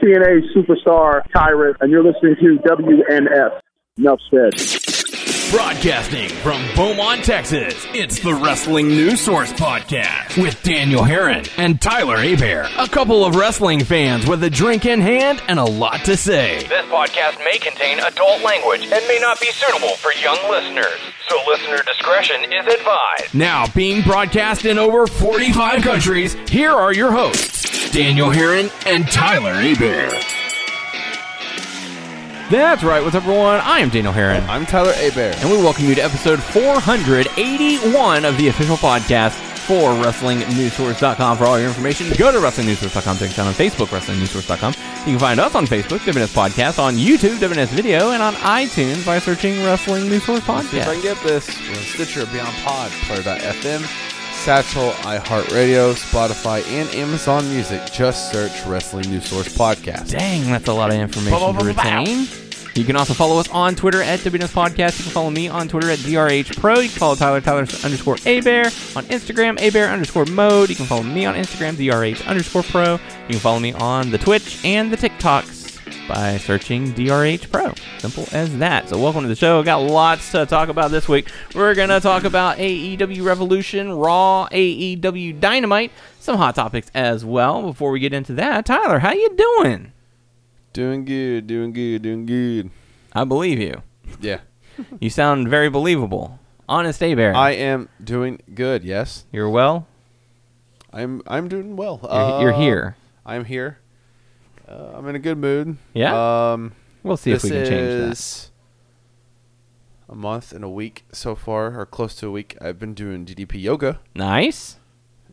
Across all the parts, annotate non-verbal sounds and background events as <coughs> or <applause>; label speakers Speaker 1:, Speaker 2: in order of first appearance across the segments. Speaker 1: TNA superstar Tyrant, and you're listening to WNF. Enough said.
Speaker 2: Broadcasting from Beaumont, Texas, it's the Wrestling News Source Podcast with Daniel Herron and Tyler Abair, a couple of wrestling fans with a drink in hand and a lot to say.
Speaker 3: This podcast may contain adult language and may not be suitable for young listeners, so listener discretion is advised.
Speaker 2: Now being broadcast in over 45 countries, here are your hosts, Daniel Herron and Tyler Abair. That's right, what's up, everyone? I am Daniel Herron.
Speaker 4: I'm Tyler Abear.
Speaker 2: and we welcome you to episode 481 of the official podcast for WrestlingNewsSource.com. For all your information, go to WrestlingNewsSource.com. Check us out on Facebook, WrestlingNewsSource.com. You can find us on Facebook, WNS Podcast, on YouTube, WNS Video, and on iTunes by searching Wrestling News Source
Speaker 4: See if I
Speaker 2: Podcast.
Speaker 4: can get this. We're on Stitcher, Beyond Pod, Player.fm, Satchel, iHeartRadio, Spotify, and Amazon Music. Just search Wrestling News Source Podcast.
Speaker 2: Dang, that's a lot of information to retain. You can also follow us on Twitter at WNS Podcast. You can follow me on Twitter at DRH Pro. You can follow Tyler, Tyler underscore Abear on Instagram, Abear underscore Mode. You can follow me on Instagram, DRH underscore Pro. You can follow me on the Twitch and the TikToks by searching DRH Pro. Simple as that. So welcome to the show. Got lots to talk about this week. We're going to talk about AEW Revolution, Raw, AEW Dynamite, some hot topics as well. Before we get into that, Tyler, how you doing?
Speaker 4: Doing good, doing good, doing good.
Speaker 2: I believe you.
Speaker 4: Yeah.
Speaker 2: You sound very believable. Honest A Bear.
Speaker 4: I am doing good, yes.
Speaker 2: you're well.
Speaker 4: I'm I'm doing well.
Speaker 2: You're, you're
Speaker 4: Uh,
Speaker 2: here.
Speaker 4: I'm here. Uh, I'm in a good mood.
Speaker 2: Yeah?
Speaker 4: Um,
Speaker 2: We'll see if we
Speaker 4: this
Speaker 2: can change that.
Speaker 4: is A month and a week so far, or close to a week. I've been doing DDP yoga
Speaker 2: Nice.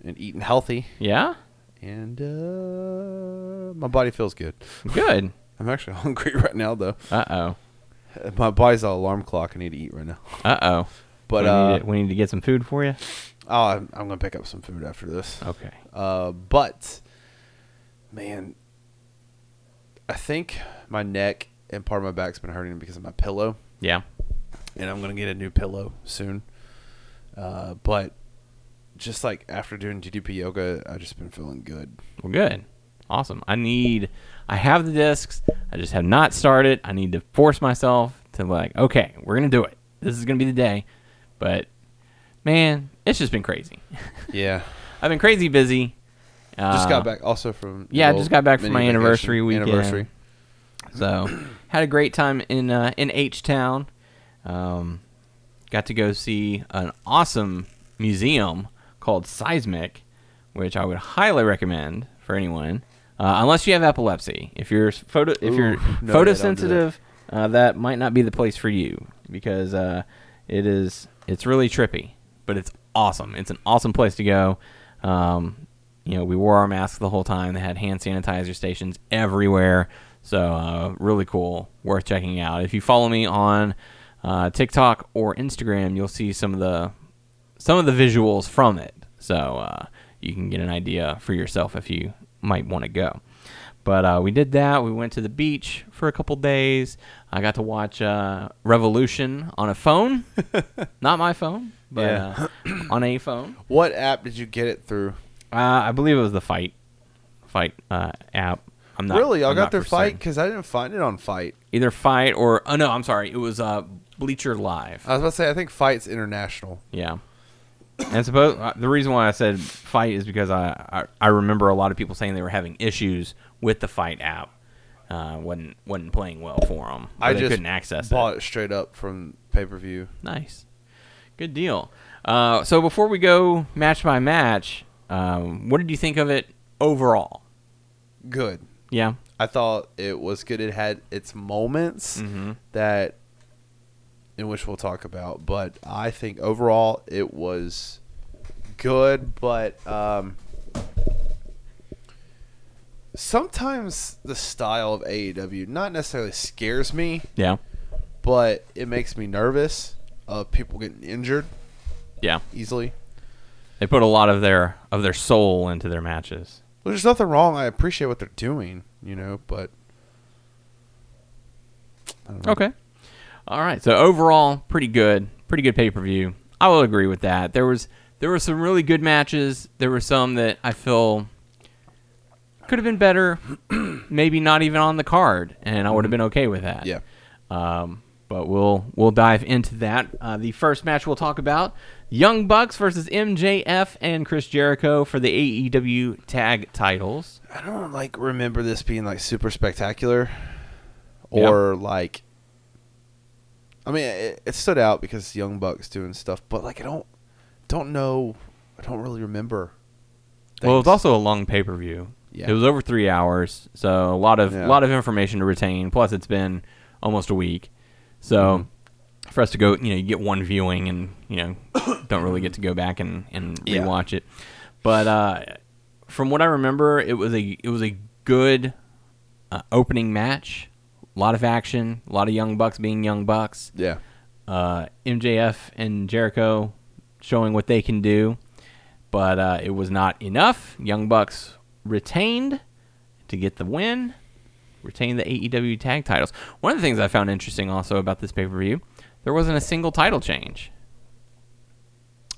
Speaker 4: and eating healthy.
Speaker 2: Yeah.
Speaker 4: and uh, my body feels good.
Speaker 2: Good.
Speaker 4: I'm actually <laughs> hungry right now, though.
Speaker 2: Uh oh.
Speaker 4: My body's an alarm clock. I need to eat right now.
Speaker 2: Uh oh.
Speaker 4: But
Speaker 2: we,
Speaker 4: uh,
Speaker 2: need to, we need to get some food for you.
Speaker 4: oh, I'm, I'm gonna pick up some food after this.
Speaker 2: Okay.
Speaker 4: Uh, but man, I think my neck and part of my back's been hurting because of my pillow,
Speaker 2: Yeah.
Speaker 4: and I'm gonna get a new pillow soon. Uh, but just like after doing GDP yoga, I've just been feeling good.
Speaker 2: Well, good. Awesome. I need. I have the discs. I just have not started. I need to force myself to like. Okay, we're gonna do it. This is gonna be the day. But man, it's just been crazy.
Speaker 4: Yeah,
Speaker 2: I've been crazy busy.
Speaker 4: just
Speaker 2: Uh,
Speaker 4: got back also from
Speaker 2: yeah,
Speaker 4: your
Speaker 2: just
Speaker 4: old
Speaker 2: got back
Speaker 4: mini
Speaker 2: from my
Speaker 4: vacation.
Speaker 2: anniversary weekend.
Speaker 4: Anniversary.
Speaker 2: So had a great time in uh, in H Town. Um, got to go see an awesome museum called Seismic, which I would highly recommend for anyone, uh, unless you have epilepsy. If you're s- photo if you're
Speaker 4: Ooh, no, yeah, don't do that.
Speaker 2: photosensitive, uh, that might not be the place for you because uh, it is it's really trippy, but it's awesome. It's an awesome place to go. Um, you know, we wore our masks the whole time. They had hand sanitizer stations everywhere, so uh, really cool, worth checking out. If you follow me on uh, TikTok or Instagram, you'll see some of the some of the visuals from it, so uh, you can get an idea for yourself if you might want to go. But uh, we did that. We went to the beach for a couple days. I got to watch uh, Revolution on a <laughs> phone, not my phone, but
Speaker 4: Yeah.
Speaker 2: uh, on a phone.
Speaker 4: What app did you get it through?
Speaker 2: <clears throat> Uh, I believe it was the Fight Fight uh, app. I'm not
Speaker 4: really, I
Speaker 2: I'm
Speaker 4: got
Speaker 2: not
Speaker 4: their
Speaker 2: for
Speaker 4: fight
Speaker 2: certain.
Speaker 4: because I didn't find it on Fight.
Speaker 2: Either Fight or oh no, I'm sorry, it was uh, Bleacher Live.
Speaker 4: I was about to say I think Fight's international.
Speaker 2: Yeah. And suppose uh, the reason why I said fight is because I, I I remember a lot of people saying they were having issues with the fight app, uh, wasn't wasn't playing well for them.
Speaker 4: I
Speaker 2: they
Speaker 4: just
Speaker 2: couldn't access
Speaker 4: bought
Speaker 2: it.
Speaker 4: it straight up from pay per view.
Speaker 2: Nice, good deal. Uh, so before we go match by match, um, what did you think of it overall?
Speaker 4: Good.
Speaker 2: Yeah,
Speaker 4: I thought it was good. It had its moments
Speaker 2: Mm-hmm.
Speaker 4: that, in which we'll talk about. But I think overall it was good. But um, sometimes the style of AEW not necessarily scares me,
Speaker 2: yeah,
Speaker 4: but it makes me nervous of people getting injured
Speaker 2: yeah.
Speaker 4: easily.
Speaker 2: They put a lot of their of their soul into their matches.
Speaker 4: There's nothing wrong. I appreciate what they're doing, you know, but
Speaker 2: Okay. All right. So overall, pretty good. Pretty good pay per view. I will agree with that. There was there were some really good matches. There were some that I feel could have been better. <clears throat> maybe not even on the card, and I would have been okay with that.
Speaker 4: Yeah.
Speaker 2: Um, but we'll we'll dive into that. Uh, the first match we'll talk about: Young Bucks versus MJF and Chris Jericho for the AEW Tag Titles.
Speaker 4: I don't like remember this being like super spectacular or like I mean it, it stood out because Young Bucks doing stuff, but like I don't don't know I don't really remember.
Speaker 2: Well, it was
Speaker 4: things.
Speaker 2: also a long pay per view.
Speaker 4: Yeah.
Speaker 2: It was over three hours, so a lot of
Speaker 4: Yeah.
Speaker 2: lot of information to retain. Plus, it's been almost a week, so
Speaker 4: Mm-hmm.
Speaker 2: for us to go, you know, you get one viewing, and you know, <coughs> don't really get to go back and and
Speaker 4: Yeah.
Speaker 2: rewatch it. But uh, from what I remember, it was a it was a good uh, opening match. A lot of action, a lot of young bucks being young bucks
Speaker 4: Yeah.
Speaker 2: uh, MJF and Jericho showing what they can do, but uh, it was not enough. Young Bucks retained to get the win, retain the AEW tag titles. One of the things I found interesting also about this pay per view, there wasn't a single title change.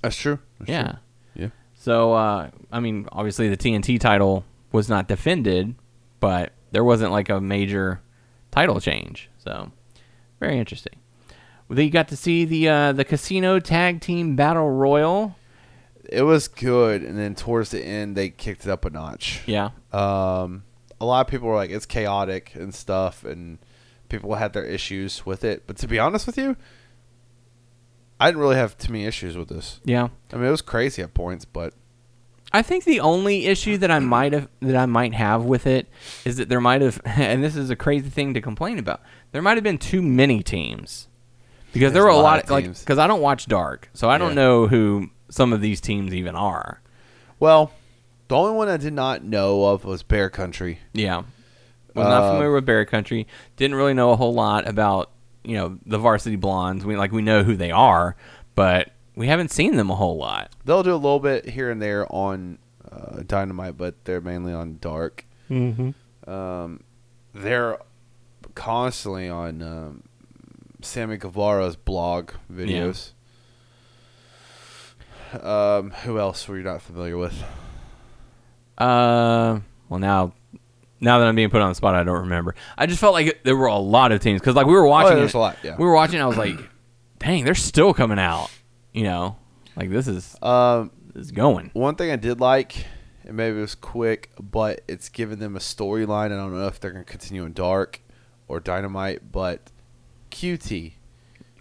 Speaker 4: That's true. That's
Speaker 2: yeah.
Speaker 4: true. Yeah.
Speaker 2: So, uh, I mean, obviously the TNT title was not defended, but there wasn't like a major title change. So, very interesting. Well, then you got to see the uh, the casino tag team battle royal.
Speaker 4: It was good and then towards the end they kicked it up a notch.
Speaker 2: Yeah.
Speaker 4: um, a lot of people were like it's chaotic and stuff and people had their issues with it but to be honest with you i didn't really have too many issues with this
Speaker 2: Yeah.
Speaker 4: i mean it was crazy at points but
Speaker 2: I think the only issue that I might have that I might have with it is that there might have, <laughs> and this is a crazy thing to complain about. There might have been too many teams because there
Speaker 4: There's
Speaker 2: were a lot, of like
Speaker 4: teams.
Speaker 2: because I don't watch Dark, so I don't
Speaker 4: Yeah.
Speaker 2: know who some of these teams even are.
Speaker 4: well the only one i did not know of was bear country
Speaker 2: Yeah, Um, was not
Speaker 4: Uh,
Speaker 2: familiar with Bear Country. Didn't really know a whole lot about you know the Varsity Blondes. We like we know who they are, but we haven't seen them a whole lot.
Speaker 4: they'll do a little bit here and there on uh, dynamite but they're mainly on dark mm-hmm. um, they're constantly on um, sammy guevara's blog videos um, who else were you not familiar with
Speaker 2: Uh, well now. Now that I'm being put on the spot, I don't remember. I just felt like there were a lot of teams because, like, we were watching.
Speaker 4: Oh, there's
Speaker 2: it-
Speaker 4: a lot, yeah.
Speaker 2: we were watching. I was like, "Dang, they're still coming out." You know, like this is
Speaker 4: um,
Speaker 2: this is going.
Speaker 4: one thing i did like and maybe it was quick but it's giving them a storyline i don't know if they're going to continue in dark or dynamite but qt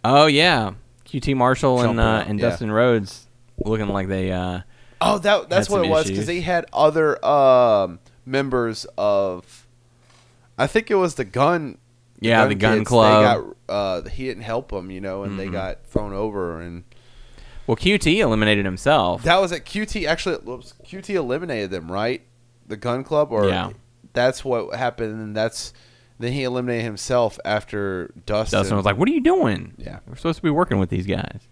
Speaker 2: Oh yeah, QT Marshall and
Speaker 4: Jumping
Speaker 2: uh,
Speaker 4: out,
Speaker 2: and
Speaker 4: yeah.
Speaker 2: Dustin Rhodes looking like they. Uh,
Speaker 4: Oh, that that's
Speaker 2: some
Speaker 4: what it was
Speaker 2: issues.
Speaker 4: because they had other um, members of. I think it was the gun.
Speaker 2: Yeah, the Gun
Speaker 4: kids,
Speaker 2: Club.
Speaker 4: They got, uh, he didn't help them, you know, and they got thrown over, and
Speaker 2: well, QT eliminated himself.
Speaker 4: that was at QT. Actually, whoops, QT eliminated them, right? The gun club, or
Speaker 2: Yeah.
Speaker 4: that's what happened, and that's then he eliminated himself after Dustin.
Speaker 2: Dustin was like, "What are you doing?
Speaker 4: Yeah.
Speaker 2: we're supposed to be working with these guys."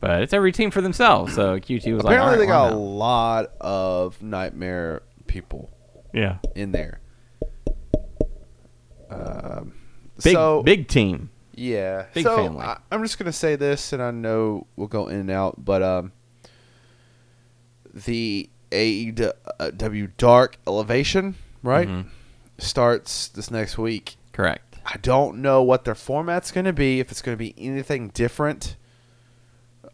Speaker 2: But it's every team for themselves. So QT was
Speaker 4: apparently they
Speaker 2: like,
Speaker 4: got
Speaker 2: "All
Speaker 4: a
Speaker 2: right, well,
Speaker 4: lot of nightmare people
Speaker 2: no." yeah,
Speaker 4: in there. Um,
Speaker 2: big
Speaker 4: so,
Speaker 2: big team."
Speaker 4: Yeah.
Speaker 2: Big
Speaker 4: so
Speaker 2: family.
Speaker 4: I, I'm just gonna say this, and I know we'll go in and out, but um, the AEW Dark Elevation, right,
Speaker 2: Mm-hmm.
Speaker 4: starts this next week.
Speaker 2: Correct.
Speaker 4: I don't know what their format's gonna be. If it's gonna be anything different,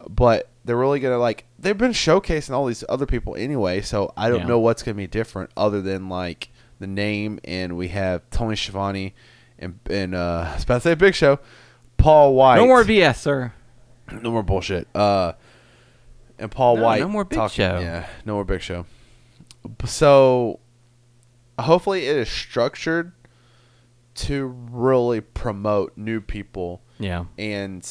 Speaker 4: but they're really gonna like they've been showcasing all these other people anyway. So I don't
Speaker 2: Yeah.
Speaker 4: know what's gonna be different other than like the name and we have Tony Schiavone and and uh, I was about to say Big Show, Paul White.
Speaker 2: No more BS, sir.
Speaker 4: no more bullshit. Uh, and Paul
Speaker 2: No,
Speaker 4: White.
Speaker 2: no more Big Show.
Speaker 4: Yeah, no more Big Show. So hopefully it is structured to really promote new people
Speaker 2: Yeah.
Speaker 4: and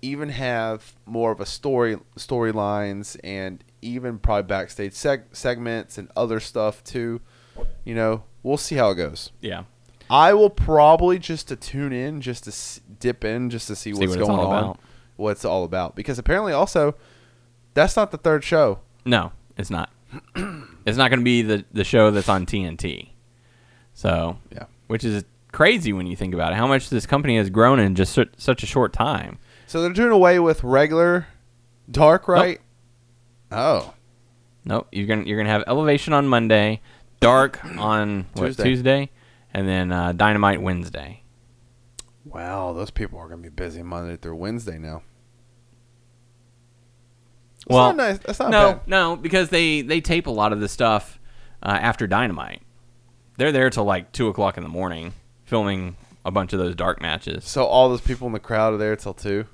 Speaker 4: even have more of a story storylines and even probably backstage seg- segments and other stuff too. You know, we'll see how it goes.
Speaker 2: Yeah.
Speaker 4: I will probably just to tune in, just to s- dip in, just to see what's
Speaker 2: what it's
Speaker 4: going
Speaker 2: all
Speaker 4: on,
Speaker 2: about.
Speaker 4: what it's all about. Because apparently, also, that's not the third show.
Speaker 2: No, it's not. <clears throat> it's not going to be the the show that's on TNT. So,
Speaker 4: Yeah.
Speaker 2: which is crazy when you think about it. How much this company has grown in just su- such a short time.
Speaker 4: So they're doing away with regular dark, Oh. right? Oh,
Speaker 2: Nope, you're gonna you're gonna have Elevation on Monday,
Speaker 4: <clears throat>
Speaker 2: Dark on what,
Speaker 4: Tuesday.
Speaker 2: Tuesday. and then uh, Dynamite Wednesday.
Speaker 4: Wow, those people are gonna be busy Monday through Wednesday now. That's
Speaker 2: Well,
Speaker 4: not nice. That's not
Speaker 2: no,
Speaker 4: bad.
Speaker 2: no, because they they tape a lot of the stuff uh, after Dynamite. They're there till like two o'clock in the morning, filming a bunch of those dark matches.
Speaker 4: So all those people in the crowd are there till two.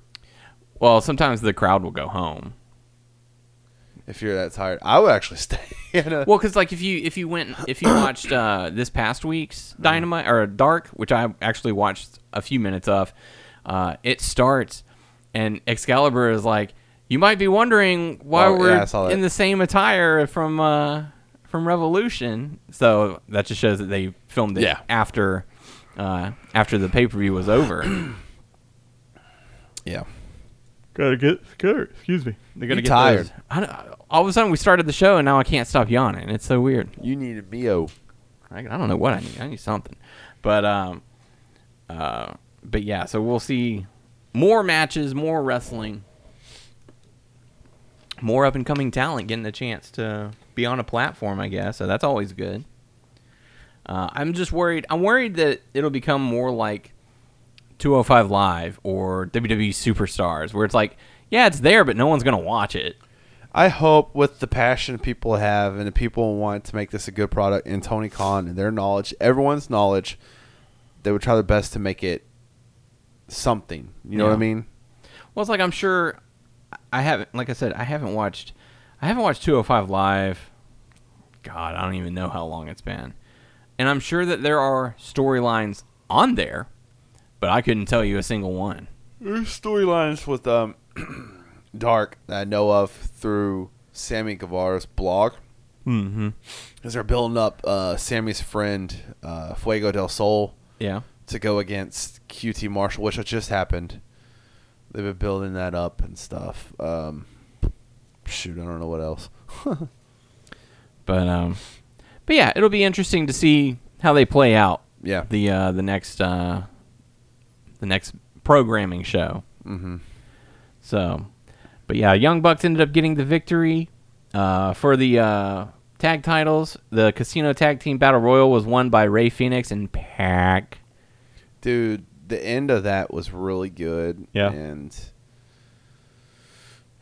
Speaker 2: Well, sometimes the crowd will go home.
Speaker 4: If you're that tired, I would actually <laughs> stay. In a,
Speaker 2: Well, because like if you if you went
Speaker 4: <coughs>
Speaker 2: if you watched uh, this past week's Dynamite or Dark, which I actually watched a few minutes of, uh, it starts and Excalibur is like, you might be wondering why
Speaker 4: Oh, yeah,
Speaker 2: we're
Speaker 4: I saw that.
Speaker 2: in the same attire from uh, from Revolution. So that just shows that they filmed it
Speaker 4: Yeah.
Speaker 2: after uh, after the pay per view
Speaker 4: <clears throat>
Speaker 2: was over.
Speaker 4: yeah,
Speaker 2: Gotta get scared. Excuse me. They're gonna
Speaker 4: You
Speaker 2: get
Speaker 4: tired.
Speaker 2: those- I don't, all of a sudden we started the show and now I can't stop yawning. It's so weird.
Speaker 4: you need a bo.
Speaker 2: I, I don't know what I need. I need something. But um, uh, but yeah. So we'll see more matches, more wrestling, more up and coming talent getting a chance to be on a platform. I guess so. That's always good. Uh, I'm just worried. I'm worried that it'll become more like 205 Live or WWE Superstars, where it's like, yeah, it's there, but no one's gonna watch it.
Speaker 4: I hope with the passion people have and the people want to make this a good product and Tony Khan and their knowledge, everyone's knowledge, they would try their best to make it something. You know what I
Speaker 2: Yeah.
Speaker 4: mean?
Speaker 2: Well, it's like I'm sure I haven't like I said I haven't watched I haven't watched 205 live. God, I don't even know how long it's been. And I'm sure that there are storylines on there, but I couldn't tell you a single one.
Speaker 4: There's storylines with um, <clears throat> Dark that I know of through Sammy Guevara's blog.
Speaker 2: Mm-hmm.
Speaker 4: Because they're building up uh, Sammy's friend, uh, Fuego del Sol,
Speaker 2: Yeah.
Speaker 4: to go against QT Marshall, which just happened. They've been building that up and stuff. Um, shoot, I don't know what else.
Speaker 2: But um, but yeah, it'll be interesting to see how they play out
Speaker 4: Yeah.
Speaker 2: the uh, the next uh, the next programming show.
Speaker 4: mm-hmm.
Speaker 2: So, but yeah, Young Bucks ended up getting the victory uh, for the uh, tag titles. The Casino Tag Team Battle Royal was won by Ray Phoenix and Pac.
Speaker 4: Dude, the end of that was really good.
Speaker 2: Yeah.
Speaker 4: And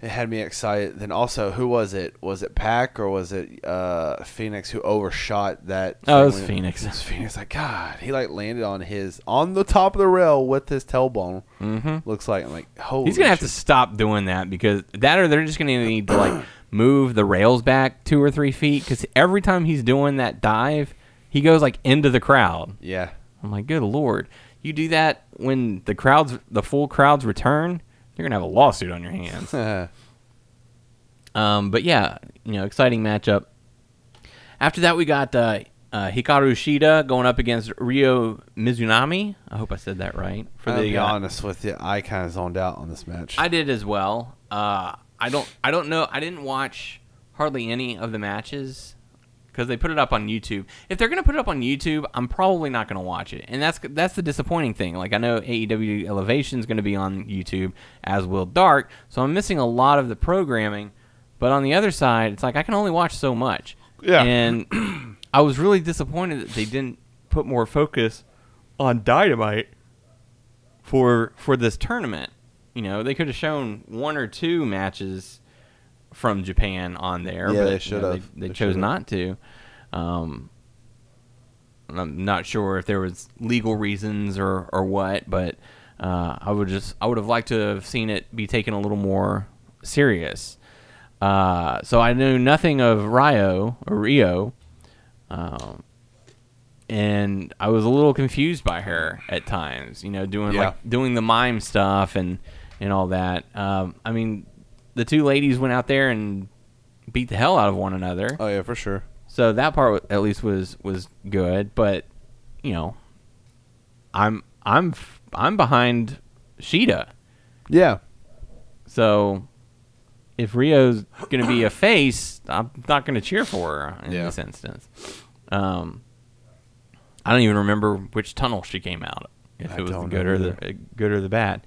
Speaker 4: it had me excited. Then also, who was it? Was it Pack or was it uh, Phoenix who overshot that?
Speaker 2: Oh, it was
Speaker 4: thing?
Speaker 2: Phoenix.
Speaker 4: It was Phoenix. Like, God, he like landed on his, on the top of the rail with his tailbone.
Speaker 2: Mm-hmm.
Speaker 4: Looks like, I'm like, holy
Speaker 2: He's gonna have
Speaker 4: shit.
Speaker 2: to stop doing that because that, or they're just gonna need
Speaker 4: <clears throat>
Speaker 2: to like move the rails back two or three feet because every time he's doing that dive, he goes like into the crowd.
Speaker 4: Yeah.
Speaker 2: I'm like, good lord, you do that when the crowds, the full crowds return, you're gonna have a lawsuit on
Speaker 4: <laughs>
Speaker 2: your hands. Um, but yeah, you know, exciting matchup. After that, we got uh, uh, Hikaru Shida going up against Ryo Mizunami. I hope I said that right. For
Speaker 4: I'll be
Speaker 2: uh,
Speaker 4: honest with you, I kind of zoned out on this match.
Speaker 2: I did as well. Uh, I don't. I don't know. I didn't watch hardly any of the matches because they put it up on YouTube. If they're gonna put it up on YouTube, I'm probably not gonna watch it, and that's that's the disappointing thing. Like I know AEW Elevation is gonna be on YouTube as will Dark, so I'm missing a lot of the programming. But on the other side, it's like I can only watch so much.
Speaker 4: Yeah.
Speaker 2: And <clears throat> I was really disappointed that they didn't put more focus on Dynamite for for this tournament. You know, they could have shown one or two matches from Japan on there.
Speaker 4: Yeah, they
Speaker 2: but, you know,
Speaker 4: should have.
Speaker 2: They,
Speaker 4: They should
Speaker 2: chose
Speaker 4: have.
Speaker 2: not to. Um, and I'm not sure if there was legal reasons or or what, but uh, I would just I would have liked to have seen it be taken a little more serious. Uh, so I knew nothing of Rio or Rio, um, and I was a little confused by her at times. You know, doing
Speaker 4: Yeah.
Speaker 2: like doing the mime stuff and and all that. Um, I mean, the two ladies went out there and beat the hell out of one another.
Speaker 4: oh yeah, for sure.
Speaker 2: So that part wa- at least was was good, but you know, I'm I'm f- I'm behind Sheeta.
Speaker 4: Yeah.
Speaker 2: So if Rio's going to be a face, I'm not going to cheer for her in
Speaker 4: Yeah.
Speaker 2: this instance. Um, I don't even remember which tunnel she came out of. If
Speaker 4: I
Speaker 2: it was the
Speaker 4: don't
Speaker 2: good
Speaker 4: know
Speaker 2: or the uh, good or the bad.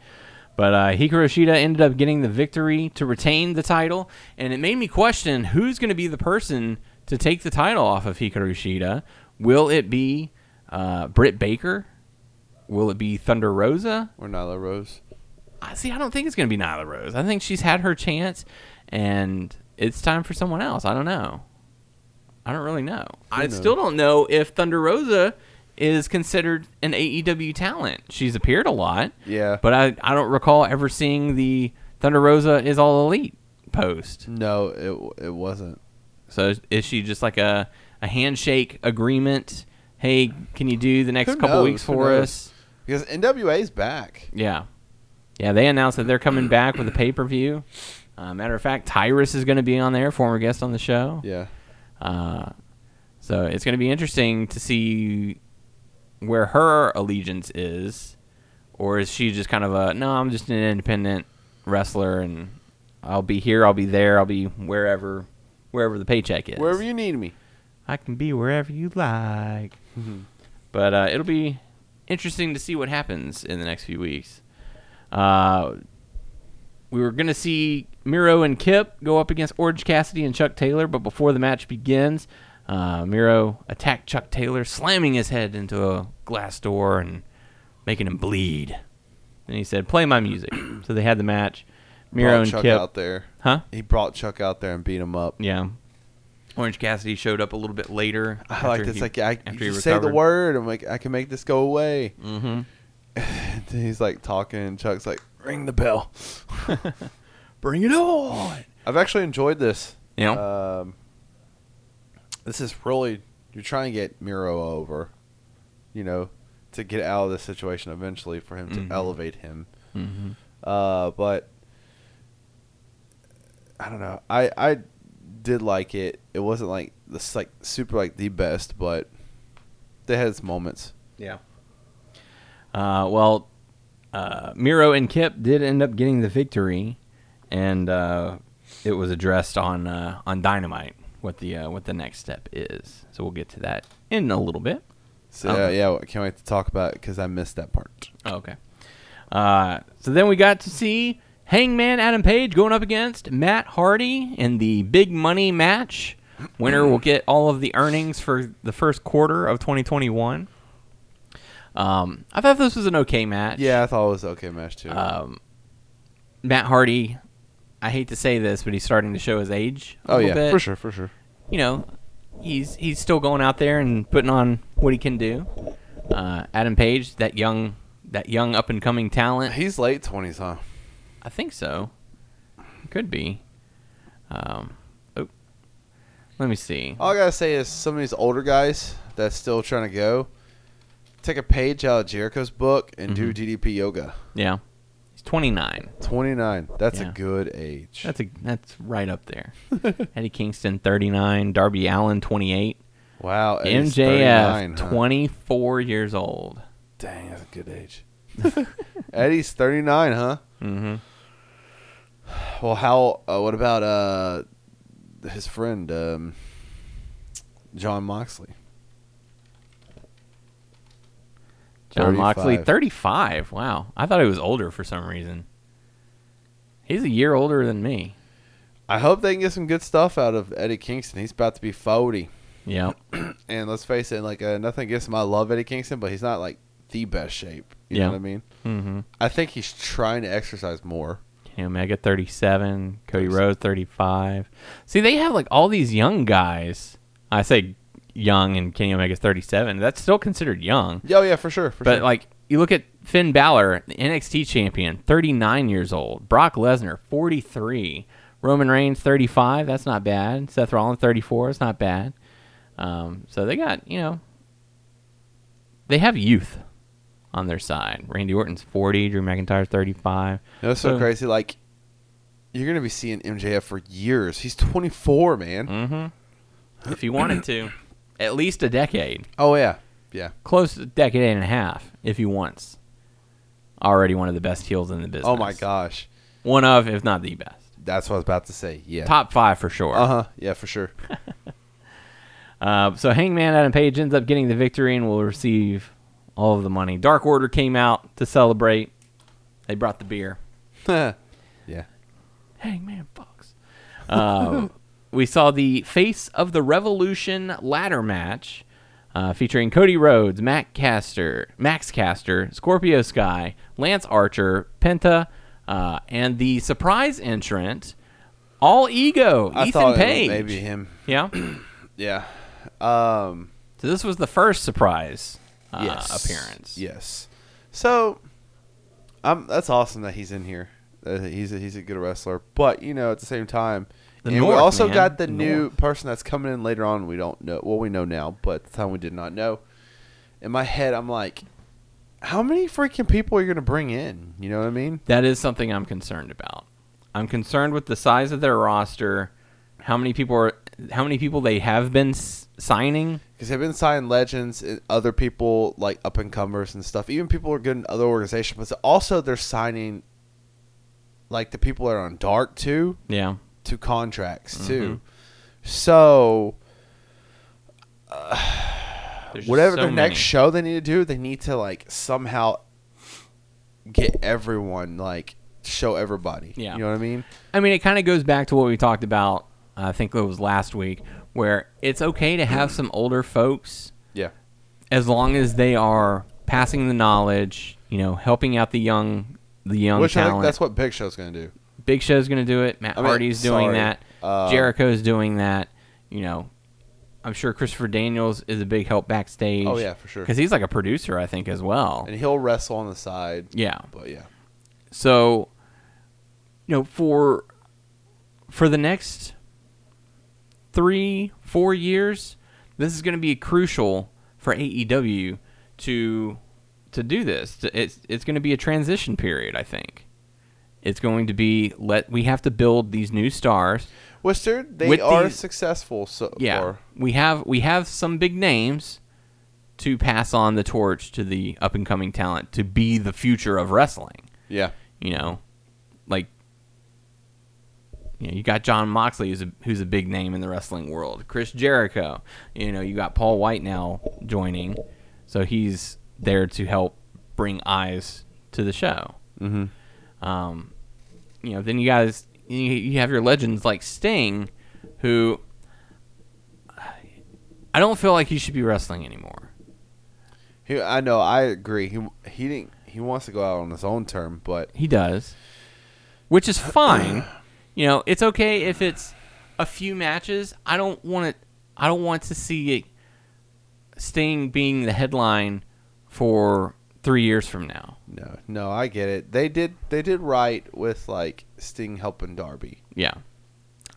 Speaker 2: But uh, Hikaru Shida ended up getting the victory to retain the title, and it made me question who's going to be the person to take the title off of Hikaru Shida. Will it be uh, Britt Baker? Will it be Thunder Rosa?
Speaker 4: Or Nyla Rose.
Speaker 2: I see. I don't think it's going to be Nyla Rose. I think she's had her chance, and it's time for someone else. I don't know. I don't really know. I
Speaker 4: knows?
Speaker 2: still don't know if Thunder Rosa is considered an AEW talent. She's appeared a lot.
Speaker 4: Yeah.
Speaker 2: But I, I don't recall ever seeing the Thunder Rosa is all elite post.
Speaker 4: No, it it wasn't.
Speaker 2: So is- is she just like a, a handshake agreement? Hey, can you do the next
Speaker 4: Who
Speaker 2: couple
Speaker 4: knows?
Speaker 2: weeks
Speaker 4: Who
Speaker 2: for
Speaker 4: knows?
Speaker 2: us?
Speaker 4: Because NWA's back.
Speaker 2: Yeah. Yeah, they announced that they're coming back with a pay per view. Uh, matter of fact, Tyrus is going to be on there, former guest on the show.
Speaker 4: Yeah.
Speaker 2: Uh, so it's going to be interesting to see where her allegiance is, or is she just kind of a no? I'm just an independent wrestler, and I'll be here, I'll be there, I'll be wherever, wherever the paycheck is.
Speaker 4: Wherever you need me.
Speaker 2: I can be wherever you like. but uh, it'll be interesting to see what happens in the next few weeks. Uh, we were going to see Miro and Kip go up against Orange Cassidy and Chuck Taylor, but before the match begins, uh, Miro attacked Chuck Taylor, slamming his head into a glass door and making him bleed. Then he said, "Play my <clears throat> music." so they had the match. Miro
Speaker 4: Brought
Speaker 2: and
Speaker 4: Chuck
Speaker 2: Kip,
Speaker 4: out there.
Speaker 2: huh?
Speaker 4: He brought Chuck out there and beat him up.
Speaker 2: Yeah. Orange Cassidy showed up a little bit later.
Speaker 4: I like
Speaker 2: after
Speaker 4: this.
Speaker 2: he-
Speaker 4: Like I
Speaker 2: after
Speaker 4: you
Speaker 2: he
Speaker 4: just say the
Speaker 2: recovered.
Speaker 4: word. I'm like I can make this go away. <laughs>
Speaker 2: Mhm.
Speaker 4: Then he's like talking, and Chuck's like, "Ring the
Speaker 2: <laughs>
Speaker 4: bell, <laughs> bring it on." I've actually enjoyed this.
Speaker 2: Yeah.
Speaker 4: Um, this is really you're trying to get Miro over, you know, to get out of this situation eventually for him to elevate him. Uh, but I don't know. I I did like it. It wasn't like this like super like the best, but they had its moments.
Speaker 2: Yeah. Uh, well, uh, Miro and Kip did end up getting the victory, and uh, it was addressed on uh, on Dynamite what the uh, what the next step is. So we'll get to that in a little bit.
Speaker 4: So
Speaker 2: Okay.
Speaker 4: yeah, yeah, I can't wait to talk about it because I missed that part.
Speaker 2: Oh, okay. Uh, so then we got to see Hangman Adam Page going up against Matt Hardy in the big money match. Winner will get all of the earnings for the first quarter of 2021. Um, I thought this was an okay match.
Speaker 4: Yeah, I thought it was okay match too.
Speaker 2: um, Matt Hardy. I hate to say this, but he's starting to show his age. A
Speaker 4: oh
Speaker 2: little
Speaker 4: yeah,
Speaker 2: bit.
Speaker 4: for sure, for sure.
Speaker 2: You know, he's he's still going out there and putting on what he can do. Uh, Adam Page, that young that young up and coming talent.
Speaker 4: He's late twenties, huh?
Speaker 2: I think so. Could be. Um, oh, let me see.
Speaker 4: All I gotta say is some of these older guys that's still trying to go, take a page out of Jericho's book and
Speaker 2: Mm-hmm.
Speaker 4: do DDP yoga.
Speaker 2: Yeah, he's 29.
Speaker 4: Twenty nine. That's
Speaker 2: Yeah.
Speaker 4: a good age.
Speaker 2: That's a that's right up
Speaker 4: <laughs>
Speaker 2: there. Eddie Kingston 39, Darby Allen 28.
Speaker 4: wow. and Uh, he's 39,
Speaker 2: MJF,
Speaker 4: huh?
Speaker 2: 24 years old.
Speaker 4: Dang, that's a good age. <laughs> Eddie's thirty nine, huh?
Speaker 2: Mm-hmm.
Speaker 4: Well, how? Uh, what about uh, his friend um, John Moxley?
Speaker 2: John Moxley,
Speaker 4: 35.
Speaker 2: 35. Wow. I thought he was older for some reason. He's a year older than me.
Speaker 4: I hope they can get some good stuff out of Eddie Kingston. He's about to be forty,
Speaker 2: Yeah.
Speaker 4: and let's face it, like uh, nothing against him. I love Eddie Kingston, but he's not like the best shape. You
Speaker 2: Yeah.
Speaker 4: know what I mean?
Speaker 2: mm-hmm.
Speaker 4: I think he's trying to exercise more.
Speaker 2: Kenny Omega, 37. Cody Rhodes, 35. See, they have like all these young guys. I say young, and Kenny Omega's 37. That's still considered young.
Speaker 4: Yeah, oh, yeah, for sure. For
Speaker 2: But
Speaker 4: sure.
Speaker 2: like you look at Finn Balor, the NXT champion, 39 years old. Brock Lesnar, 43. Roman Reigns, 35. That's not bad. Seth Rollins, 34. It's not bad. Um, so they got you know, they have youth on their side. Randy Orton's 40. Drew McIntyre's 35.
Speaker 4: You know, it's so,
Speaker 2: so-
Speaker 4: crazy. Like you're gonna be seeing MJF for years. He's twenty four, man.
Speaker 2: Mm-hmm. If you wanted to, <clears throat> at least a decade,
Speaker 4: Oh yeah, yeah.
Speaker 2: close to a decade and a half, if you wants. Already one of the best heels in the business.
Speaker 4: Oh my gosh,
Speaker 2: One of, if not the best.
Speaker 4: that's what I was about to say. Yeah.
Speaker 2: Top five for sure.
Speaker 4: Uh huh. Yeah, for
Speaker 2: <laughs>
Speaker 4: sure.
Speaker 2: Uh, so Hangman Adam Page ends up getting the victory and will receive all of the money. Dark Order came out to celebrate. They brought the beer.
Speaker 4: <laughs> yeah. <laughs>
Speaker 2: Hangman Fox. Uh, we saw the Face of the Revolution ladder match uh, featuring Cody Rhodes, Matt Caster, Max Caster, Scorpio Sky, Lance Archer, Penta, uh, and the surprise entrant, All Ego,
Speaker 4: I
Speaker 2: Ethan
Speaker 4: thought it was
Speaker 2: Page.
Speaker 4: maybe him.
Speaker 2: Yeah.
Speaker 4: <clears throat> Yeah. Um,
Speaker 2: So this was the first surprise uh,
Speaker 4: yes.
Speaker 2: appearance.
Speaker 4: Yes. So, um, that's awesome that he's in here. Uh, he's a, he's a good wrestler, but you know at the same time,
Speaker 2: The
Speaker 4: and we
Speaker 2: North,
Speaker 4: also
Speaker 2: man.
Speaker 4: got the
Speaker 2: The
Speaker 4: new person that's coming in later on. We don't know. Well, we know now, but at the time we did not know. In my head, I'm like, how many freaking people are you gonna bring in? You know what I mean?
Speaker 2: That is something I'm concerned about. I'm concerned with the size of their roster, how many people are, how many people they have been s- signing.
Speaker 4: Because they've been signing legends and other people like up and comers and stuff. Even people who are good in other organizations, but also they're signing like the people that are on Dark too.
Speaker 2: Yeah.
Speaker 4: to contracts
Speaker 2: Mm-hmm.
Speaker 4: too. So
Speaker 2: There's just
Speaker 4: whatever
Speaker 2: so
Speaker 4: the
Speaker 2: many.
Speaker 4: next show they need to do, they need to like somehow get everyone like show everybody.
Speaker 2: Yeah.
Speaker 4: you know what I mean.
Speaker 2: I mean, it kind of goes back to what we talked about. uh, I think it was last week, where it's okay to have some older folks
Speaker 4: Yeah,
Speaker 2: as long as they are passing the knowledge. You know, helping out the young, the young
Speaker 4: which I
Speaker 2: talent.
Speaker 4: think that's what Big Show's gonna do.
Speaker 2: Big Show's going to do it. Matt
Speaker 4: I mean,
Speaker 2: Hardy's doing
Speaker 4: sorry,
Speaker 2: that.
Speaker 4: uh,
Speaker 2: Jericho's doing that. You know, I'm sure Christopher Daniels is a big help backstage.
Speaker 4: Oh, yeah, for sure.
Speaker 2: Because he's like a producer, I think, as well.
Speaker 4: And he'll wrestle on the side.
Speaker 2: Yeah.
Speaker 4: But yeah,
Speaker 2: So, you know, for for the next three, four years, this is going to be crucial for AEW to to do this. To- It's it's going to be a transition period, I think. It's going to be let we have to build these new stars.
Speaker 4: which they're, they
Speaker 2: With
Speaker 4: are
Speaker 2: the-
Speaker 4: successful so
Speaker 2: Yeah,
Speaker 4: far.
Speaker 2: we have we have some big names to pass on the torch to the up and coming talent to be the future of wrestling.
Speaker 4: Yeah,
Speaker 2: you know, like you know, you got John Moxley who's a who's a big name in the wrestling world. Chris Jericho, you know, you got Paul White now joining, so he's there to help bring eyes to the show. Mm-hmm. Um, you know, then you guys you, you have your legends like Sting, who I don't feel like he should be wrestling anymore.
Speaker 4: he, I know. I agree. He he didn't. He wants to go out on his own term, but
Speaker 2: He does. Which is fine. you know, it's okay if it's a few matches. I don't want it I don't want to see it Sting being the headline for 3 years from now.
Speaker 4: no, no. I get it. They did. They did right with like Sting helping Darby.
Speaker 2: Yeah.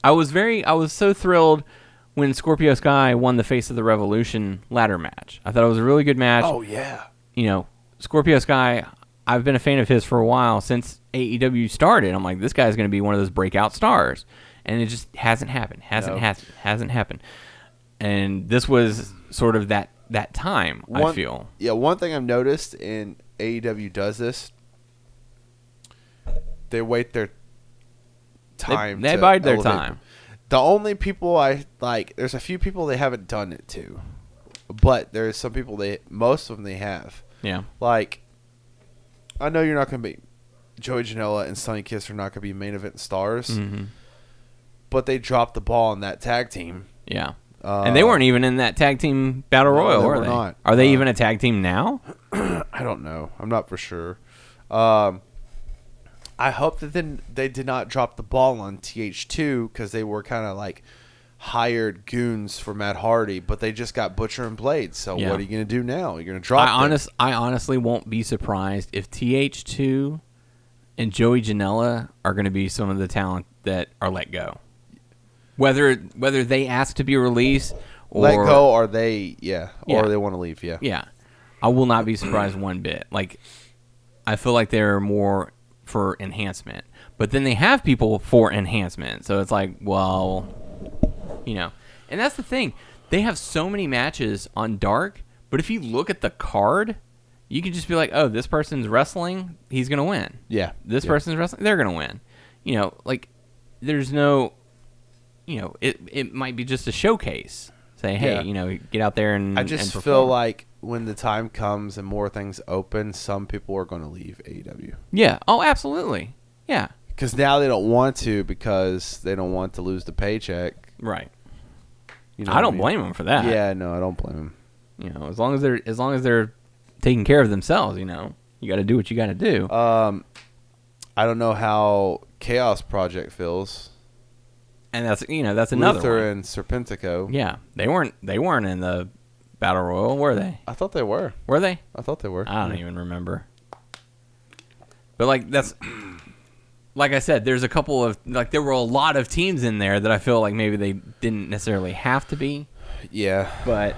Speaker 2: I was very I was so thrilled when Scorpio Sky won the Face of the Revolution ladder match. I thought it was a really good match.
Speaker 4: Oh, yeah.
Speaker 2: you know, Scorpio Sky, I've been a fan of his for a while since AEW started. I'm like, this guy's going to be one of those breakout stars. And it just hasn't happened. Hasn't
Speaker 4: No.
Speaker 2: hasn't hasn't happened. And this was sort of that that time, I feel.
Speaker 4: Yeah, one thing I've noticed, and AEW does this, they wait their time.
Speaker 2: they
Speaker 4: to
Speaker 2: bide their
Speaker 4: elevate.
Speaker 2: time.
Speaker 4: The only people I like, there's a few people they haven't done it to, but there's some people they, most of them they have.
Speaker 2: Yeah.
Speaker 4: Like, I know you're not going to be Joey Janela and Sonny Kiss are not going to be main event stars,
Speaker 2: Mm-hmm.
Speaker 4: but they dropped the ball on that tag team.
Speaker 2: Yeah. and they
Speaker 4: Uh,
Speaker 2: weren't even in that tag team battle
Speaker 4: No,
Speaker 2: royal,
Speaker 4: they
Speaker 2: were,
Speaker 4: were
Speaker 2: they?
Speaker 4: not.
Speaker 2: Are they
Speaker 4: Uh,
Speaker 2: even a tag team now?
Speaker 4: I don't know. I'm not for sure. Um, I hope that then they did not drop the ball on TH2 because they were kind of like hired goons for Matt Hardy, but they just got Butcher and Blade. So
Speaker 2: Yeah.
Speaker 4: what are you going to do now? You're going to drop.
Speaker 2: I
Speaker 4: them.
Speaker 2: honest I honestly won't be surprised if TH2 and Joey Janela are going to be some of the talent that are let go. Whether whether they ask to be released or
Speaker 4: let go, or they yeah,
Speaker 2: Yeah.
Speaker 4: or they want to leave. Yeah,
Speaker 2: yeah, I will not be surprised one bit. Like I feel like they're more for enhancement, but then they have people for enhancement, so it's like, well, you know, and that's the thing. They have so many matches on Dark, but if you look at the card, you can just be like, oh, this person's wrestling, he's gonna win.
Speaker 4: Yeah.
Speaker 2: this
Speaker 4: Yeah.
Speaker 2: person's wrestling, they're gonna win. You know, like there's no, you know, it it might be just a showcase. Say, hey,
Speaker 4: Yeah.
Speaker 2: you know, get out there and
Speaker 4: I
Speaker 2: and
Speaker 4: just feel
Speaker 2: perform."
Speaker 4: like when the time comes and more things open, some people are going to leave E AEW.
Speaker 2: yeah, oh, absolutely, yeah.
Speaker 4: because now they don't want to because they don't want to lose the paycheck
Speaker 2: Right.
Speaker 4: You know
Speaker 2: I
Speaker 4: what
Speaker 2: don't
Speaker 4: mean?
Speaker 2: blame them for that.
Speaker 4: Yeah, no, I don't blame him.
Speaker 2: You know, as long as they're as long as they're taking care of themselves, you know, you got to do what you got to do.
Speaker 4: Uh, Um, I don't know how Chaos Project feels.
Speaker 2: and that's you know that's another
Speaker 4: Luther
Speaker 2: one.
Speaker 4: and Serpentico.
Speaker 2: Yeah, they weren't they weren't in the battle royal, were they?
Speaker 4: I thought they were.
Speaker 2: Were they?
Speaker 4: I thought they were.
Speaker 2: I don't even remember. But like that's <clears throat> like I said, there's a couple of like there were a lot of teams in there that I feel like maybe they didn't necessarily have to be,
Speaker 4: Yeah.
Speaker 2: but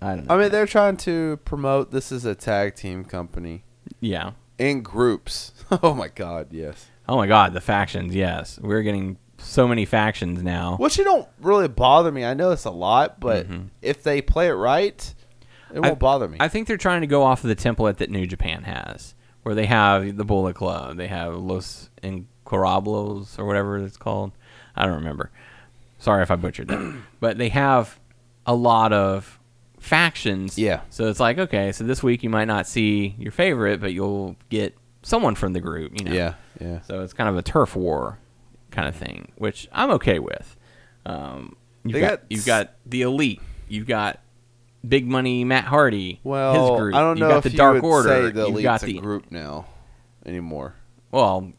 Speaker 2: I don't know.
Speaker 4: I mean, they're trying to promote this is a tag team company
Speaker 2: yeah.
Speaker 4: in groups. <laughs> oh my god, yes.
Speaker 2: Oh my god, the factions, yes. We're getting so many factions now.
Speaker 4: Which it don't really bother me. I know it's a lot, but if they play it right, it won't bother me.
Speaker 2: Mm-hmm. I think they're trying to go off of the template that New Japan has, where they have the Bullet Club, they have Los Incorablos or whatever it's called. I don't remember. Sorry if I
Speaker 4: <clears throat>
Speaker 2: butchered that. but they have a lot of factions.
Speaker 4: Yeah.
Speaker 2: So it's like, okay, so this week you might not see your favorite, but you'll get someone from the group, you know.
Speaker 4: yeah, yeah.
Speaker 2: So it's kind of a turf war kind of thing, which I'm okay with. Um, you've
Speaker 4: They
Speaker 2: got,
Speaker 4: got-
Speaker 2: you've got the elite, you've got big money Matt Hardy,
Speaker 4: Well,
Speaker 2: his group.
Speaker 4: I don't know
Speaker 2: you've got
Speaker 4: if
Speaker 2: the
Speaker 4: you
Speaker 2: Dark
Speaker 4: would
Speaker 2: Order,
Speaker 4: say the
Speaker 2: you've
Speaker 4: Elite's
Speaker 2: got
Speaker 4: a
Speaker 2: the
Speaker 4: group now anymore.
Speaker 2: well,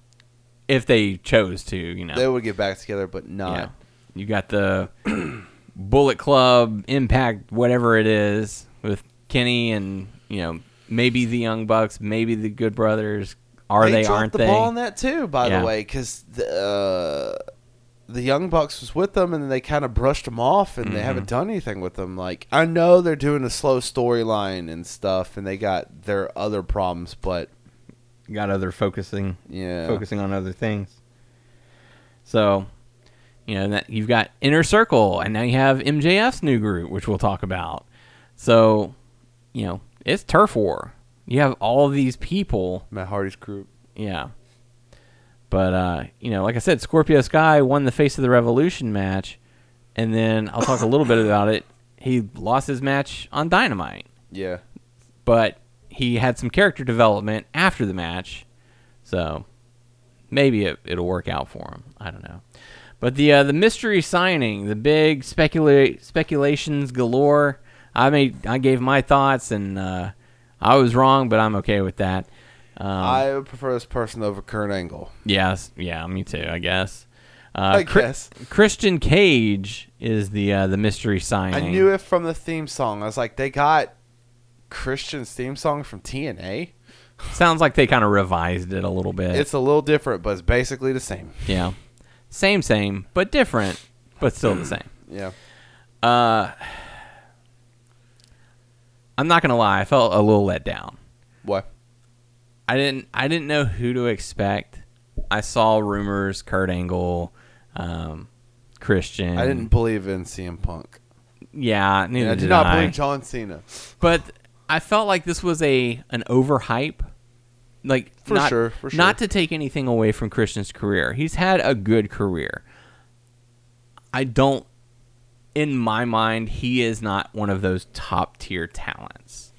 Speaker 2: if they chose to, you know,
Speaker 4: They would get back together, but not.
Speaker 2: yeah, you got the <clears throat> Bullet Club, Impact, whatever it is, with Kenny and you know maybe the Young Bucks, maybe the Good Brothers. Are they?
Speaker 4: dropped
Speaker 2: aren't
Speaker 4: the
Speaker 2: they?
Speaker 4: ball on that too? By
Speaker 2: Yeah.
Speaker 4: the way, because the uh, the Young Bucks was with them, and then they kind of brushed them off, and they haven't
Speaker 2: Mm-hmm.
Speaker 4: done anything with them. Like I know they're doing a slow storyline and stuff, and they got their other problems, but
Speaker 2: got other focusing
Speaker 4: yeah,
Speaker 2: focusing on other things. So, you know, that you've got Inner Circle, and now you have MJF's new group, which we'll talk about. So, you know, it's turf war. You have all these people,
Speaker 4: Matt Hardy's group.
Speaker 2: yeah. But uh, you know, like I said, Scorpio Sky won the Face of the Revolution match, and then I'll talk a little bit about it. He lost his match on Dynamite
Speaker 4: Yeah,
Speaker 2: but he had some character development after the match, so maybe it, it'll work out for him. I don't know. But the uh, the mystery signing, the big specula- speculations galore. I made I gave my thoughts, and uh, I was wrong, but I'm okay with that. Um,
Speaker 4: I would prefer this person over Kurt Angle.
Speaker 2: yes, yeah, me too. I guess. Uh,
Speaker 4: I
Speaker 2: Chri-
Speaker 4: guess.
Speaker 2: Christian Cage is the uh, the mystery
Speaker 4: I
Speaker 2: signing.
Speaker 4: knew it from the theme song. I was like, they got Christian's theme song from TNA.
Speaker 2: Sounds like they kind of revised it a little bit.
Speaker 4: It's a little different, but it's basically the same.
Speaker 2: Yeah. Same, same, but different, but still the same.
Speaker 4: Yeah.
Speaker 2: I'm not gonna lie, I felt a little let down.
Speaker 4: What?
Speaker 2: I didn't I didn't know who to expect. I saw rumors, Kurt Angle, um, Christian.
Speaker 4: I didn't believe in CM Punk.
Speaker 2: Yeah, neither
Speaker 4: I
Speaker 2: did,
Speaker 4: do not
Speaker 2: I.
Speaker 4: believe John Cena.
Speaker 2: but I felt like this was a an overhype. Like
Speaker 4: For
Speaker 2: not,
Speaker 4: sure, for sure.
Speaker 2: Not to take anything away from Christian's career. He's had a good career. I don't in my mind he is not one of those top tier talents.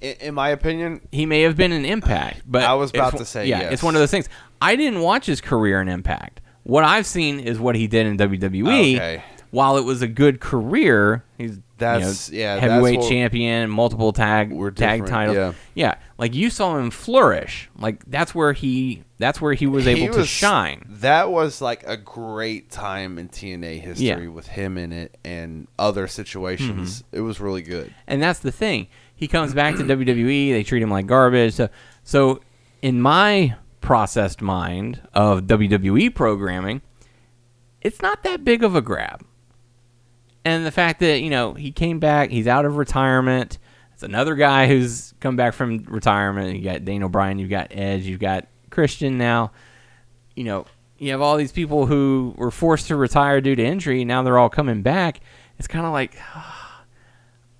Speaker 4: In, in my opinion,
Speaker 2: He may have been an impact, but
Speaker 4: I was
Speaker 2: it's
Speaker 4: about
Speaker 2: one-
Speaker 4: to say
Speaker 2: yeah,
Speaker 4: yes.
Speaker 2: it's one of those things. I didn't watch his career in Impact. What I've seen is what he did in WWE.
Speaker 4: Okay.
Speaker 2: While it was a good career, he's you
Speaker 4: That's-
Speaker 2: know,
Speaker 4: yeah, that's
Speaker 2: heavyweight
Speaker 4: what-
Speaker 2: champion, multiple tag
Speaker 4: We're
Speaker 2: tag
Speaker 4: different,
Speaker 2: titles.
Speaker 4: yeah.
Speaker 2: like you saw him flourish. Like that's where he that's where he was
Speaker 4: he
Speaker 2: able to
Speaker 4: was-
Speaker 2: shine.
Speaker 4: That was like a great time in TNA history
Speaker 2: Yeah. Mm-hmm.
Speaker 4: with him in it and other situations. It was really good.
Speaker 2: And that's the thing. He comes back to WWE. They treat him like garbage. So, so in my processed mind of WWE programming, it's not that big of a grab. And the fact that you know he came back, he's out of retirement. It's another guy who's come back from retirement. You got Daniel Bryan, you've got Edge, you've got Christian now. You know, you have all these people who were forced to retire due to injury. Now they're all coming back. It's kind of like <sighs>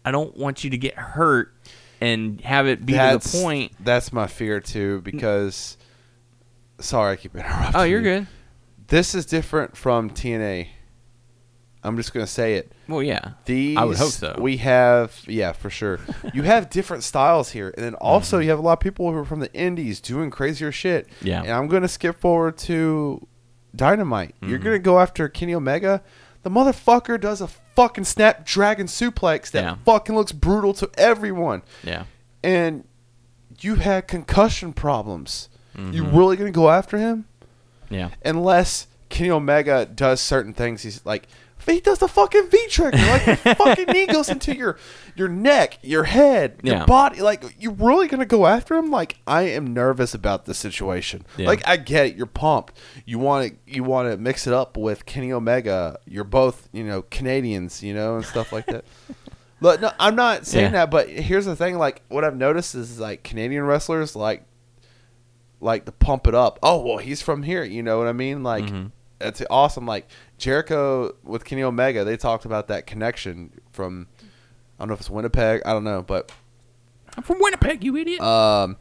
Speaker 2: I don't want you to get hurt and have it be
Speaker 4: that's
Speaker 2: to the point.
Speaker 4: That's my fear too because. Sorry, I keep <laughs> interrupting.
Speaker 2: Oh, you're
Speaker 4: you.
Speaker 2: good.
Speaker 4: This is different from TNA. I'm just gonna say it.
Speaker 2: Well, yeah.
Speaker 4: These
Speaker 2: I would hope so.
Speaker 4: We have yeah, for
Speaker 2: <laughs>
Speaker 4: sure. you have different styles here, and then also you have a lot of people who are from the indies doing crazier shit.
Speaker 2: Mm-hmm. Yeah.
Speaker 4: And I'm gonna skip forward to Dynamite.
Speaker 2: Mm-hmm.
Speaker 4: You're gonna go after Kenny Omega. The motherfucker does a fucking Snapdragon suplex that
Speaker 2: Yeah.
Speaker 4: fucking looks brutal to everyone.
Speaker 2: Yeah.
Speaker 4: And you had concussion problems. You
Speaker 2: Mm-hmm.
Speaker 4: really gonna go after him?
Speaker 2: Yeah.
Speaker 4: unless Kenny Omega does certain things. He's like he does the fucking V trigger, like your
Speaker 2: <laughs>
Speaker 4: fucking knee goes into your your neck, your head,
Speaker 2: Yeah.
Speaker 4: your body. Like you really gonna go after him? Like I am nervous about this situation.
Speaker 2: Yeah.
Speaker 4: Like I get it, you're pumped. You want to you want to mix it up with Kenny Omega. You're both you know Canadians, you know, and stuff like
Speaker 2: <laughs>
Speaker 4: that. Look, no, I'm not saying
Speaker 2: Yeah.
Speaker 4: that, but here's the thing. Like what I've noticed is like Canadian wrestlers like like to pump it up. Oh well, he's from here. You know what I mean? Like
Speaker 2: Mm-hmm.
Speaker 4: that's awesome. Like Jericho with Kenny Omega, they talked about that connection from I don't know if it's Winnipeg. I don't know, but
Speaker 2: I'm from Winnipeg, you idiot.
Speaker 4: um,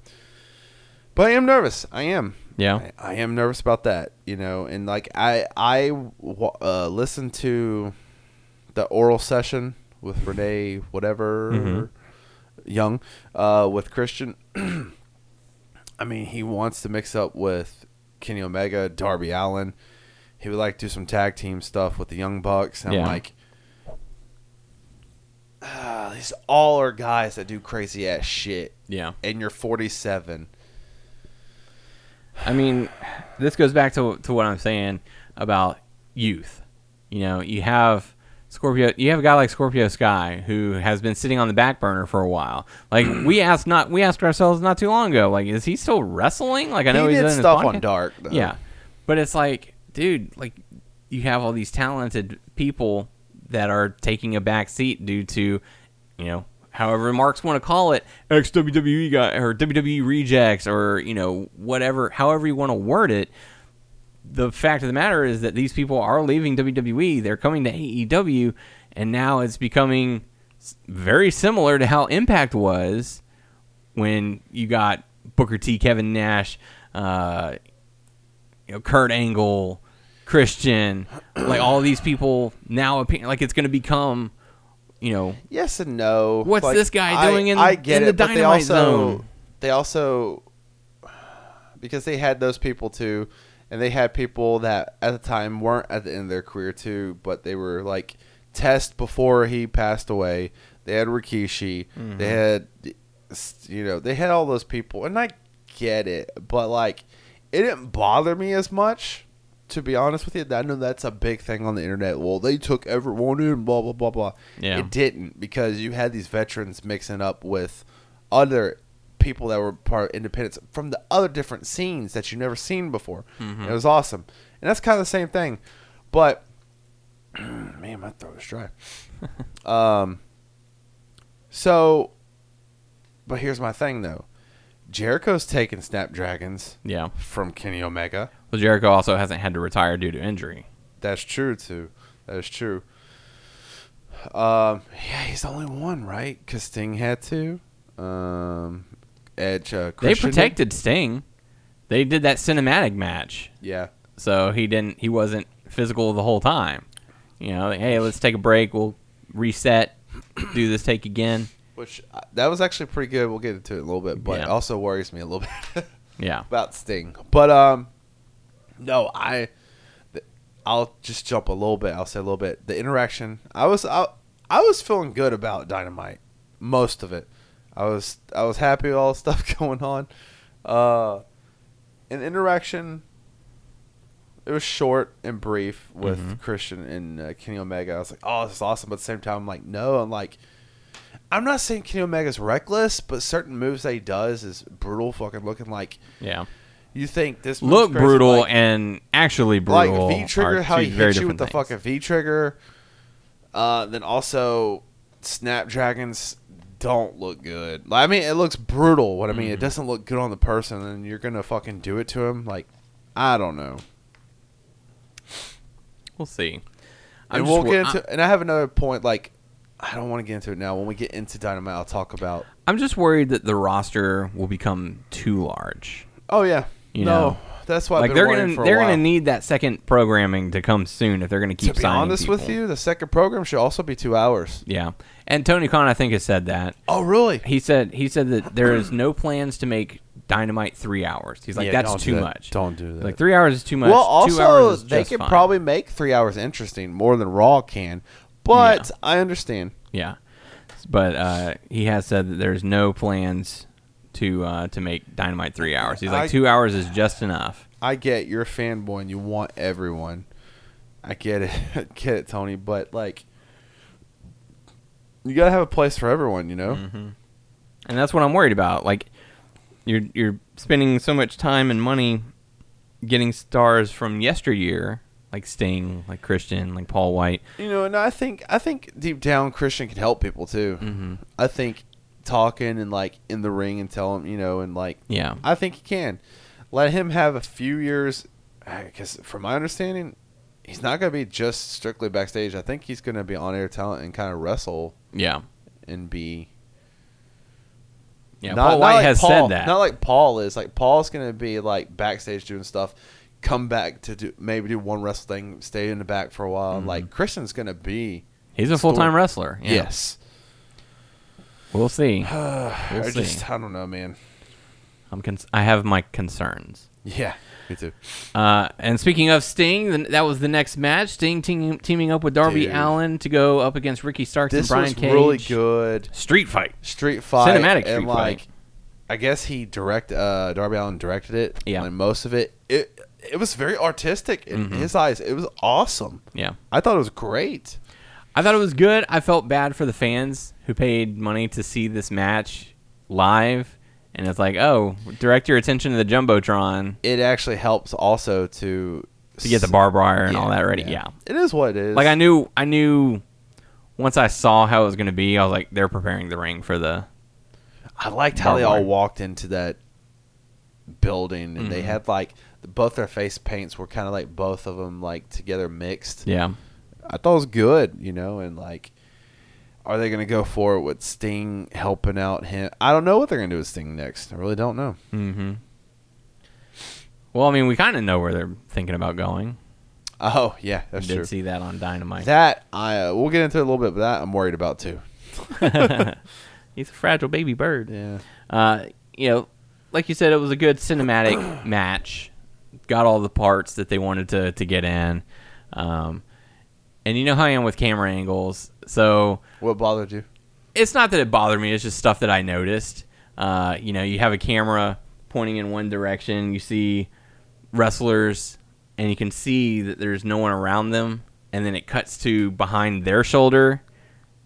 Speaker 4: but I am nervous. I am.
Speaker 2: yeah.
Speaker 4: I, I am nervous about that. You know, and like I I wa- uh, listened to the oral session with Renee whatever
Speaker 2: Mm-hmm.
Speaker 4: Young uh, with Christian. <clears throat> I mean, he wants to mix up with Kenny Omega, Darby Allen. He would like to do some tag team stuff with the Young Bucks. And
Speaker 2: Yeah.
Speaker 4: I'm like, ah, these all are guys that do crazy ass shit.
Speaker 2: Yeah.
Speaker 4: And you're 47.
Speaker 2: I mean, this goes back to to what I'm saying about youth. You know, you have Scorpio, you have a guy like Scorpio Sky who has been sitting on the back burner for a while. Like we asked not we asked ourselves not too long ago, like is he still wrestling? Like I know
Speaker 4: he
Speaker 2: he's
Speaker 4: did
Speaker 2: in his
Speaker 4: stuff on
Speaker 2: podcast.
Speaker 4: Dark. Though.
Speaker 2: Yeah. But it's like, dude, like you have all these talented people that are taking a back seat due to, you know, however marks want to call it, ex WWE guy E or WWE rejects or, you know, whatever, however you want to word it. The fact of the matter is that these people are leaving WWE. They're coming to AEW, and now it's becoming s- very similar to how Impact was when you got Booker T, Kevin Nash, uh, you know, Kurt Angle, Christian, like all these people now, appear- like it's going to become, you know,
Speaker 4: Yes and no.
Speaker 2: What's
Speaker 4: Like,
Speaker 2: this guy
Speaker 4: I-
Speaker 2: doing in-
Speaker 4: I get
Speaker 2: in
Speaker 4: it,
Speaker 2: the
Speaker 4: but they
Speaker 2: Dynamite
Speaker 4: also,
Speaker 2: Zone?
Speaker 4: They also because they had those people too, and they had people that at the time weren't at the end of their career too, but they were like Test before he passed away. They had Rikishi.
Speaker 2: Mm-hmm.
Speaker 4: They had you know they had all those people, and I get it, but like it didn't bother me as much. To be honest with you, I know that's a big thing on the internet. Well, they took everyone in, blah blah blah blah.
Speaker 2: Yeah.
Speaker 4: It didn't because you had these veterans mixing up with other people that were part of independence from the other different scenes that you never seen before. It was awesome. And that's kind of the same thing. But <clears throat> man, my throat is dry. um so but here's my thing though. Jericho's taking Snapdragons
Speaker 2: yeah.
Speaker 4: from Kenny Omega.
Speaker 2: Well, Jericho also hasn't had to retire due to injury.
Speaker 4: That's true too. That's true. Um, yeah, he's the only one, right? Because Sting had to. Um, Edge. Uh, Christian
Speaker 2: They
Speaker 4: did.
Speaker 2: protected Sting. They did that cinematic match,
Speaker 4: Yeah,
Speaker 2: so he didn't. He wasn't physical the whole time. You know, like, hey, let's take a break. We'll reset. Do this take again.
Speaker 4: which uh, that was actually pretty good. We'll get into it in a little bit, but
Speaker 2: Yeah.
Speaker 4: it also worries me a little <laughs> bit
Speaker 2: Yeah.
Speaker 4: about Sting. But um, no, I. th- I'll just jump a little bit. I'll say a little bit. The interaction. I was I, I was feeling good about Dynamite. Most of it. I was I was happy with all the <laughs> stuff going on. Uh, an interaction. It was short and brief with Christian and uh, Kenny Omega. I was like, "Oh, this is awesome," but at the same time, I'm like, "No," I'm like, I'm not saying Kenny Omega's reckless, but certain moves that he does is brutal, fucking looking like
Speaker 2: Yeah.
Speaker 4: you think this move's
Speaker 2: Look
Speaker 4: crazy,
Speaker 2: brutal
Speaker 4: like,
Speaker 2: and actually
Speaker 4: like
Speaker 2: brutal.
Speaker 4: V trigger,
Speaker 2: are
Speaker 4: how he
Speaker 2: two very
Speaker 4: hits you with
Speaker 2: different
Speaker 4: the
Speaker 2: things.
Speaker 4: fucking V trigger. Uh, then also Snapdragons don't look good. Like, I mean, it looks brutal. What I
Speaker 2: Mm-hmm.
Speaker 4: mean, it doesn't look good on the person, and you're gonna fucking do it to him. Like, I don't know.
Speaker 2: We'll see. I'm
Speaker 4: And
Speaker 2: just
Speaker 4: we'll
Speaker 2: wor-
Speaker 4: get into. and I have another point. Like, I don't want to get into it now. When we get into Dynamite, I'll talk about.
Speaker 2: I'm just worried that the roster will become too large.
Speaker 4: Oh yeah,
Speaker 2: You
Speaker 4: no,
Speaker 2: know.
Speaker 4: that's why
Speaker 2: like
Speaker 4: I've been
Speaker 2: they're
Speaker 4: worrying
Speaker 2: gonna
Speaker 4: for a
Speaker 2: they're
Speaker 4: while.
Speaker 2: gonna need that second programming to come soon if they're gonna keep
Speaker 4: to be
Speaker 2: signing
Speaker 4: honest with
Speaker 2: people.
Speaker 4: you, the second program should also be two hours.
Speaker 2: Yeah, and Tony Khan I think has said that
Speaker 4: Oh, really?
Speaker 2: he said he said that there is no plans to make Dynamite three hours. He's like,
Speaker 4: Yeah, don't
Speaker 2: that's
Speaker 4: do
Speaker 2: too
Speaker 4: that.
Speaker 2: much.
Speaker 4: Don't do that.
Speaker 2: Like three hours is too much.
Speaker 4: Well,
Speaker 2: two hours
Speaker 4: also
Speaker 2: is
Speaker 4: they
Speaker 2: just
Speaker 4: could
Speaker 2: fine.
Speaker 4: probably make three hours interesting more than Raw can, but I understand.
Speaker 2: yeah. But uh, he has said that there's no plans to uh, to make Dynamite three hours. He's like,
Speaker 4: I-
Speaker 2: two hours is just enough.
Speaker 4: I get you're a fanboy and you want everyone. I get it, <laughs> I get it, Tony. But like, you gotta have a place for everyone, you know.
Speaker 2: Mm-hmm. and that's what I'm worried about. Like, you're you're spending so much time and money getting stars from yesteryear, like Sting, like Christian, like Paul White.
Speaker 4: You know, and I think I think deep down Christian can help people too. Mm-hmm. I think talking and like in the ring and tell him, you know, and like
Speaker 2: Yeah,
Speaker 4: I think he can. Let him have a few years, because from my understanding, he's not going to be just strictly backstage. I think he's going to be on air talent and kind of wrestle
Speaker 2: yeah,
Speaker 4: and be.
Speaker 2: yeah.
Speaker 4: not- not
Speaker 2: Paul White
Speaker 4: like
Speaker 2: has
Speaker 4: Paul-
Speaker 2: said that.
Speaker 4: Not like Paul is. Like Paul's going to be like backstage doing stuff, come back to do maybe do one wrestle thing, stay in the back for a while. Like Christian's going to be
Speaker 2: He's a full time wrestler. Mm-hmm. Yeah.
Speaker 4: yes.
Speaker 2: we'll see.
Speaker 4: I
Speaker 2: We'll see.
Speaker 4: just I don't know, man.
Speaker 2: I'm cons- I have my concerns.
Speaker 4: Yeah, me too.
Speaker 2: Uh, and speaking of Sting, th- that was the next match. Sting team- teaming up with Darby
Speaker 4: Dude.
Speaker 2: Allen to go up against Ricky Starks
Speaker 4: This
Speaker 2: and Brian
Speaker 4: was
Speaker 2: Cage.
Speaker 4: really good.
Speaker 2: Street fight.
Speaker 4: street fight
Speaker 2: Cinematic
Speaker 4: and
Speaker 2: street
Speaker 4: like
Speaker 2: fight.
Speaker 4: I guess he direct uh Darby Allen directed it.
Speaker 2: Yeah. Mm-hmm.
Speaker 4: Like most of it. It it was very artistic in his eyes. It was awesome.
Speaker 2: Yeah.
Speaker 4: I thought it was great.
Speaker 2: I thought it was good. I felt bad for the fans who paid money to see this match live, and it's like, oh, direct your attention to the jumbotron
Speaker 4: It actually helps also to
Speaker 2: to get the barbed wire and
Speaker 4: Yeah,
Speaker 2: all that ready. Yeah.
Speaker 4: It is what it is.
Speaker 2: like I knew, I knew. Once I saw how it was going to be, I was like, they're preparing the ring for the.
Speaker 4: I liked how they
Speaker 2: Barbed
Speaker 4: all
Speaker 2: wire.
Speaker 4: walked into that building and
Speaker 2: Mm-hmm.
Speaker 4: they had like both their face paints were kind of like both of them like together mixed.
Speaker 2: Yeah.
Speaker 4: I thought it was good, you know, and like, are they gonna go for it with Sting helping out him? I don't know what they're gonna do with Sting next. I really don't know.
Speaker 2: Mm-hmm. Well, I mean, we kind of know where they're thinking about going.
Speaker 4: Oh yeah, that's
Speaker 2: Did
Speaker 4: true.
Speaker 2: see that on Dynamite.
Speaker 4: That I uh, we'll get into it a little bit, but that I'm worried about too.
Speaker 2: He's a fragile baby bird.
Speaker 4: Yeah,
Speaker 2: uh, you know, like you said, it was a good cinematic <coughs> match. Got all the parts that they wanted to, to get in. Um, and you know how I am with camera angles. So
Speaker 4: what bothered you?
Speaker 2: it's not that it bothered me, it's just stuff that I noticed. Uh, you know, you have a camera pointing in one direction, you see wrestlers, and you can see that there's no one around them. And then it cuts to behind their shoulder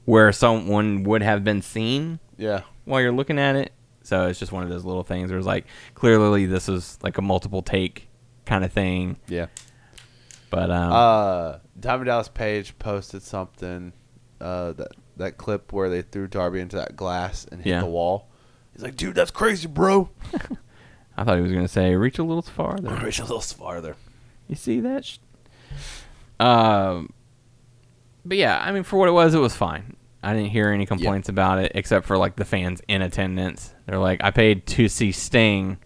Speaker 2: where someone would have been seen
Speaker 4: Yeah,
Speaker 2: while you're looking at it. So it's just one of those little things where it's like clearly this is like a multiple take kind of thing.
Speaker 4: yeah.
Speaker 2: But um,
Speaker 4: Uh, Diamond Dallas Page posted something. Uh, that that clip where they threw Darby into that glass and hit
Speaker 2: Yeah.
Speaker 4: the wall. He's like, dude, that's crazy, bro.
Speaker 2: I thought he was gonna say reach a little farther.
Speaker 4: <laughs> Reach a little farther.
Speaker 2: You see that? sh- Um, but yeah, I mean, for what it was, it was fine. I didn't hear any complaints about it, except for like the fans in attendance. They're like, I paid to see Sting,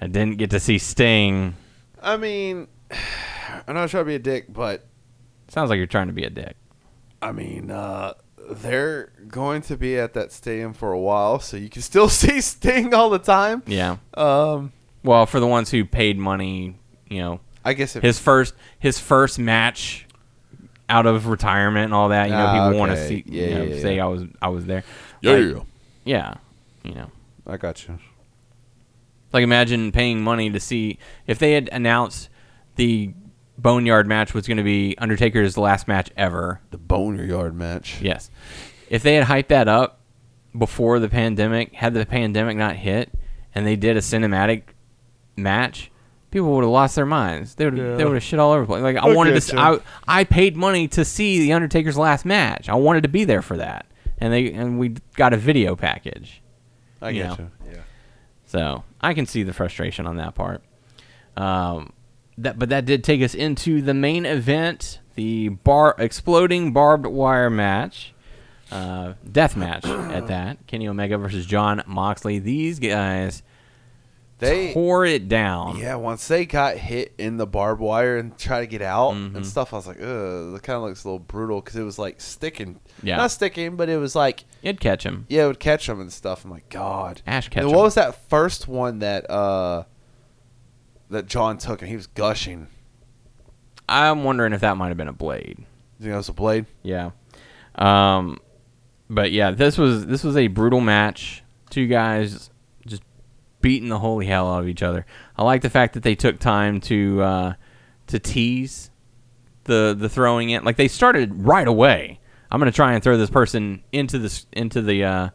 Speaker 2: I didn't get to see Sting.
Speaker 4: I mean, <sighs> I'm not trying to be a dick, but
Speaker 2: Sounds like you're trying to be a dick.
Speaker 4: I mean, uh, they're going to be at that stadium for a while, so you can still <laughs> see Sting all the time.
Speaker 2: Yeah.
Speaker 4: Um,
Speaker 2: Well, for the ones who paid money, you know,
Speaker 4: I guess if
Speaker 2: his first his first match out of retirement and all that. You know,
Speaker 4: Ah,
Speaker 2: people want to
Speaker 4: okay.
Speaker 2: see, you
Speaker 4: Yeah,
Speaker 2: know,
Speaker 4: yeah, yeah.
Speaker 2: say I was I was there. Like, yeah, you know,
Speaker 4: I got you.
Speaker 2: like imagine paying money to see if they had announced the Boneyard match was going to be Undertaker's last match ever.
Speaker 4: The boneyard match.
Speaker 2: Yes, if they had hyped that up before the pandemic, had the pandemic not hit, and they did a cinematic match. People would have lost their minds. They would have they would have shit all over the place. Like I
Speaker 4: I
Speaker 2: wanted to,
Speaker 4: get
Speaker 2: s-
Speaker 4: you.
Speaker 2: I I paid money to see the Undertaker's last match. I wanted to be there for that, and they and we got a video package.
Speaker 4: I
Speaker 2: You
Speaker 4: get
Speaker 2: know.
Speaker 4: you. Yeah.
Speaker 2: So I can see the frustration on that part. Um, that but that did take us into the main event, the bar exploding barbed wire match, uh,
Speaker 4: <coughs>
Speaker 2: death match at that. Kenny Omega versus John Moxley. These guys
Speaker 4: They
Speaker 2: tore it down.
Speaker 4: yeah, once they got hit in the barbed wire and try to get out
Speaker 2: Mm-hmm.
Speaker 4: and stuff, I was like, ugh, that kind of looks a little brutal because it was like sticking.
Speaker 2: Yeah.
Speaker 4: Not sticking, but it was like,
Speaker 2: You'd catch him.
Speaker 4: yeah, it would catch them and stuff. I'm like, God.
Speaker 2: Ash
Speaker 4: And
Speaker 2: Ketchum.
Speaker 4: what was that first one that uh that John took and he was gushing?
Speaker 2: I'm wondering if that might have been a blade.
Speaker 4: You think that was a blade?
Speaker 2: Yeah. Um, but yeah, this was this was a brutal match. Two guys just beating the holy hell out of each other. I like the fact that they took time to uh, to tease the the throwing it. Like they started right away. I'm gonna try and throw this person into this into the uh,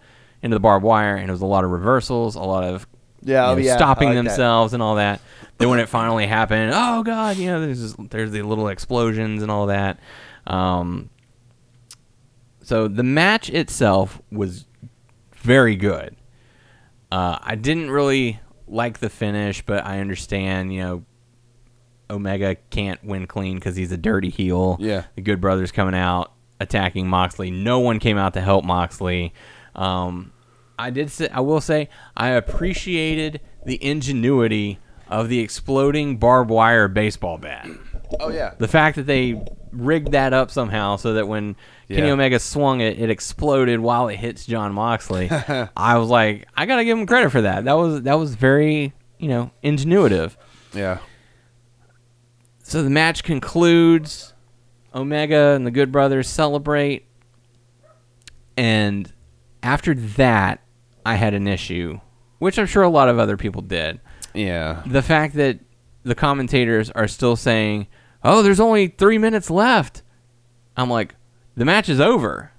Speaker 2: into the barbed wire, and it was a lot of reversals, a lot of
Speaker 4: Yeah,
Speaker 2: you know,
Speaker 4: oh, yeah, I
Speaker 2: stopping
Speaker 4: like that.
Speaker 2: themselves and all that. Then when it finally happened, oh god, you know, there's this, there's the little explosions and all that. Um, so the match itself was very good. Uh, I didn't really like the finish, but I understand, you know, Omega can't win clean because he's a dirty heel.
Speaker 4: Yeah.
Speaker 2: The Good Brothers coming out, attacking Moxley. No one came out to help Moxley. Um, I did say, I will say, I appreciated the ingenuity of the exploding barbed wire baseball bat.
Speaker 4: Oh, yeah.
Speaker 2: The fact that they rigged that up somehow so that when Kenny
Speaker 4: Yeah.
Speaker 2: Omega swung it, it exploded while it hits John Moxley. I was like, I gotta give him credit for that. That was that was very you know ingenuitive.
Speaker 4: Yeah.
Speaker 2: So the match concludes. Omega and the Good Brothers celebrate, and after that, I had an issue, which I'm sure a lot of other people did
Speaker 4: Yeah.
Speaker 2: the fact that the commentators are still saying, "Oh, there's only three minutes left," I'm like, the match is over.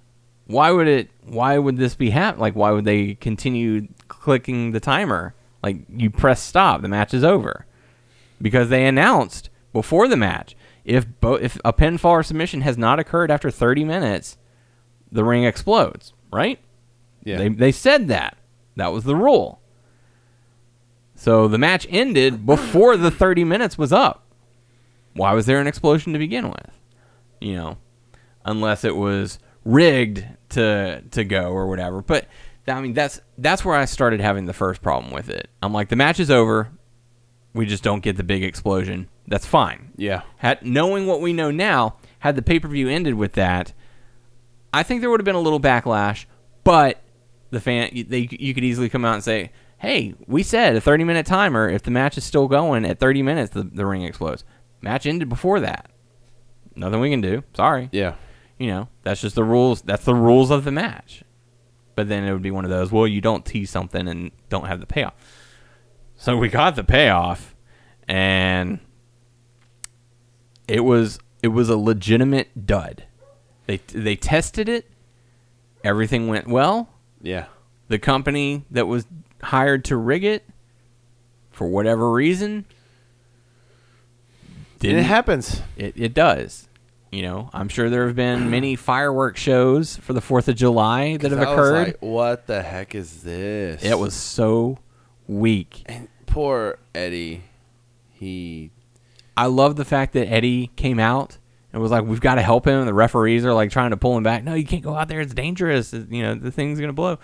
Speaker 2: Why would it? Why would this be happening? Like, why would they continue clicking the timer? Like, you press stop, the match is over, because they announced before the match if bo- if a pinfall or submission has not occurred after 30 minutes, the ring explodes. Right?
Speaker 4: Yeah.
Speaker 2: They, they said that. That was the rule. So the match ended before the 30 minutes was up. Why was there an explosion to begin with? You know, unless it was rigged to to go or whatever. But I mean, that's that's where I started having the first problem with it. I'm like, the match is over. We just don't get the big explosion. That's fine.
Speaker 4: yeah.
Speaker 2: Had, knowing what we know now, had the pay per view ended with that, I think there would have been a little backlash. But the fan, you- they, you could easily come out and say, "Hey, we said a 30 minute timer. If the match is still going at 30 minutes, the, the ring explodes. Match ended before that. Nothing we can do. Sorry.
Speaker 4: Yeah.
Speaker 2: You know, that's just the rules. That's the rules of the match. But then it would be one of those. Well, you don't tease something and don't have the payoff. So we got the payoff, and it was it was a legitimate dud. They they tested it. Everything went well.
Speaker 4: Yeah.
Speaker 2: The company that was hired to rig it, for whatever reason,
Speaker 4: And it happens.
Speaker 2: it, it does. You know, I'm sure there have
Speaker 4: <clears throat>
Speaker 2: been many firework shows for the Fourth of July that have
Speaker 4: I was
Speaker 2: occurred.
Speaker 4: like, what the heck is this?
Speaker 2: it was so weak.
Speaker 4: And poor Eddie. He.
Speaker 2: I love the fact that Eddie came out and was like, "We've got to help him." The referees are like trying to pull him back. No, you can't go out there. It's dangerous. It- You know, the thing's gonna blow.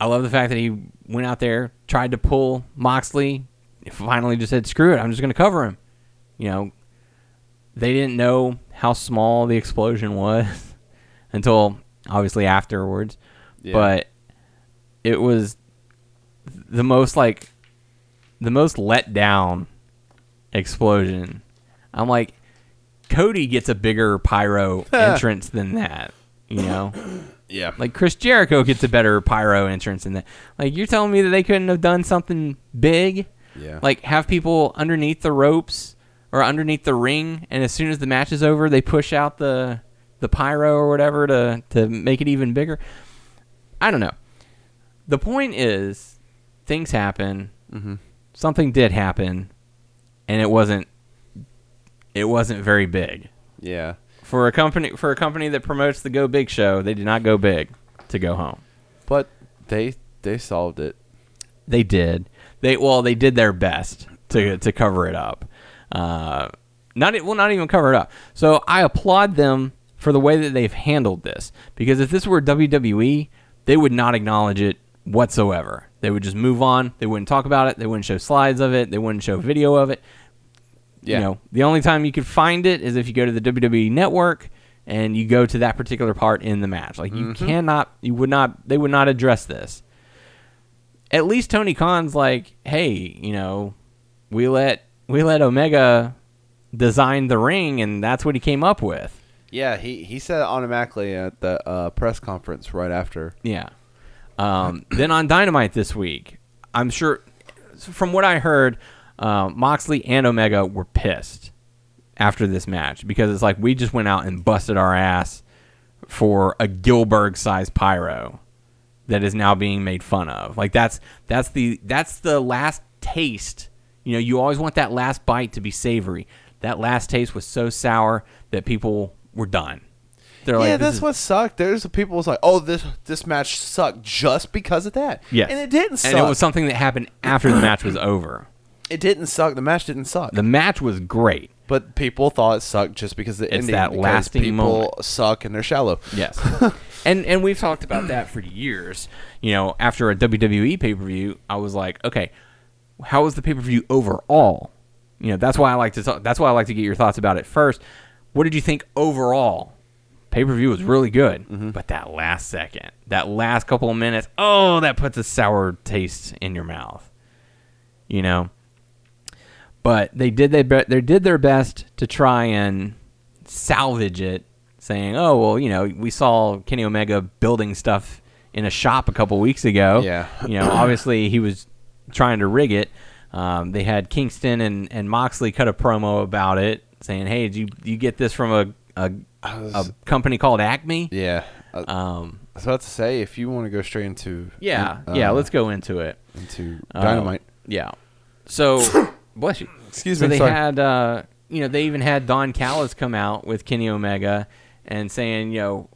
Speaker 2: I love the fact that he went out there, tried to pull Moxley, finally just said, "Screw it, I'm just gonna cover him." You know, they didn't know how small the explosion <laughs> was until obviously afterwards.
Speaker 4: Yeah.
Speaker 2: But it was the most like the most let down explosion. I'm like, Cody gets a bigger pyro entrance than that. You know,
Speaker 4: Yeah.
Speaker 2: like Chris Jericho gets a better pyro entrance than that. Like you're telling me that they couldn't have done something big,
Speaker 4: Yeah.
Speaker 2: like have people underneath the ropes or underneath the ring, and as soon as the match is over, they push out the the pyro or whatever to to make it even bigger. I don't know. The point is, things happen. Something did happen, and it wasn't it wasn't very big
Speaker 4: Yeah.
Speaker 2: for a company for a company that promotes the Go Big show. They did not go big to go home.
Speaker 4: But they they solved it.
Speaker 2: They did. They well, they did their best to to cover it up. Uh, not e- well, not even cover it up. So I applaud them for the way that they've handled this because if this were WWE, they would E, not acknowledge it whatsoever. They would just move on. They wouldn't talk about it. They wouldn't show slides of it. They wouldn't show video of it.
Speaker 4: Yeah.
Speaker 2: You know, the only time you could find it is if you go to the WWE network and you go to that particular part in the match. Like you cannot you would not they would not address this. At least Tony Khan's like, "Hey, you know, we let we let Omega design the ring and that's what he came up with."
Speaker 4: Yeah, he, he said it automatically at the uh, press conference right after.
Speaker 2: Yeah. Um, <coughs> then on Dynamite this week, I'm sure, from what I heard, uh, Moxley and Omega were pissed after this match because it's like we just went out and busted our ass for a Gilberg sized pyro that is now being made fun of. Like that's that's the that's the last taste. You know, you always want that last bite to be savory. That last taste was so sour that people were done. They're
Speaker 4: yeah,
Speaker 2: like, this
Speaker 4: that's
Speaker 2: is-
Speaker 4: what sucked. There's the people was like, "Oh, this this match sucked just because of that."
Speaker 2: Yes.
Speaker 4: and it didn't suck.
Speaker 2: And it was something that happened after the match was over.
Speaker 4: It didn't suck. The match didn't suck.
Speaker 2: The match was great.
Speaker 4: but people thought it sucked just because of the
Speaker 2: It's
Speaker 4: ending.
Speaker 2: that
Speaker 4: because
Speaker 2: lasting
Speaker 4: people
Speaker 2: moment.
Speaker 4: suck and they're shallow. <laughs>
Speaker 2: Yes. and and we've talked about that for years. You know, after a WWE pay-per-view, I was like, okay, how was the pay-per-view overall? You know, that's why I like to talk, that's why I like to get your thoughts about it first. What did you think overall? Pay-per-view was really good, but that last second, that last couple of minutes, oh, that puts a sour taste in your mouth. You know, but they did they be- they did their best to try and salvage it, saying, "Oh well, you know, we saw Kenny Omega building stuff in a shop a couple weeks ago.
Speaker 4: Yeah.
Speaker 2: you know, obviously he was trying to rig it. Um, they had Kingston and, and Moxley cut a promo about it, saying, "Hey, did you you get this from a a, a company called Acme?
Speaker 4: Yeah, I
Speaker 2: Um,
Speaker 4: I was about to say if you want to go straight into
Speaker 2: yeah,
Speaker 4: in-
Speaker 2: yeah.
Speaker 4: uh,
Speaker 2: Let's go into it.
Speaker 4: into
Speaker 2: Uh,
Speaker 4: dynamite.
Speaker 2: yeah.
Speaker 4: <coughs>
Speaker 2: So bless you.
Speaker 4: Excuse
Speaker 2: so
Speaker 4: me,
Speaker 2: They
Speaker 4: sorry.
Speaker 2: had uh, you know they even had Don Callis come out with Kenny Omega and saying you know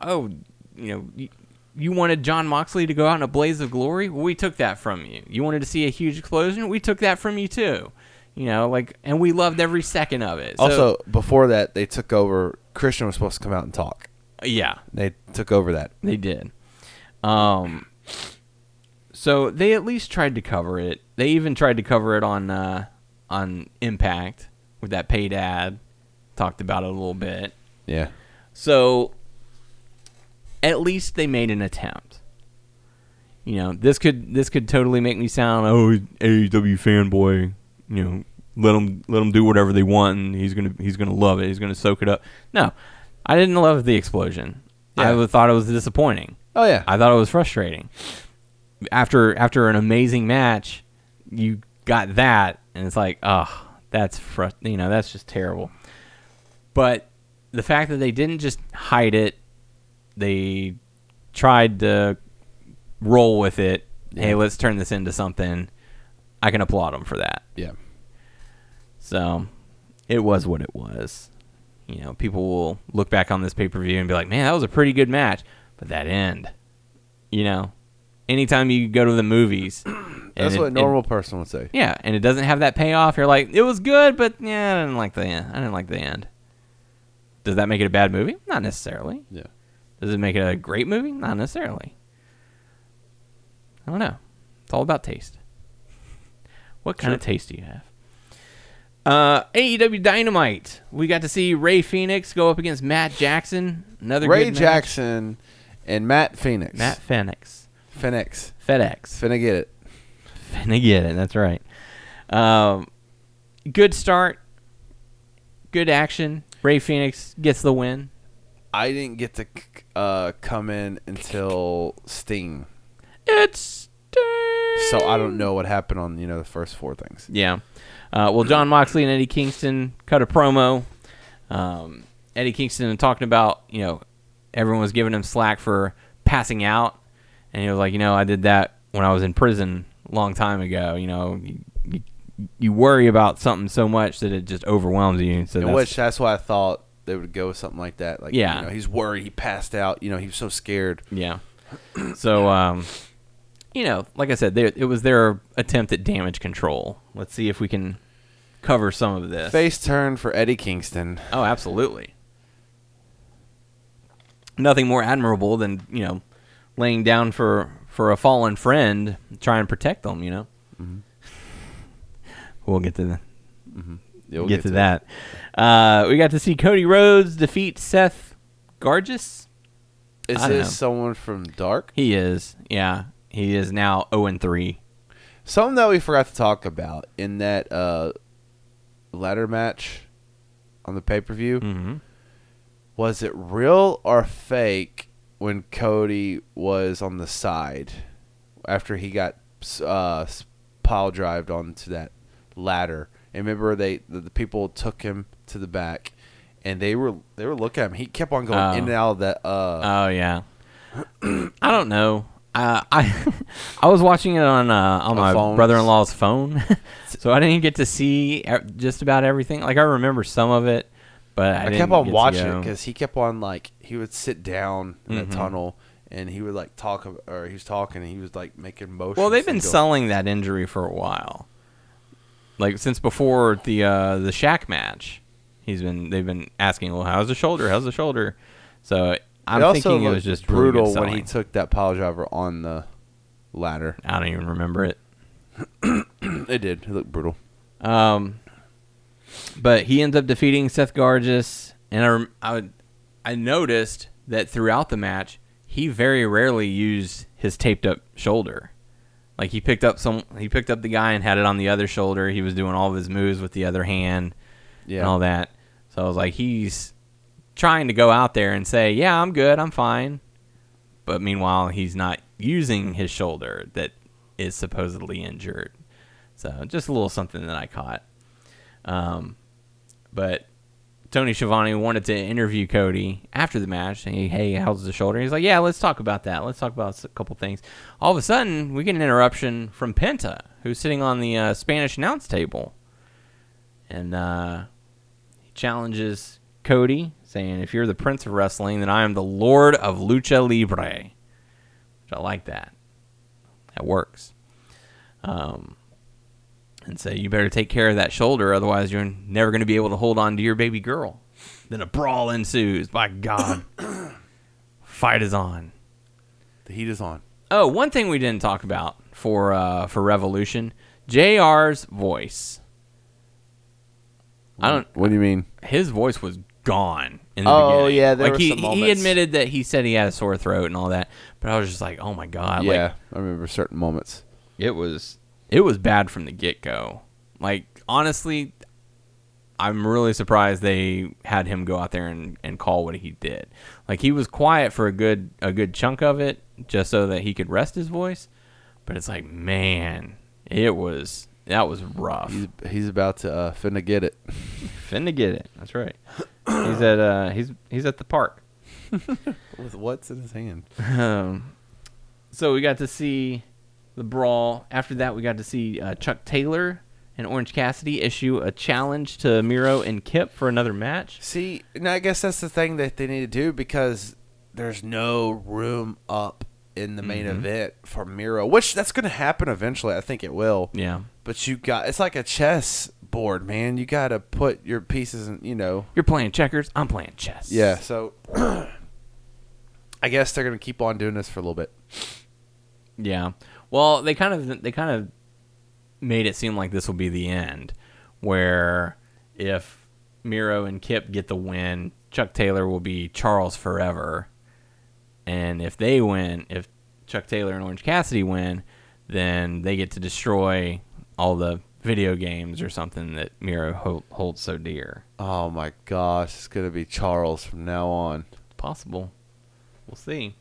Speaker 2: oh you know you, you wanted John Moxley to go out in a blaze of glory well we took that from you you wanted to see a huge explosion we took that from you too you know like and we loved every second of it So-
Speaker 4: also, before that, they took over. Christian was supposed to come out and talk.
Speaker 2: yeah
Speaker 4: They took over that.
Speaker 2: They did. Um, so they at least tried to cover it. They even tried to cover it on uh, on Impact with that paid ad. Talked about it a little bit.
Speaker 4: Yeah,
Speaker 2: So at least they made an attempt. You know, this could this could totally make me sound oh AEW fanboy. You know, let them let them do whatever they want, and he's gonna he's gonna love it. He's gonna soak it up. No, I didn't love the explosion. I
Speaker 4: Yeah.
Speaker 2: would- thought it was disappointing.
Speaker 4: Oh, yeah.
Speaker 2: I thought it was frustrating. After after an amazing match, you got that, and it's like, oh, that's fr- you know that's just terrible. But the fact that they didn't just hide it, they tried to roll with it. Hey, let's turn this into something. I can applaud them for that.
Speaker 4: yeah.
Speaker 2: So it was what it was. You know, people will look back on this pay per view and be like, man, that was a pretty good match. But that end, you know, anytime you go to the movies, and
Speaker 4: That's
Speaker 2: it-
Speaker 4: what a
Speaker 2: it-
Speaker 4: normal person would say.
Speaker 2: yeah, and it doesn't have that payoff. You're like, it was good, but yeah, I didn't like the end. I didn't like the end. Does that make it a bad movie? Not necessarily.
Speaker 4: Yeah.
Speaker 2: Does it make it a great movie? Not necessarily. I don't know. It's all about taste. What kind of taste do you have? Uh, AEW Dynamite. We got to see Ray Phoenix go up against Matt Jackson. Another
Speaker 4: Ray
Speaker 2: good match.
Speaker 4: Jackson and Matt Phoenix.
Speaker 2: Matt Phoenix.
Speaker 4: Phoenix.
Speaker 2: FedEx.
Speaker 4: Finna get it.
Speaker 2: <laughs> Finna get it. That's right. Um, good start. Good action. Ray Phoenix gets the win.
Speaker 4: I didn't get to c- uh, come in until Sting,
Speaker 2: It's
Speaker 4: so I don't know what happened on you know the first four things.
Speaker 2: Yeah. Uh, well, John Moxley and Eddie Kingston cut a promo. Um, Eddie Kingston talking about, you know, everyone was giving him slack for passing out. And he was like, you know, I did that when I was in prison a long time ago. You know, you, you, you worry about something so much that it just overwhelms you. So
Speaker 4: In
Speaker 2: that's,
Speaker 4: which that's why I thought they would go with something like that. Like,
Speaker 2: Yeah.
Speaker 4: you know, he's worried, he passed out. You know, he was so scared.
Speaker 2: Yeah. So, um, you know, like I said, there, it was their attempt at damage control. Let's see if we can cover some of this.
Speaker 4: Face turn for Eddie Kingston.
Speaker 2: Oh, absolutely. Nothing more admirable than you know, laying down for for a fallen friend, try and protect them. You know. Mm-hmm. <laughs> We'll get to the,
Speaker 4: Yeah, we'll
Speaker 2: get, to, that. Uh, we got to see Cody Rhodes defeat Seth Gargis.
Speaker 4: it. Is
Speaker 2: I don't
Speaker 4: this
Speaker 2: know.
Speaker 4: someone from Dark?
Speaker 2: He is, yeah, he is now zero and three.
Speaker 4: Something that we forgot to talk about in that uh, ladder match on the pay per view
Speaker 2: Mm-hmm.
Speaker 4: was it real or fake when Cody was on the side after he got uh, pile drived onto that ladder? And remember, they the, the people took him to the back, and they were they were looking at him. He kept on going
Speaker 2: Oh.
Speaker 4: in and out of that. Uh,
Speaker 2: Oh yeah. I don't know. Uh, I <laughs> I was watching it on uh, on my
Speaker 4: phones.
Speaker 2: brother-in-law's phone, <laughs> so I didn't get to see e- just about everything. Like I remember some of it, but I,
Speaker 4: I,
Speaker 2: didn't
Speaker 4: kept on
Speaker 2: get to
Speaker 4: watching it
Speaker 2: go.
Speaker 4: because he kept on like he would sit down in the tunnel and he would like talk ab- or he was talking and he was like making motions.
Speaker 2: well, they've been
Speaker 4: and doing-
Speaker 2: selling that injury for a while, like since before the uh, the Shack match. He's been they've been asking, well, how's the shoulder? How's the shoulder? So I'm
Speaker 4: It also
Speaker 2: thinking it
Speaker 4: looked
Speaker 2: was just really good
Speaker 4: brutal when he
Speaker 2: selling.
Speaker 4: took that pile driver on the ladder.
Speaker 2: I don't even remember it.
Speaker 4: <clears throat> It did. It looked brutal.
Speaker 2: Um, but he ends up defeating Seth Gargis, and I, rem- I, would- I noticed that throughout the match, he very rarely used his taped up shoulder. Like he picked up some, he picked up the guy and had it on the other shoulder. He was doing all of his moves with the other hand
Speaker 4: Yeah.
Speaker 2: and all that. So I was like, he's trying to go out there and say, yeah, I'm good, I'm fine. But meanwhile, he's not using his shoulder that is supposedly injured. So just a little something that I caught. Um, but Tony Schiavone wanted to interview Cody after the match. And he, hey, how's the shoulder? He's like, yeah, let's talk about that. Let's talk about a couple things. All of a sudden, we get an interruption from Penta, who's sitting on the uh, Spanish announce table. And uh, he challenges Cody, saying, if you're the Prince of Wrestling, then I am the Lord of Lucha Libre. Which I like that. That works. Um, and say, you better take care of that shoulder, otherwise you're never going to be able to hold on to your baby girl. Then a brawl ensues. By God. <coughs> Fight is on.
Speaker 4: The heat is on.
Speaker 2: Oh, one thing we didn't talk about for uh, for Revolution, JR's voice. I don't
Speaker 4: What do you mean?
Speaker 2: his voice was gone in the
Speaker 4: Oh,
Speaker 2: beginning.
Speaker 4: yeah, there
Speaker 2: like
Speaker 4: were
Speaker 2: he
Speaker 4: some
Speaker 2: he
Speaker 4: moments.
Speaker 2: admitted that he said he had a sore throat and all that, but I was just like, "Oh my god, like
Speaker 4: yeah, I remember certain moments.
Speaker 2: it was it was bad from the get go. Like honestly, I'm really surprised they had him go out there and, and call what he did. Like he was quiet for a good a good chunk of it, just so that he could rest his voice. But it's like, man, it was that was rough.
Speaker 4: He's he's about to uh, finna get it.
Speaker 2: Finna get it. That's right. he's at uh he's he's at the park.
Speaker 4: With what's in his hand?
Speaker 2: Um, so we got to see the brawl. After that, we got to see uh, Chuck Taylor and Orange Cassidy issue a challenge to Miro and Kip for another match.
Speaker 4: See, and I guess that's the thing that they need to do because there's no room up in the main
Speaker 2: Mm-hmm.
Speaker 4: event for Miro, which that's going to happen eventually. I think it will.
Speaker 2: Yeah,
Speaker 4: But you got it's like a chess board, man. You got to put your pieces in, you know.
Speaker 2: you're playing checkers. I'm playing chess.
Speaker 4: So <clears throat> I guess they're going to keep on doing this for a little bit.
Speaker 2: yeah. Well, they kind of they kind of made it seem like this will be the end, where if Miro and Kip get the win, Chuck Taylor will be Charles forever. And if they win, if Chuck Taylor and Orange Cassidy win, then they get to destroy all the video games or something that Miro ho- holds so dear.
Speaker 4: Oh my gosh, it's going to be Charles from now on.
Speaker 2: Possible. We'll see.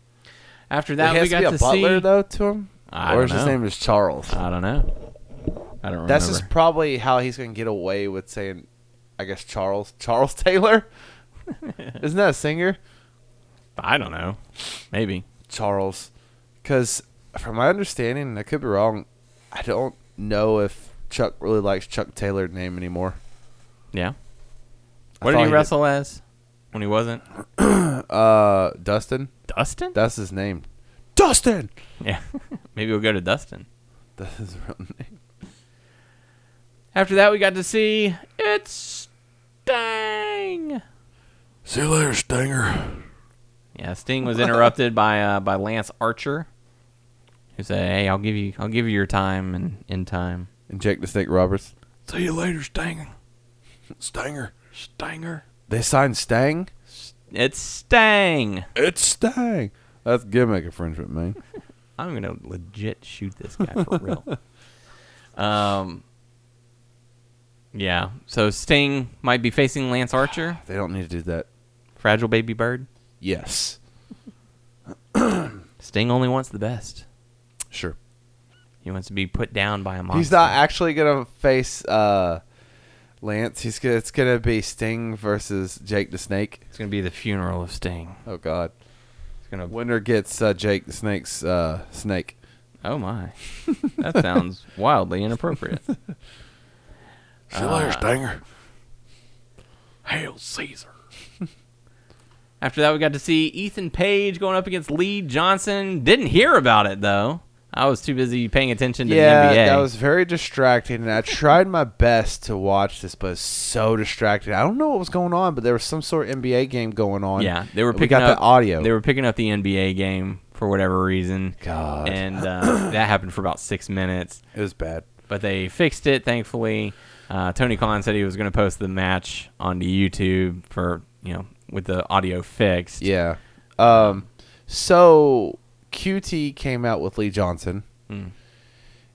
Speaker 2: After
Speaker 4: He
Speaker 2: that,
Speaker 4: has
Speaker 2: we got
Speaker 4: to be
Speaker 2: to,
Speaker 4: a butler
Speaker 2: see.
Speaker 4: though to him,
Speaker 2: I
Speaker 4: or
Speaker 2: don't
Speaker 4: is his
Speaker 2: know.
Speaker 4: name is Charles?
Speaker 2: I don't know. I don't remember.
Speaker 4: That's just probably how he's going to get away with saying, I guess Charles Charles <laughs> Taylor. Isn't that a singer?
Speaker 2: I don't know. Maybe.
Speaker 4: Charles, because from my understanding, and I could be wrong, I don't know if Chuck really likes Chuck Taylor's name anymore.
Speaker 2: Yeah.
Speaker 4: I thought
Speaker 2: What did
Speaker 4: he
Speaker 2: he
Speaker 4: did.
Speaker 2: wrestle as when he wasn't?
Speaker 4: Uh, Dustin,
Speaker 2: Dustin?
Speaker 4: that's his name. Dustin.
Speaker 2: yeah. <laughs> Maybe we'll go to Dustin.
Speaker 4: That's his real name.
Speaker 2: After that, we got to see it's Sting.
Speaker 4: See you later, Stinger.
Speaker 2: Yeah, Sting was interrupted by uh, by Lance Archer, who say, "Hey, I'll give you, I'll give you your time and in time."
Speaker 4: And Jake the Snake Roberts.
Speaker 2: See you later, Stanger.
Speaker 4: Stanger.
Speaker 2: Stanger.
Speaker 4: They signed Stang?
Speaker 2: It's Stang.
Speaker 4: It's Stang. That's gimmick infringement, man.
Speaker 2: I'm gonna legit shoot this guy for
Speaker 4: <laughs>
Speaker 2: real. Um. Yeah. So Sting might be facing Lance Archer,
Speaker 4: They don't need to do that.
Speaker 2: fragile baby bird.
Speaker 4: Yes.
Speaker 2: Sting only wants the best.
Speaker 4: Sure.
Speaker 2: He wants to be put down by a monster.
Speaker 4: He's not actually gonna face uh, Lance. He's gonna, it's gonna be Sting versus Jake the Snake.
Speaker 2: It's gonna be the funeral of Sting.
Speaker 4: Oh God!
Speaker 2: It's gonna.
Speaker 4: Winner gets uh, Jake the Snake's uh, snake. <laughs>
Speaker 2: Oh my. That sounds wildly inappropriate.
Speaker 4: See
Speaker 2: Ah.
Speaker 4: you later, Stinger.
Speaker 2: Hail Caesar. After that, we got to see Ethan Page going up against Lee Johnson. Didn't hear about it though. I was too busy paying attention to
Speaker 4: Yeah,
Speaker 2: the NBA.
Speaker 4: that was very distracting, and I tried my best to watch this, but it's so distracting. I don't know what was going on, but there was some sort of NBA game going on.
Speaker 2: yeah, they were
Speaker 4: and
Speaker 2: picking
Speaker 4: we got
Speaker 2: up
Speaker 4: the audio.
Speaker 2: They were picking up the NBA game for whatever reason.
Speaker 4: God. <coughs>
Speaker 2: And uh, that happened for about six minutes,
Speaker 4: it was bad.
Speaker 2: but they fixed it thankfully. Uh, Tony Khan said he was going to post the match onto YouTube for you know with the audio fixed.
Speaker 4: Yeah. Um. So QT came out with Lee Johnson,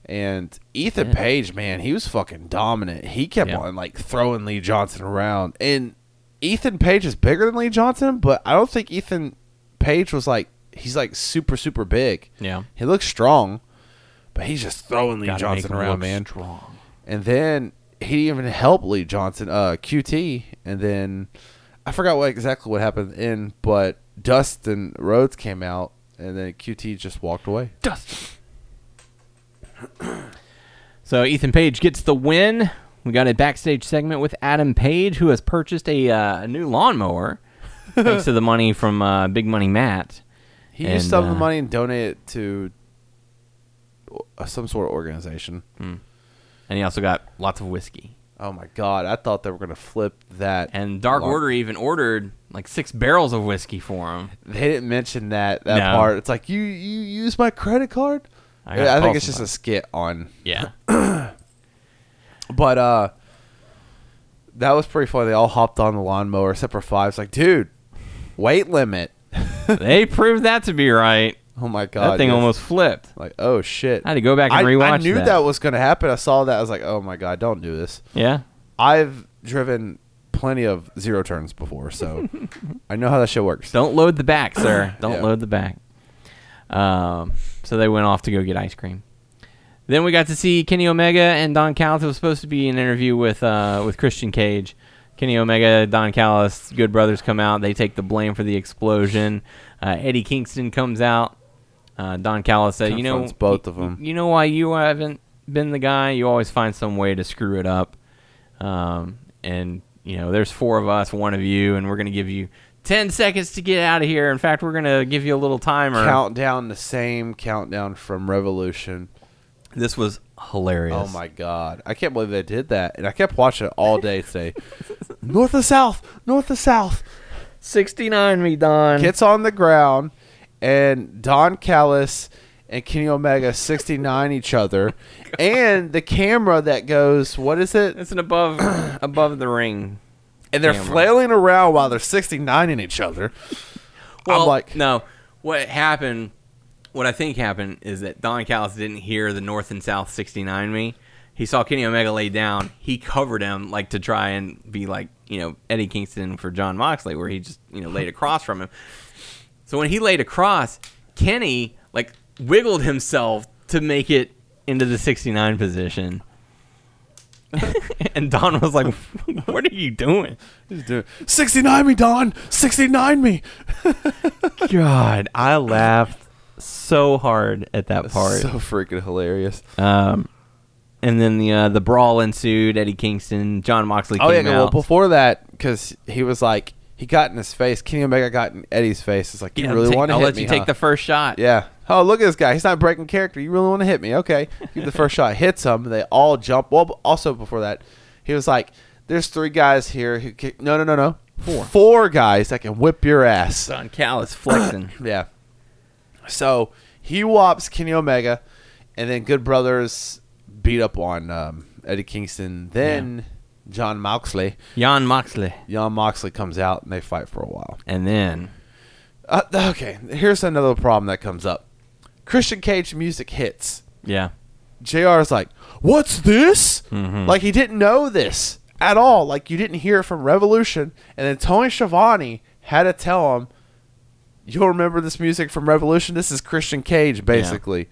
Speaker 4: and Ethan
Speaker 2: Hmm. Yeah.
Speaker 4: Page, man, he was fucking dominant. He kept
Speaker 2: Yeah.
Speaker 4: on like throwing Lee Johnson around, and Ethan Page is bigger than Lee Johnson, but I don't think Ethan Page was like he's like super super big.
Speaker 2: Yeah.
Speaker 4: He looks strong, but he's just throwing Lee
Speaker 2: Gotta
Speaker 4: Johnson
Speaker 2: make him
Speaker 4: around,
Speaker 2: look
Speaker 4: man.
Speaker 2: Strong.
Speaker 4: And then he even helped Lee Johnson, uh, QT, and then I forgot what exactly what happened in, but Dustin Rhodes came out, and then QT just walked away.
Speaker 2: So Ethan Page gets the win. We got a backstage segment with Adam Page, who has purchased a, uh, a new lawnmower thanks to the money from uh, Big Money Matt.
Speaker 4: He
Speaker 2: And,
Speaker 4: used some of
Speaker 2: uh,
Speaker 4: the money and donated it to uh, some sort of organization.
Speaker 2: And he also got lots of whiskey.
Speaker 4: Oh my god, I thought they were gonna flip that.
Speaker 2: And Dark
Speaker 4: Lar-
Speaker 2: Order even ordered like six barrels of whiskey for him.
Speaker 4: they didn't mention that that
Speaker 2: No.
Speaker 4: part. It's like you you use my credit card.
Speaker 2: I
Speaker 4: Yeah,
Speaker 2: gotta
Speaker 4: I
Speaker 2: call
Speaker 4: think it's just a
Speaker 2: somebody.
Speaker 4: skit on
Speaker 2: Yeah.
Speaker 4: But uh that was pretty funny. They all hopped on the lawnmower except for five's like, dude, weight limit. <laughs>
Speaker 2: they proved that to be right.
Speaker 4: Oh my god.
Speaker 2: That thing
Speaker 4: yes.
Speaker 2: almost flipped.
Speaker 4: like, oh shit.
Speaker 2: I had to go back and
Speaker 4: I- I
Speaker 2: rewatch
Speaker 4: knew
Speaker 2: that.
Speaker 4: that. was gonna happen. I saw that, I was like, oh my god, don't do this.
Speaker 2: Yeah.
Speaker 4: I've driven plenty of zero turns before,
Speaker 2: <laughs>
Speaker 4: so I know how that shit works.
Speaker 2: Don't load the back,
Speaker 4: <coughs>
Speaker 2: sir. Don't
Speaker 4: Yeah.
Speaker 2: load the back. Um, so they went off to go get ice cream. Then we got to see Kenny Omega and Don Callis. It was supposed to be an interview with uh, with Christian Cage. Kenny Omega, Don Callis, Good Brothers come out. They take the blame for the explosion. Uh, Eddie Kingston comes out. Uh, Don Callis said, "You know,
Speaker 4: Confronts both of 'em.
Speaker 2: You know why you haven't been the guy? You always find some way to screw it up. Um, and you know, there's four of us, one of you, and we're gonna give you ten seconds to get out of here. In fact, we're gonna give you a little timer.
Speaker 4: Countdown the same countdown from Revolution.
Speaker 2: This was hilarious.
Speaker 4: Oh my god. I can't believe they did that. And I kept watching it all day today. <laughs> north to south, north to south.
Speaker 2: 69 me, Don.
Speaker 4: gets on the ground, and Don Callis and Kenny Omega 69 each
Speaker 2: <laughs>
Speaker 4: other, and the camera that goes, what is it?
Speaker 2: It's an above <coughs> above the ring.
Speaker 4: And they're
Speaker 2: Camera.
Speaker 4: flailing around while they're 69 in each other. I'm like,
Speaker 2: no. What happened? What I think happened is that Don Callis didn't hear the North and South 69 me. He saw Kenny Omega lay down. He covered him like to try and be like you know Eddie Kingston for John Moxley, where he just you know laid across from him. So when he laid across, Kenny like wiggled himself to make it into the 69 position. <laughs> and Don was like, <laughs> "What are you doing?"
Speaker 4: he's doing, 69 me, Don! 69 me!
Speaker 2: God, I laughed so hard at that part.
Speaker 4: So freaking hilarious.
Speaker 2: um, and then the uh, the brawl ensued. Eddie Kingston, John Moxley
Speaker 4: Oh, yeah.
Speaker 2: came
Speaker 4: Well,
Speaker 2: out.
Speaker 4: before that, because he was like, he got in his face. Kenny Omega got in Eddie's face. It's like, you
Speaker 2: Yeah,
Speaker 4: really
Speaker 2: take-
Speaker 4: want to
Speaker 2: I'll
Speaker 4: hit
Speaker 2: let
Speaker 4: me,
Speaker 2: you take
Speaker 4: huh?
Speaker 2: the first shot.
Speaker 4: Yeah. Oh, look at this guy. He's not breaking character. You really want to hit me? Okay. Give the first <laughs> shot. Hits him. They all jump. Well, b- also before that, he was like, "There's three guys here who can- no, no, no, no, <coughs>
Speaker 2: Four.
Speaker 4: four guys that can whip your ass."
Speaker 2: Don Callis flexing.
Speaker 4: Yeah. So He whops Kenny Omega, and then Good Brothers beat up on um, Eddie Kingston. Then John Moxley,
Speaker 2: Jan Moxley,
Speaker 4: John Moxley comes out and they fight for a while.
Speaker 2: and then
Speaker 4: Uh, okay, here's another problem that comes up. Christian Cage music hits.
Speaker 2: yeah,
Speaker 4: JR is like, "What's this?" Like he didn't know this at all. Like you didn't hear it from Revolution, and then Tony Schiavone had to tell him, "You'll remember this music from Revolution. This is Christian Cage, basically."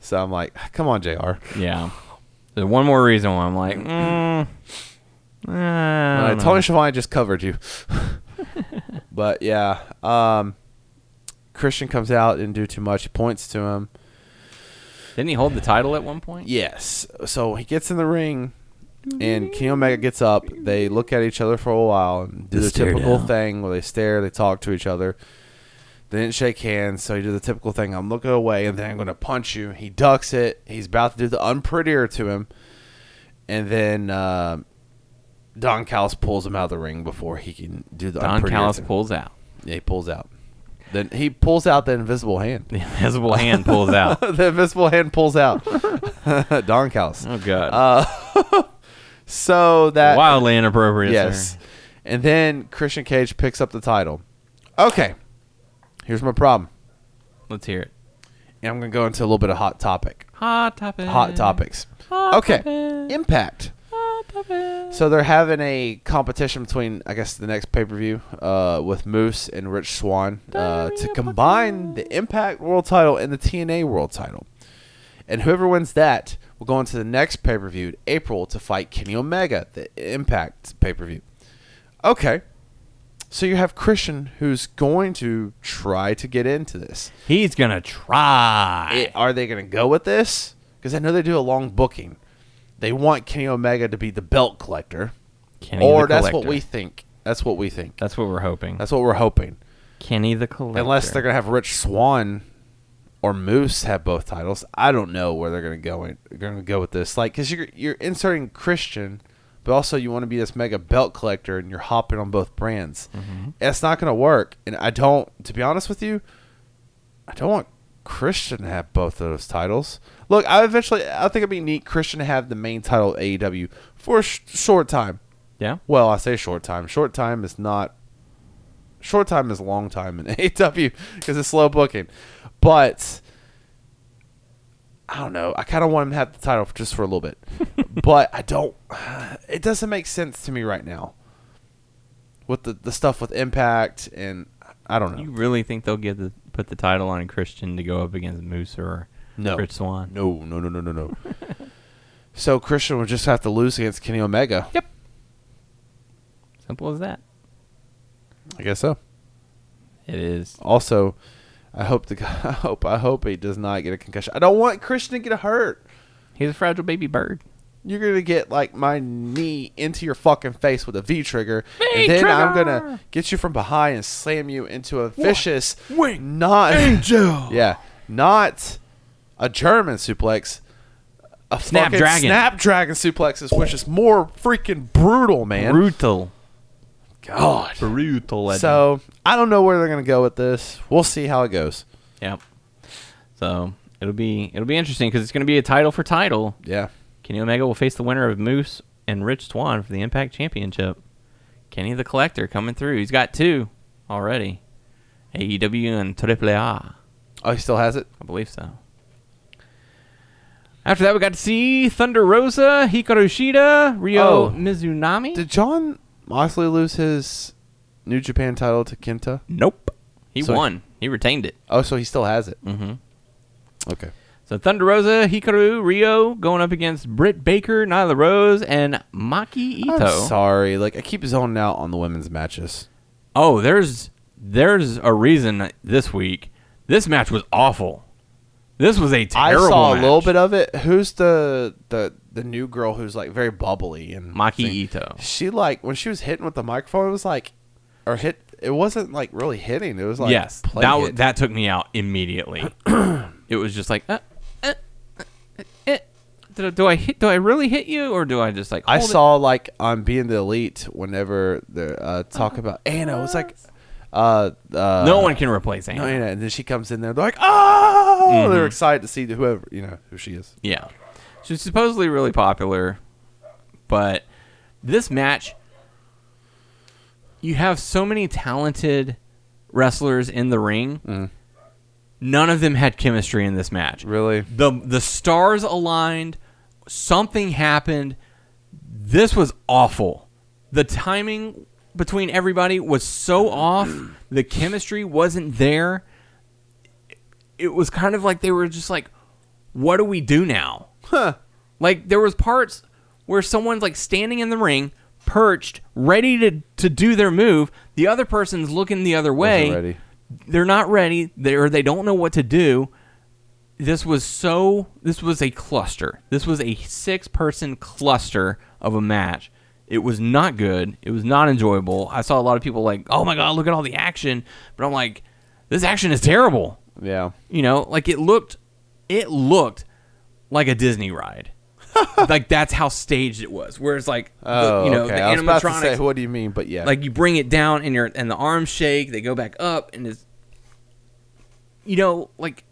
Speaker 4: So I'm like, "Come on, JR."
Speaker 2: yeah. There's one more reason why I'm like, mm,
Speaker 4: Uh,
Speaker 2: uh,
Speaker 4: Tony Schiavone just covered you. but yeah, um, Christian comes out and do too much. He points to him.
Speaker 2: didn't he hold the title at one point?
Speaker 4: Yes. So he gets in the ring, and Kenny Omega gets up. They look at each other for a while and do
Speaker 2: They
Speaker 4: the
Speaker 2: stare
Speaker 4: typical
Speaker 2: down.
Speaker 4: thing where they stare, they talk to each other. They didn't shake hands, so he did the typical thing. I'm looking away, and then I'm going to punch you. He ducks it. He's about to do the unprettier to him, and then uh, Don Callis pulls him out of the ring before he can do the
Speaker 2: Don
Speaker 4: unprettier
Speaker 2: Callis
Speaker 4: to him.
Speaker 2: pulls out. <laughs>
Speaker 4: Yeah, he pulls out. Then he pulls out the invisible hand. <laughs>
Speaker 2: The invisible hand pulls out.
Speaker 4: the invisible hand pulls
Speaker 2: <laughs>
Speaker 4: out. <laughs> Don Callis.
Speaker 2: Oh god.
Speaker 4: So Uh, that
Speaker 2: Wildly inappropriate.
Speaker 4: yes,
Speaker 2: sir.
Speaker 4: and then Christian Cage picks up the title. Okay, here's my problem,
Speaker 2: Let's hear it.
Speaker 4: and I'm gonna go into a little bit of hot topic,
Speaker 2: Hot topic.
Speaker 4: hot topics. okay, Impact.
Speaker 2: Hot topic.
Speaker 4: So they're having a competition between, I guess, the next pay per view uh, with Moose and Rich Swan uh, to combine the Impact World Title and the TNA World Title, and whoever wins that will go on to the next pay per view, April, to fight Kenny Omega, the Impact pay per view. Okay, so you have Christian who's going to try to get into this.
Speaker 2: He's gonna try.
Speaker 4: It- are they going to go with this? Because I know they do a long booking. They want Kenny Omega to be the belt collector
Speaker 2: Kenny
Speaker 4: or
Speaker 2: the
Speaker 4: that's what
Speaker 2: Collector.
Speaker 4: we think. That's what we think.
Speaker 2: That's what we're hoping.
Speaker 4: That's what we're hoping.
Speaker 2: Kenny the collector.
Speaker 4: Unless they're gonna have Rich Swan or Moose have both titles, I don't know where they're gonna go. In, gonna go with this, like, cause you're you're inserting Christian, but also you want to be this mega belt collector, and you're hopping on both brands.
Speaker 2: Mm-hmm.
Speaker 4: It's not gonna work. And I don't, to be honest with you, I don't want Christian to have both of those titles. Look, I eventually, I think it'd be neat Christian to have the main title of AEW for a sh- short time.
Speaker 2: yeah.
Speaker 4: Well, I say short time. Short time is not. Short time is long time in <laughs> AW because it's slow booking, but I don't know. I kind of want him to have the title just for a little
Speaker 2: <laughs>
Speaker 4: bit, but I don't. <sighs> It doesn't make sense to me right now with the the stuff with Impact and I don't know.
Speaker 2: You really think they'll give the put the title on Christian to go up against Moose or
Speaker 4: No.
Speaker 2: Rich Swan?
Speaker 4: No, no, no, no, no, no. <laughs> so Christian would just have to lose against Kenny Omega.
Speaker 2: Yep. Simple as that.
Speaker 4: I guess so.
Speaker 2: It is.
Speaker 4: Also, I hope the <laughs> I hope I hope he does not get a concussion. I don't want Christian to get hurt.
Speaker 2: He's a fragile baby bird.
Speaker 4: You're gonna get like my knee into your fucking face with a V trigger, and then I'm gonna get you from behind and slam you into a vicious
Speaker 2: Wing
Speaker 4: not angel. <laughs> Yeah, not a German suplex. A fucking
Speaker 2: Snapdragon.
Speaker 4: Snapdragon suplexes, which is more freaking brutal, man.
Speaker 2: Brutal.
Speaker 4: God.
Speaker 2: Brutal. legend.
Speaker 4: So I don't know where they're gonna go with this. We'll see how it goes.
Speaker 2: Yep. So it'll be it'll be interesting because it's going to be a title for title.
Speaker 4: Yeah.
Speaker 2: Kenny Omega will face the winner of Moose and Rich Swan for the Impact Championship. Kenny the Collector coming through. He's got two already. AEW and Triple A.
Speaker 4: Oh, he still has it.
Speaker 2: I believe so. After that, we got to see Thunder Rosa, Hikaru Shida, Rio
Speaker 4: Oh.
Speaker 2: Mizunami.
Speaker 4: Did John Moxley lose his New Japan title to Kenta?
Speaker 2: nope. He
Speaker 4: So-
Speaker 2: won. He retained it.
Speaker 4: Oh, so he still has it. Mm-hmm. Okay.
Speaker 2: So Thunder Rosa, Hikaru, Rio going up against Britt Baker, Nyla Rose, and Maki Ito.
Speaker 4: I'm sorry. Like I keep zoning out on the women's matches.
Speaker 2: Oh, there's there's a reason this week. This match was awful. This was a terrible.
Speaker 4: I saw
Speaker 2: match.
Speaker 4: a little bit of it. Who's the the the new girl who's like very bubbly and
Speaker 2: Maki
Speaker 4: thing?
Speaker 2: Ito.
Speaker 4: She like when she was hitting with the microphone, it was like, or hit. It wasn't like really hitting. It was like
Speaker 2: yes,
Speaker 4: play
Speaker 2: that wa-
Speaker 4: hit.
Speaker 2: that took me out
Speaker 4: <clears throat>
Speaker 2: immediately. it was just like, uh, uh, uh, eh. do, do I hit? Do I really hit you, or do I just like?
Speaker 4: I
Speaker 2: hold
Speaker 4: Oh.
Speaker 2: it?
Speaker 4: saw like on being the elite whenever they uh, talk about Anna it was like Uh, uh,
Speaker 2: no one can replace Anna.
Speaker 4: No, you know, and then she comes in there. They're like, oh, they're excited to see whoever you know who she is.
Speaker 2: Yeah. She's supposedly really popular, but this match, you have so many talented wrestlers in the ring. None of them had chemistry in this match.
Speaker 4: Really?
Speaker 2: The the stars aligned, something happened. This was awful. The timing between everybody was so off. The chemistry wasn't there. It was kind of like they were just like, what do we do now?
Speaker 4: Huh.
Speaker 2: Like there was parts where someone's like standing in the ring, perched, ready to to do their move. The other person's looking the other way.
Speaker 4: ready.
Speaker 2: They're not ready. They or they don't know what to do. This was so. This was a cluster. This was a six-person cluster of a match. It was not good. It was not enjoyable. I saw a lot of people like, "Oh my god, look at all the action!" But I'm like, "This action is terrible."
Speaker 4: Yeah.
Speaker 2: You know, like it looked it looked like a
Speaker 4: <laughs>
Speaker 2: Disney ride. like that's how staged it was. Whereas like
Speaker 4: Oh,
Speaker 2: the, you know,
Speaker 4: okay.
Speaker 2: the
Speaker 4: I was about to say,
Speaker 2: animatronics
Speaker 4: what do you mean? But yeah,
Speaker 2: like you bring it down and your and the arms shake, they go back up and it's you know, like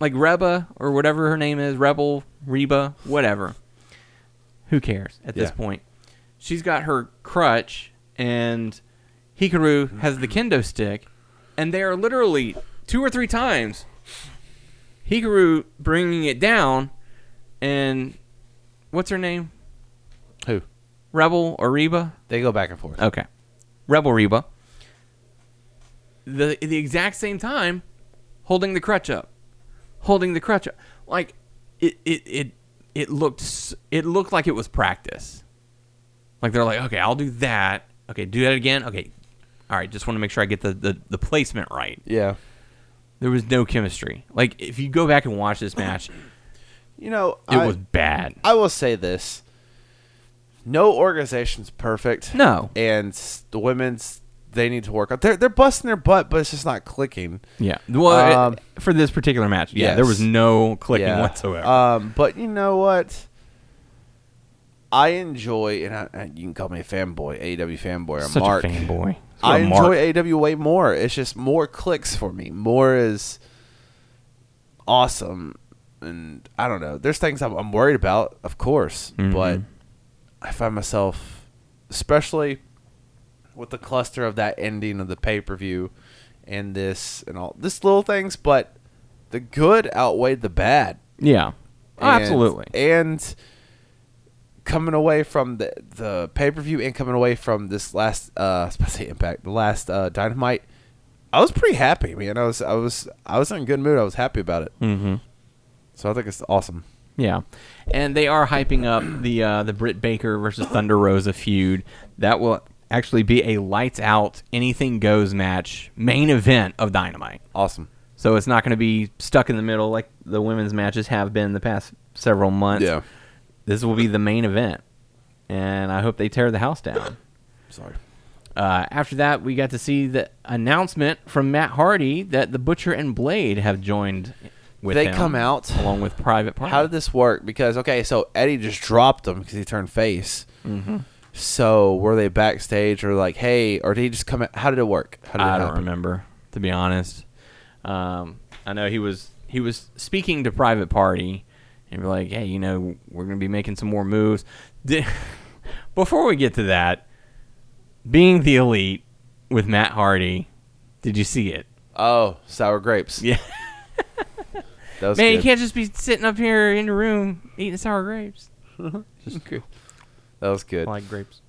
Speaker 2: like Reba or whatever her name is, Rebel, Reba, whatever. Who cares at this
Speaker 4: Yeah.
Speaker 2: point? She's got her crutch and Hikaru has the kendo stick and they are literally two or three times Hikaru bringing it down and what's her name?
Speaker 4: who?
Speaker 2: Rebel or Reba?
Speaker 4: They go back and forth.
Speaker 2: Okay. Rebel Reba. The the exact same time, holding the crutch up, holding the crutch up. Like it it it it looked s- it looked like it was practice. Like they're like, okay, I'll do that. Okay, do that again. Okay, all right. Just want to make sure I get the, the, the placement right.
Speaker 4: Yeah.
Speaker 2: There was no chemistry. Like if you go back and watch this match, it
Speaker 4: You know, I,
Speaker 2: was bad.
Speaker 4: I will say this: no organization's perfect.
Speaker 2: No.
Speaker 4: and s- the women's they need to work on. They're they're busting their butt, but it's just not clicking.
Speaker 2: Yeah. Well,
Speaker 4: Um,
Speaker 2: it- for this particular match, yeah, there
Speaker 4: yes.
Speaker 2: was no clicking whatsoever.
Speaker 4: Um, but you know what? I enjoy, and I, and you can call me a fanboy, AEW fanboy or
Speaker 2: Such
Speaker 4: Mark.
Speaker 2: a fanboy.
Speaker 4: I
Speaker 2: What a
Speaker 4: enjoy
Speaker 2: mark.
Speaker 4: AEW way more. It's just more clicks for me. More is awesome, and I don't know. There's things I'm, I'm worried about, of course,
Speaker 2: Mm-hmm.
Speaker 4: but I find myself, especially with the cluster of that ending of the pay per view, and this and all this little things, but the good outweighed the bad.
Speaker 2: Yeah. Oh,
Speaker 4: And-
Speaker 2: Absolutely.
Speaker 4: And coming away from the the pay per view and coming away from this last uh I was about to say impact, the last uh dynamite, I was pretty happy, man. I was I was I was in a good mood. I was happy about
Speaker 2: Hmm.
Speaker 4: it. Mm-hmm. So I think it's awesome.
Speaker 2: Yeah. And they are hyping up the uh, the Britt Baker versus Thunder Rosa feud. That will actually be a lights out anything goes match main event of Dynamite.
Speaker 4: Awesome.
Speaker 2: So it's not going to be stuck in the middle like the women's matches have been the past several months.
Speaker 4: Yeah.
Speaker 2: This will be the main event. And I hope they tear the house down.
Speaker 4: Sorry.
Speaker 2: Uh, after that, we got to see the announcement from Matt Hardy that the Butcher and Blade have joined with
Speaker 4: They
Speaker 2: him,
Speaker 4: come out.
Speaker 2: along with Private Party.
Speaker 4: How did this work? Because okay, so Eddie just dropped him because he turned face. Mm-hmm. So were they backstage or like, hey, or did he just come? Out? How did it work? How did it
Speaker 2: I don't
Speaker 4: happen?
Speaker 2: remember, to be honest. Um, I know he was he was speaking to private party, and be like, "Hey, you know, we're gonna be making some more moves." Di- <laughs> Before we get to that, being the elite with Matt Hardy, did you see it?
Speaker 4: Oh, sour grapes.
Speaker 2: Yeah.
Speaker 4: That was
Speaker 2: Man,
Speaker 4: good.
Speaker 2: you can't just be sitting up here in your room eating sour grapes.
Speaker 4: That was good.
Speaker 2: I like grapes.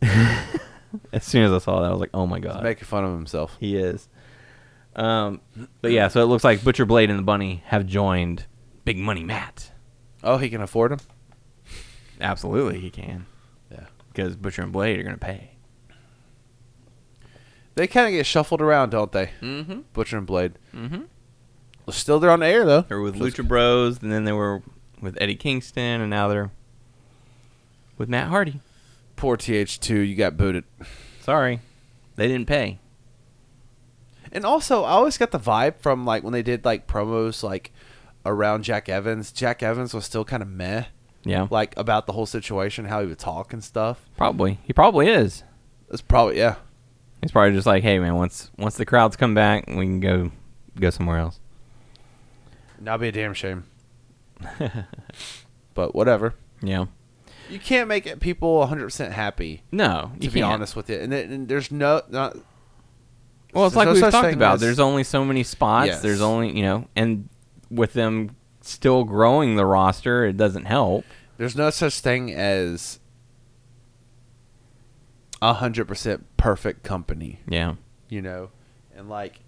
Speaker 2: as soon as I saw that, I was like, "Oh my god!"
Speaker 4: making fun of himself.
Speaker 2: He is. Um, but yeah, so it looks like Butcher Blade and the Bunny have joined Big Money Matt.
Speaker 4: Oh, he can afford him.
Speaker 2: Absolutely, he can.
Speaker 4: Yeah.
Speaker 2: Because Butcher and Blade are gonna pay.
Speaker 4: They kind of get shuffled around, don't they? Mm-hmm. Butcher and Blade. Mm-hmm. Well, still, they're on the air though.
Speaker 2: They were with Lucha Bros, and then they were with Eddie Kingston, and now they're with Matt Hardy.
Speaker 4: Poor TH2, you got booted.
Speaker 2: Sorry, they didn't pay.
Speaker 4: And also, I always got the vibe from like when they did like promos like around Jack Evans. Jack Evans was still kind of meh,
Speaker 2: Yeah,
Speaker 4: like about the whole situation, how he would talk and stuff.
Speaker 2: probably. He probably is.
Speaker 4: It's probably yeah.
Speaker 2: It's probably just like, hey man, once once the crowds come back, we can go go somewhere else.
Speaker 4: Not be a damn
Speaker 2: <laughs>
Speaker 4: shame. but whatever.
Speaker 2: Yeah.
Speaker 4: You can't make people 100% happy,
Speaker 2: No,
Speaker 4: to
Speaker 2: you
Speaker 4: be
Speaker 2: can't.
Speaker 4: honest with you. And, it- and there's no not
Speaker 2: Well, it's
Speaker 4: There's
Speaker 2: like
Speaker 4: no
Speaker 2: we've
Speaker 4: such
Speaker 2: talked
Speaker 4: thing
Speaker 2: about.
Speaker 4: as-
Speaker 2: There's only so many spots.
Speaker 4: Yes.
Speaker 2: There's only you know, and with them still growing the roster, it doesn't help.
Speaker 4: there's no such thing as 100% perfect company.
Speaker 2: Yeah.
Speaker 4: you know, and like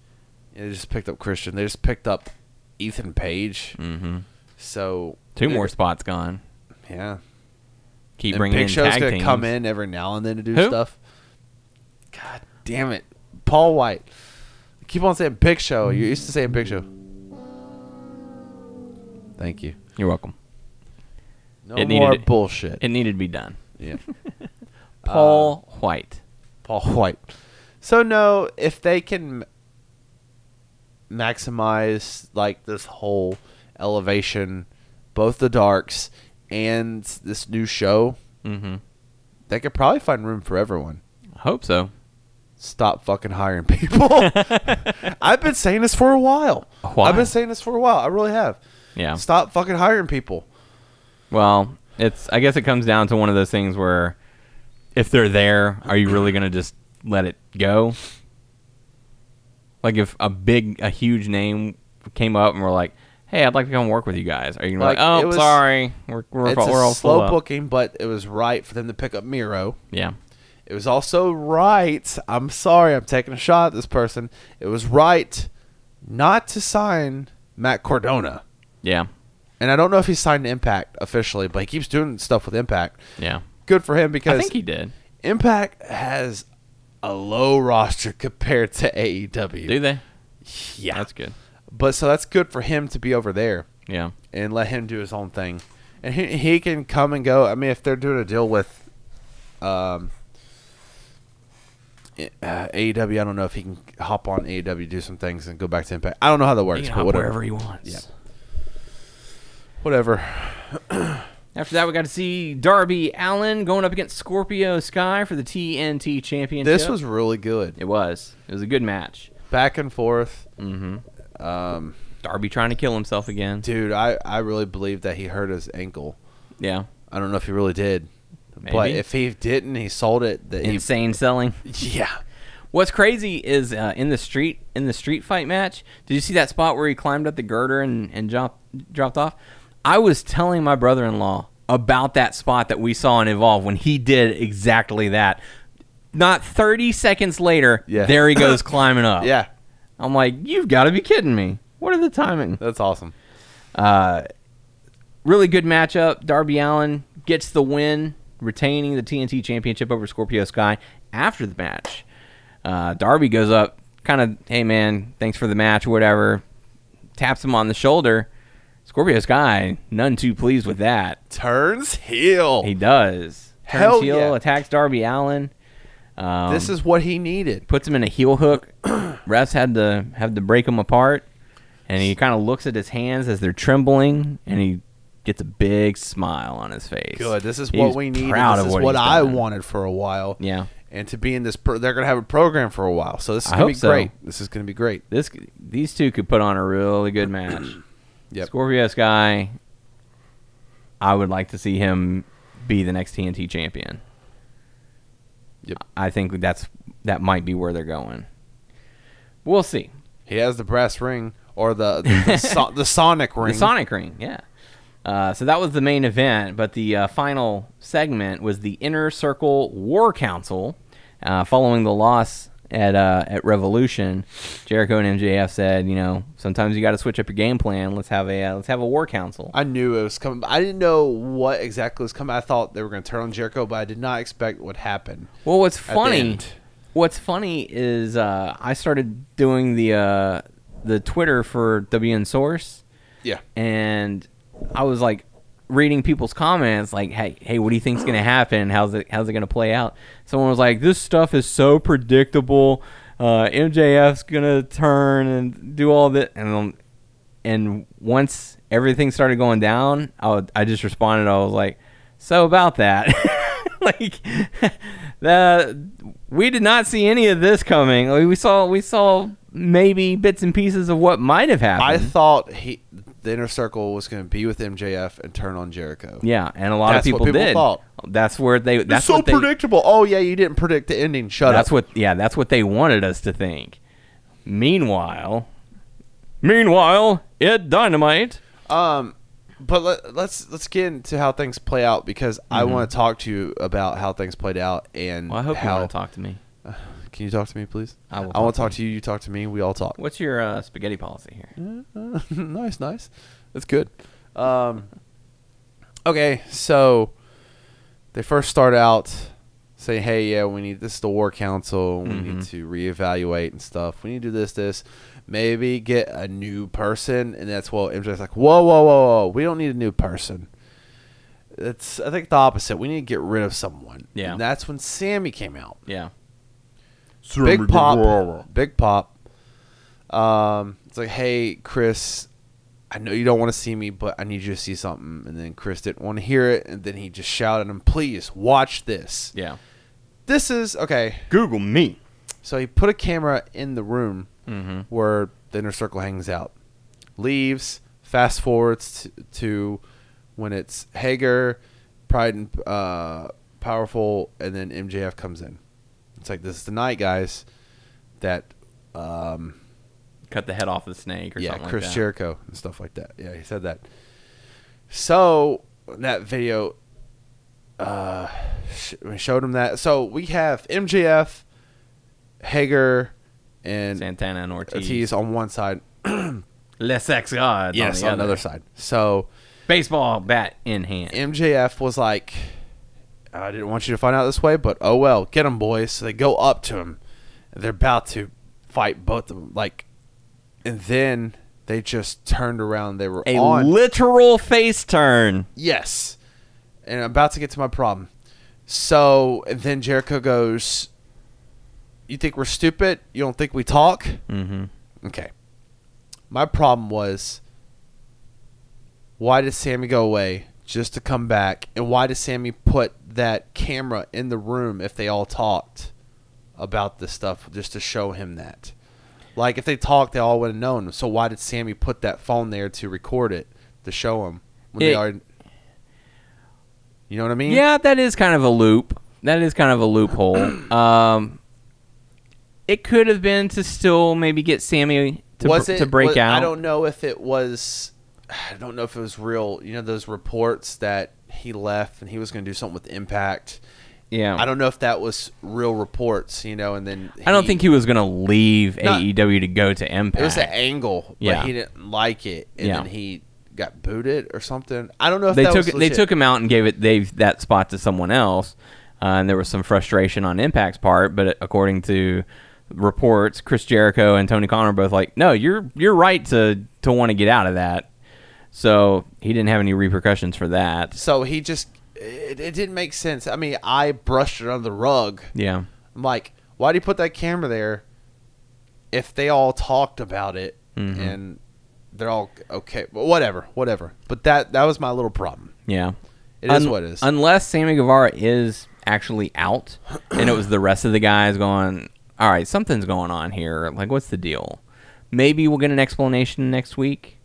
Speaker 4: they just picked up Christian. They just picked up Ethan Page.
Speaker 2: Mm-hmm.
Speaker 4: So
Speaker 2: Two more spots gone.
Speaker 4: yeah.
Speaker 2: Keep
Speaker 4: And
Speaker 2: bringing
Speaker 4: Big
Speaker 2: in
Speaker 4: Show's
Speaker 2: tag
Speaker 4: gonna
Speaker 2: teams.
Speaker 4: come in every now and then to do
Speaker 2: Who?
Speaker 4: stuff. God damn it, Paul White. I keep on saying Big Show. You used to saying Big Show. Thank you.
Speaker 2: You're welcome.
Speaker 4: No
Speaker 2: It
Speaker 4: more
Speaker 2: needed-
Speaker 4: bullshit.
Speaker 2: It needed to be done.
Speaker 4: yeah.
Speaker 2: Paul Uh, White.
Speaker 4: Paul White. So no, if they can m- maximize like this whole elevation, both the darks and this new show,
Speaker 2: Mm-hmm.
Speaker 4: they could probably find room for everyone.
Speaker 2: Hope so.
Speaker 4: Stop fucking hiring
Speaker 2: <laughs>
Speaker 4: people. I've been saying this for a while.
Speaker 2: A while.
Speaker 4: I've been saying this for a while. I really have.
Speaker 2: Yeah.
Speaker 4: Stop fucking hiring people.
Speaker 2: Well, it's. I guess it comes down to one of those things where, if they're there, are you really gonna just let it go? Like if a big, a huge name came up and we're like, "Hey, I'd like to come work with you guys," are you gonna be
Speaker 4: Like,
Speaker 2: like,
Speaker 4: it
Speaker 2: "Oh,
Speaker 4: was-
Speaker 2: sorry, we're we're,
Speaker 4: it's
Speaker 2: we're
Speaker 4: a
Speaker 2: all full
Speaker 4: slow
Speaker 2: up."
Speaker 4: booking, but it was right for them to pick up Miro.
Speaker 2: Yeah,
Speaker 4: It was also right. I'm sorry, I'm taking a shot at this person. It was right not to sign Matt Cordona.
Speaker 2: yeah,
Speaker 4: And I don't know if he signed to Impact officially, but he keeps doing stuff with Impact.
Speaker 2: yeah.
Speaker 4: Good for him
Speaker 2: I
Speaker 4: because
Speaker 2: think he did.
Speaker 4: Impact has a low roster <laughs> compared to AEW.
Speaker 2: Do they?
Speaker 4: Yeah.
Speaker 2: That's good.
Speaker 4: But so that's good for him to be over there
Speaker 2: Yeah,
Speaker 4: and let him do his own thing. And he, he can come and go. I mean, if they're doing a deal with um, uh, AEW, I don't know if he can hop on AEW, do some things, and go back to Impact. I don't know how that works,
Speaker 2: he
Speaker 4: but
Speaker 2: can hop
Speaker 4: whatever.
Speaker 2: wherever he wants.
Speaker 4: Yeah. Whatever.
Speaker 2: After that, we got to see Darby Allen going up against Scorpio Sky for the TNT Championship.
Speaker 4: This was really good.
Speaker 2: It was. It was a good match.
Speaker 4: Back and forth.
Speaker 2: Mm-hmm. Darby trying to kill himself again.
Speaker 4: Dude, I, I really believe that he hurt his ankle.
Speaker 2: Yeah.
Speaker 4: I don't know if he really did. But
Speaker 2: Maybe.
Speaker 4: if he didn't, he sold it. That he,
Speaker 2: Insane <laughs> selling.
Speaker 4: yeah.
Speaker 2: What's crazy is uh, in the street in the street fight match. Did you see that spot where he climbed up the girder and and dropped dropped off? I was telling my brother in law about that spot that we saw in Evolve when he did exactly that. Not 30 seconds later,
Speaker 4: Yeah.
Speaker 2: there he <laughs> goes climbing up.
Speaker 4: Yeah.
Speaker 2: I'm like, you've got to be kidding me. What are the timing?
Speaker 4: That's awesome.
Speaker 2: really good matchup. Darby Allen gets the win, retaining the TNT Championship over Scorpio Sky. After the match, uh, Darby goes up, kind of, hey man, thanks for the match, whatever. Taps him on the shoulder. Scorpio Sky, none too pleased with that.
Speaker 4: Turns heel.
Speaker 2: He does. Turns
Speaker 4: Hell
Speaker 2: heel,
Speaker 4: yeah.
Speaker 2: attacks Darby Allen, um,
Speaker 4: this is what he needed.
Speaker 2: puts him in a
Speaker 4: <clears throat>
Speaker 2: heel hook. Refs had to have to break him apart. And he kind of looks at his hands as they're trembling, and he gets a big smile on his face.
Speaker 4: Good. This is
Speaker 2: He
Speaker 4: what
Speaker 2: was
Speaker 4: we need.
Speaker 2: Proud
Speaker 4: This
Speaker 2: of
Speaker 4: is
Speaker 2: what,
Speaker 4: what,
Speaker 2: he's
Speaker 4: I
Speaker 2: done.
Speaker 4: wanted for a while.
Speaker 2: Yeah.
Speaker 4: And to be in this, pro- they're going to have a program for a while. So this is
Speaker 2: I
Speaker 4: going
Speaker 2: hope
Speaker 4: to be
Speaker 2: so.
Speaker 4: great. This is going to be great.
Speaker 2: This these two could put on a
Speaker 4: <clears throat>
Speaker 2: really good match.
Speaker 4: Yep.
Speaker 2: Scorpio Sky. I would like to see him be the next TNT champion.
Speaker 4: Yep.
Speaker 2: I think that's that might be where they're going. We'll see.
Speaker 4: He has the brass ring or the the,
Speaker 2: <laughs>
Speaker 4: the, so- the sonic ring.
Speaker 2: The Sonic Ring, yeah. Uh, so that was the main event, but the uh, final segment was the Inner Circle War Council. Uh, following the loss at uh, at Revolution, Jericho and MJF said, you know, sometimes you got to switch up your game plan. Let's have a uh, let's have a War Council.
Speaker 4: I knew it was coming. I didn't know what exactly was coming. I thought they were going to turn on Jericho, but I did not expect what happened.
Speaker 2: Well, what's
Speaker 4: the
Speaker 2: funny?
Speaker 4: end.
Speaker 2: What's funny is uh, I started doing the uh, the Twitter for WN Source.
Speaker 4: Yeah.
Speaker 2: Mm-hmm. and I was like reading people's comments, like, "Hey, hey, what do you think's gonna happen? How's it how's it gonna play out?" Someone was like, "This stuff is so predictable. Uh, MJF's gonna turn and do all that." And um, and once everything started going down, I would- I just responded. I was <laughs> like, <laughs> "So about that." like that we did not see any of this coming. Like, we saw we saw maybe bits and pieces of what might have happened.
Speaker 4: I thought he, the inner circle was going to be with MJF and turn on Jericho.
Speaker 2: yeah, and a lot
Speaker 4: That's
Speaker 2: of
Speaker 4: what
Speaker 2: people,
Speaker 4: people
Speaker 2: did.
Speaker 4: thought.
Speaker 2: That's where they. That's
Speaker 4: That's so
Speaker 2: what they,
Speaker 4: predictable. Oh yeah, you didn't predict the ending. Shut
Speaker 2: That's
Speaker 4: up.
Speaker 2: what. Yeah, that's what they wanted us to think. Meanwhile, meanwhile, Ed Dynamite.
Speaker 4: Um, but let, let's let's get into how things play out because I want to talk to you about how things played out and
Speaker 2: Mm-hmm. Well, I hope you
Speaker 4: how.
Speaker 2: want to talk to me.
Speaker 4: Can you talk to me, please?
Speaker 2: I will
Speaker 4: I want to talk to you. You talk to me. We all talk.
Speaker 2: What's your uh, spaghetti policy here?
Speaker 4: <laughs> nice, nice. That's good. Um, okay, so they first start out say, "Hey, yeah, we need this is the war council. We
Speaker 2: Mm-hmm.
Speaker 4: need to reevaluate and stuff. We need to do this, this. Maybe get a new person." And that's what MJ's like, "Whoa, whoa, whoa, whoa! We don't need a new person." It's I think the opposite. We need to get rid of someone.
Speaker 2: Yeah.
Speaker 4: and that's when Sammy came out.
Speaker 2: Yeah.
Speaker 4: Big Pop. Big Pop. Um, it's like, hey, Chris, I know you don't want to see me, but I need you to see something. And then Chris didn't want to hear it, and then he just shouted at him, please watch this.
Speaker 2: Yeah.
Speaker 4: This is okay.
Speaker 2: Google me.
Speaker 4: So he put a camera in the room where the inner circle hangs out. Leaves, fast forwards to, to when it's Hager, Pride and uh, Powerful, and then MJF comes in. It's like this is the night, guys. That um,
Speaker 2: Cut the head off the snake or
Speaker 4: yeah,
Speaker 2: something
Speaker 4: Chris
Speaker 2: like that.
Speaker 4: Jericho and stuff like that. Yeah, he said that. So that video uh, sh- we showed him that. So we have MJF, Hager, and
Speaker 2: Santana and Ortiz.
Speaker 4: Ortiz on one side.
Speaker 2: Les Ex Gods.
Speaker 4: Yes,
Speaker 2: on the
Speaker 4: other side. So
Speaker 2: Baseball bat in hand.
Speaker 4: MJF was like, "I didn't want you to find out this way, but oh well, get him, boys." So they go up to him. They're about to fight both of them. Like, and then they just turned around. They were
Speaker 2: a
Speaker 4: on.
Speaker 2: literal face turn.
Speaker 4: Yes. And I'm about to get to my problem. So and then Jericho goes, You think we're stupid? You don't think we talk?
Speaker 2: Mm-hmm.
Speaker 4: Okay. My problem was why did Sammy go away just to come back? And why did Sammy put that camera in the room if they all talked about this stuff just to show him that? Like, if they talked, they all would have known. So why did Sammy put that phone there to record it to show him when they
Speaker 2: It-
Speaker 4: are? You know what I mean?
Speaker 2: Yeah, that is kind of a loop. That is kind of
Speaker 4: <coughs>
Speaker 2: a loophole. um, it could have been to still maybe get Sammy to,
Speaker 4: was
Speaker 2: br-
Speaker 4: it
Speaker 2: to break
Speaker 4: was-
Speaker 2: out.
Speaker 4: I don't know if it was. I don't know if it was real. You know those reports that he left and he was going to do something with Impact.
Speaker 2: Yeah,
Speaker 4: I don't know if that was real reports. You know, and then
Speaker 2: I don't think he was gonna leave
Speaker 4: No.
Speaker 2: AEW to go to Impact.
Speaker 4: It was an angle, yeah.
Speaker 2: Yeah.
Speaker 4: but he didn't like it, and
Speaker 2: Yeah.
Speaker 4: then he got booted or something. I don't know if
Speaker 2: they
Speaker 4: that
Speaker 2: took
Speaker 4: was
Speaker 2: they
Speaker 4: legit.
Speaker 2: took him out and gave it they that spot to someone else, uh, and there was some frustration on Impact's part. But according to reports, Chris Jericho and Tony Khan are both like, "No, you're you're right to to want to get out of that." So he didn't have any repercussions for that.
Speaker 4: So he just it, it didn't make sense. I mean, I brushed it under the rug.
Speaker 2: Yeah,
Speaker 4: I'm like, why do you put that camera there if they all talked about it
Speaker 2: Mm-hmm.
Speaker 4: and they're all okay? But whatever, whatever. But that that was my little problem.
Speaker 2: yeah.
Speaker 4: It is
Speaker 2: Un-
Speaker 4: what it is.
Speaker 2: Unless Sammy Guevara is actually out, and it was the rest of the guys going, "All right, something's going on here. Like, what's the deal? Maybe we'll get an explanation next week.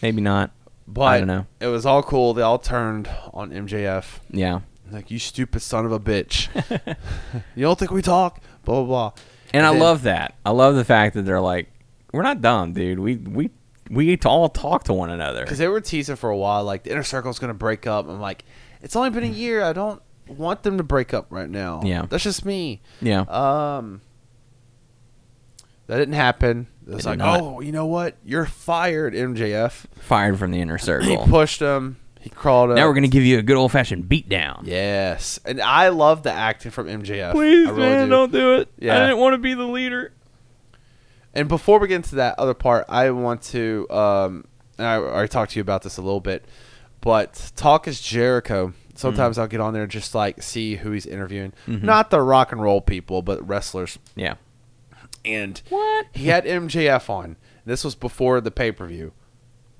Speaker 2: Maybe not.
Speaker 4: but
Speaker 2: I don't know.
Speaker 4: it was all cool. They all turned on MJF.
Speaker 2: Yeah.
Speaker 4: Like you stupid son of a
Speaker 2: <laughs>
Speaker 4: bitch. <laughs> you don't think we talk? Blah blah blah.
Speaker 2: And, I
Speaker 4: then-
Speaker 2: love that. I love the fact that they're like, "We're not dumb, dude. We we we t- all talk to one another."
Speaker 4: because they were teasing for a while, like the inner circle's gonna break up. I'm like, it's only been a year. I don't want them to break up right now.
Speaker 2: Yeah.
Speaker 4: that's just me.
Speaker 2: Yeah.
Speaker 4: Um, that didn't happen. It was
Speaker 2: It
Speaker 4: like,
Speaker 2: did not.
Speaker 4: oh, you know what? You're fired,
Speaker 2: <clears throat>
Speaker 4: MJF.
Speaker 2: Fired from the inner
Speaker 4: He
Speaker 2: circle.
Speaker 4: pushed him. He crawled up.
Speaker 2: now we're gonna give you a good old fashioned beatdown.
Speaker 4: Yes, and I love the acting from MJF. I really do.
Speaker 2: do it.
Speaker 4: Yeah. didn't
Speaker 2: want to be the leader.
Speaker 4: And before we get into that other part, I want to, um, and I already talked to you about this a little bit, but talk is Jericho. Sometimes
Speaker 2: Mm.
Speaker 4: I'll get on there and just like see who he's interviewing.
Speaker 2: Mm-hmm.
Speaker 4: Not the rock and roll people, but wrestlers.
Speaker 2: Yeah.
Speaker 4: And
Speaker 2: What?
Speaker 4: he had MJF on. This was before the pay per view.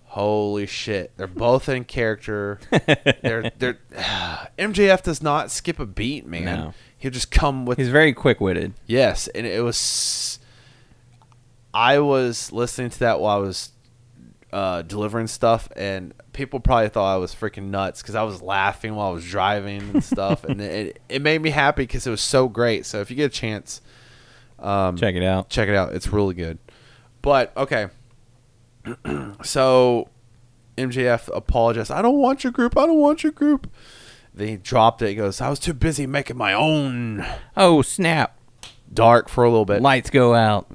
Speaker 4: Holy shit! They're both in <sighs>
Speaker 2: <laughs>
Speaker 4: character. they're they're MJF does not skip a beat, man.
Speaker 2: No.
Speaker 4: He'd just come with
Speaker 2: He's very quick witted.
Speaker 4: Yes, and it was. I was listening to that while I was uh, delivering stuff, and people probably thought I was freaking nuts because I was laughing while I was driving and stuff, and it, it made me happy because it was so great. So if you get a chance, Um,
Speaker 2: Check it out.
Speaker 4: check it out. It's really good. But okay, <clears throat> so MJF apologized. I don't want your group. I don't want your group. Then he dropped it. He goes, I was too busy making my own
Speaker 2: Oh snap!
Speaker 4: dark for a little bit.
Speaker 2: Lights go out.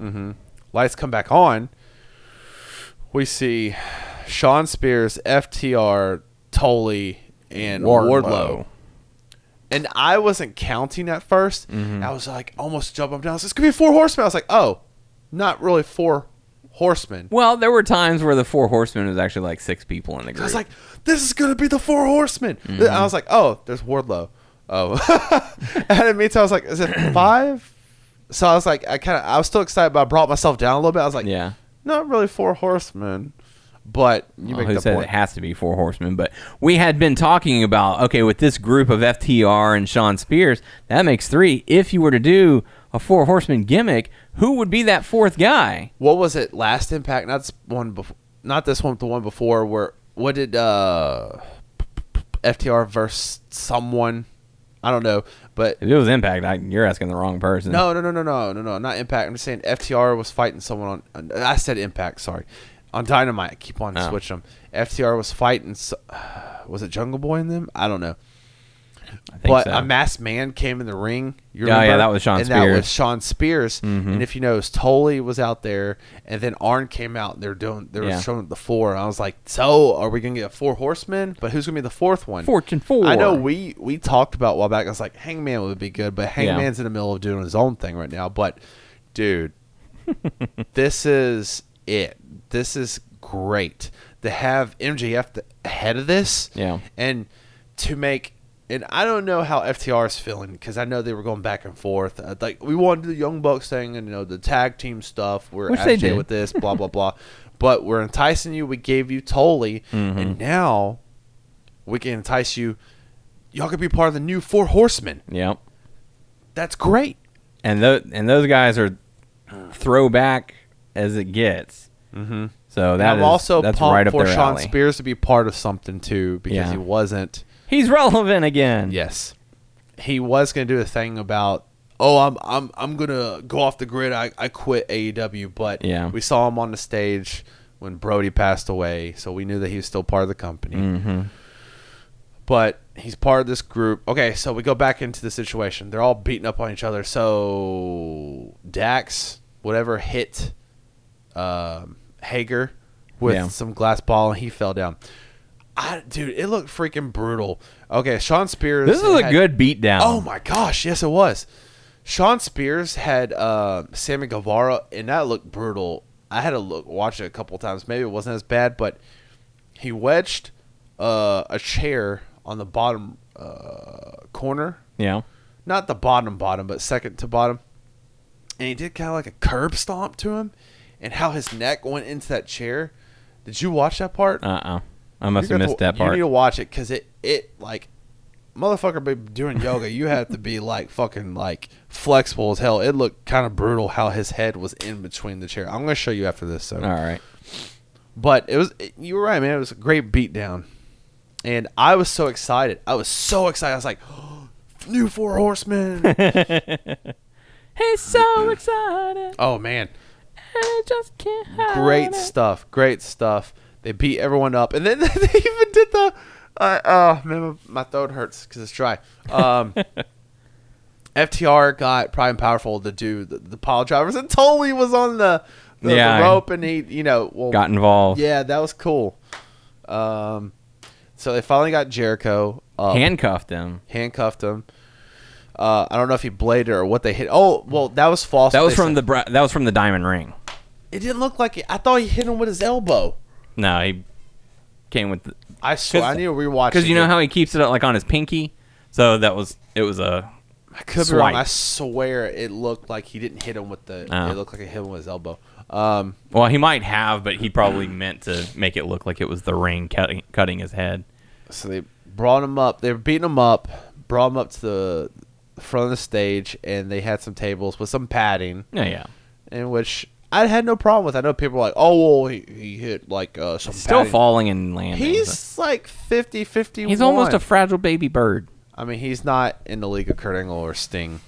Speaker 4: lights come back on, we see Sean Spears, FTR, Tully, and Wardlow. And I wasn't counting at 1st I was like almost jumping up and down. I was like, It's gonna be four horsemen. I was like, oh, not really four horsemen.
Speaker 2: Well, there were times where the four horsemen was actually like six people in the group.
Speaker 4: I was like, this is gonna be the four horsemen. And
Speaker 2: Mm-hmm.
Speaker 4: I was like, oh, there's Wardlow. Oh, <laughs> and me too. I was like, is
Speaker 2: <clears throat>
Speaker 4: it five? So I was like, I kind of, I was still excited, but I brought myself down a little bit. I was like,
Speaker 2: yeah.
Speaker 4: not really four horsemen, but you
Speaker 2: Well,
Speaker 4: make
Speaker 2: who
Speaker 4: the
Speaker 2: Oh, said
Speaker 4: point.
Speaker 2: it has to be four horsemen? But we had been talking about okay, with this group of FTR and Sean Spears, that makes three. If you were to do a four horseman gimmick, who would be that fourth guy?
Speaker 4: what was it? Last Impact, not this one before, not this one, but the one before. Where what did uh, FTR versus someone? I don't know, but
Speaker 2: If it was Impact, I, you're asking the wrong person.
Speaker 4: no, no, no, no, no, no, no, not Impact. I'm just saying FTR was fighting someone on. I said Impact, sorry, on Dynamite. I keep on
Speaker 2: Oh.
Speaker 4: switching them. FTR was fighting. s <sighs> was it Jungle Boy in them? I don't know.
Speaker 2: I think
Speaker 4: But
Speaker 2: so.
Speaker 4: a masked man came in the ring. You
Speaker 2: Oh, yeah,
Speaker 4: remember?
Speaker 2: that was Shawn
Speaker 4: and that was
Speaker 2: Spears. Mm-hmm.
Speaker 4: Sean Spears. And if you notice, Tully was out there, and then Arn came out. And they were doing. They were
Speaker 2: Yeah.
Speaker 4: showing the four. And I was like, so are we gonna get four horsemen? But who's gonna be the fourth one?
Speaker 2: Fortune four.
Speaker 4: I know we we talked about a while back. I was like, Hangman would be good, but Hangman's in the middle of doing his own thing right now. But dude, this is it. This is great to have MJF the, ahead of this.
Speaker 2: Yeah.
Speaker 4: and to make. And I don't know how FTR is feeling because I know they were going back and forth. Uh, Like we wanted the Young Bucks thing and you know the tag team stuff. We're
Speaker 2: Which
Speaker 4: at
Speaker 2: they
Speaker 4: Jay
Speaker 2: did.
Speaker 4: with this, blah blah blah. <laughs> But we're enticing you. We gave you Tully,
Speaker 2: Mm-hmm.
Speaker 4: and now we can entice you. Y'all could be part of the new Four Horsemen.
Speaker 2: Yep.
Speaker 4: That's great.
Speaker 2: and those and those guys are throwback as it gets. Mm-hmm. So
Speaker 4: And
Speaker 2: that
Speaker 4: I'm
Speaker 2: is-
Speaker 4: also
Speaker 2: that's
Speaker 4: pumped
Speaker 2: right up
Speaker 4: for
Speaker 2: their
Speaker 4: Sean
Speaker 2: alley.
Speaker 4: Spears to be part of something too because
Speaker 2: Yeah.
Speaker 4: he wasn't.
Speaker 2: He's relevant again.
Speaker 4: Yes, he was going to do a thing about oh I'm I'm I'm gonna go off the grid. I I quit AEW, but
Speaker 2: Yeah.
Speaker 4: we saw him on the stage when Brody passed away, so we knew that he was still part of the company.
Speaker 2: Mm-hmm.
Speaker 4: But he's part of this group. Okay, so we go back into the situation. They're all beating up on each other. So Dax, whatever, hit um, Hager with
Speaker 2: Yeah.
Speaker 4: some glass ball, and he fell down. I, dude, it looked freaking brutal. Okay, Sean Spears.
Speaker 2: This is a
Speaker 4: had-
Speaker 2: good beatdown.
Speaker 4: Oh my gosh, yes, it was. Sean Spears had uh, Sammy Guevara, and that looked brutal. I had to look, watch it a couple times. Maybe it wasn't as bad, but he wedged uh, a chair on the bottom uh, corner,
Speaker 2: Yeah.
Speaker 4: not the bottom bottom, but second to bottom, and he did kind of like a curb stomp to him, and how his neck went into that chair. Did you watch that part?
Speaker 2: Uh uh I must
Speaker 4: You
Speaker 2: have
Speaker 4: got
Speaker 2: missed
Speaker 4: to-
Speaker 2: that
Speaker 4: You
Speaker 2: part.
Speaker 4: need to watch it because it it like motherfucker be doing yoga. You have to be like fucking like flexible as hell. It looked kind of brutal how his head was in between the chair. I'm gonna show you after this. So,
Speaker 2: All right.
Speaker 4: but it was it- you were right, man. It was a great beatdown, and I was so excited. I was so excited. I was like. <gasps> New four horsemen.
Speaker 2: <laughs> He's so excited.
Speaker 4: oh man,
Speaker 2: I just can't
Speaker 4: great stuff, great stuff. They beat everyone up, and then <laughs> they even did the. Uh, oh man, my, my throat hurts because it's dry.
Speaker 2: <laughs>
Speaker 4: Um, FTR got Prime Powerful to do the, the pile drivers, and Tully was on the, the, the
Speaker 2: Yeah.
Speaker 4: rope, and he, you know, well,
Speaker 2: Got involved.
Speaker 4: yeah, that was cool. Um, so they finally got Jericho up,
Speaker 2: Handcuffed him.
Speaker 4: handcuffed him. Uh, I don't know if he bladed or what they hit. Oh, well, that was false.
Speaker 2: That
Speaker 4: what
Speaker 2: was
Speaker 4: they
Speaker 2: from
Speaker 4: said.
Speaker 2: the bra- that was from the diamond ring.
Speaker 4: It didn't look like it. I thought he hit him with his elbow.
Speaker 2: No, he came with
Speaker 4: I swear, I need to rewatch.
Speaker 2: because
Speaker 4: it
Speaker 2: you know
Speaker 4: again.
Speaker 2: how he keeps it up like on his pinky. So that was it was a
Speaker 4: I could be wrong.
Speaker 2: swipe.
Speaker 4: I swear it looked like he didn't hit him with the.
Speaker 2: Oh.
Speaker 4: It looked like it hit him with his elbow. Um,
Speaker 2: Well, he might have, but he probably meant to make it look like it was the ring cutting, cutting his head.
Speaker 4: so they brought him up. They were beating him up. Brought him up to the the front of the stage, and they had some tables with some padding,
Speaker 2: Yeah, yeah.
Speaker 4: in which I had no problem with. I know people are like, oh, well, he, he hit like uh, some
Speaker 2: Still
Speaker 4: padding."
Speaker 2: falling and landing.
Speaker 4: He's like 50 51.
Speaker 2: he's almost a fragile baby bird.
Speaker 4: I mean, he's not in the league of Kurt Angle or Sting,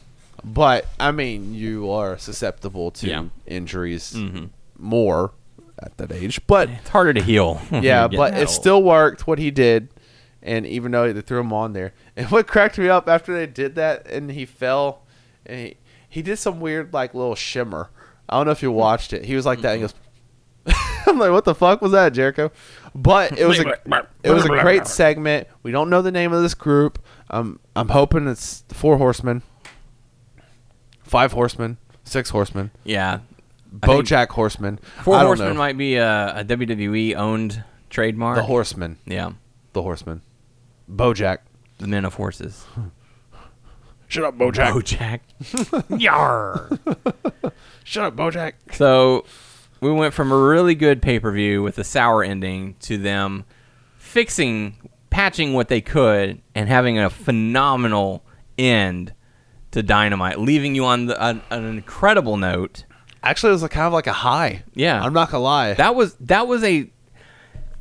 Speaker 4: but I mean, you are susceptible to
Speaker 2: Yeah. Mm-hmm.
Speaker 4: injuries more at that age. But
Speaker 2: It's harder to heal. <laughs> when
Speaker 4: yeah,
Speaker 2: you're getting
Speaker 4: but
Speaker 2: that
Speaker 4: it
Speaker 2: old.
Speaker 4: still worked what he did, and even though they threw him on there, <laughs> and what cracked me up after they did that, and he fell, and he, he did some weird like little shimmer. I don't know
Speaker 2: Hmm.
Speaker 4: if you watched it. He was like that. And he goes, <laughs> I'm like, what the fuck was that, Jericho? But it was
Speaker 2: <laughs>
Speaker 4: a it was a great segment. We don't know the name of this group. Um, I'm hoping it's the Four Horsemen, Five Horsemen, Six Horsemen,
Speaker 2: yeah. I think
Speaker 4: BoJack Horseman.
Speaker 2: Four
Speaker 4: I don't
Speaker 2: Horsemen
Speaker 4: know.
Speaker 2: might be a, a WWE owned trademark.
Speaker 4: the Horsemen,
Speaker 2: Yeah.
Speaker 4: the Horsemen, BoJack.
Speaker 2: The Men of Horses.
Speaker 4: Shut up, BoJack.
Speaker 2: Bojack.
Speaker 4: Shut up, BoJack.
Speaker 2: So we went from a really good pay per view with a sour ending to them fixing, patching what they could, and having a phenomenal end to Dynamite, leaving you on the, an, an incredible note.
Speaker 4: Actually, it was like kind of like a high.
Speaker 2: Yeah.
Speaker 4: I'm not gonna lie.
Speaker 2: That was that was a.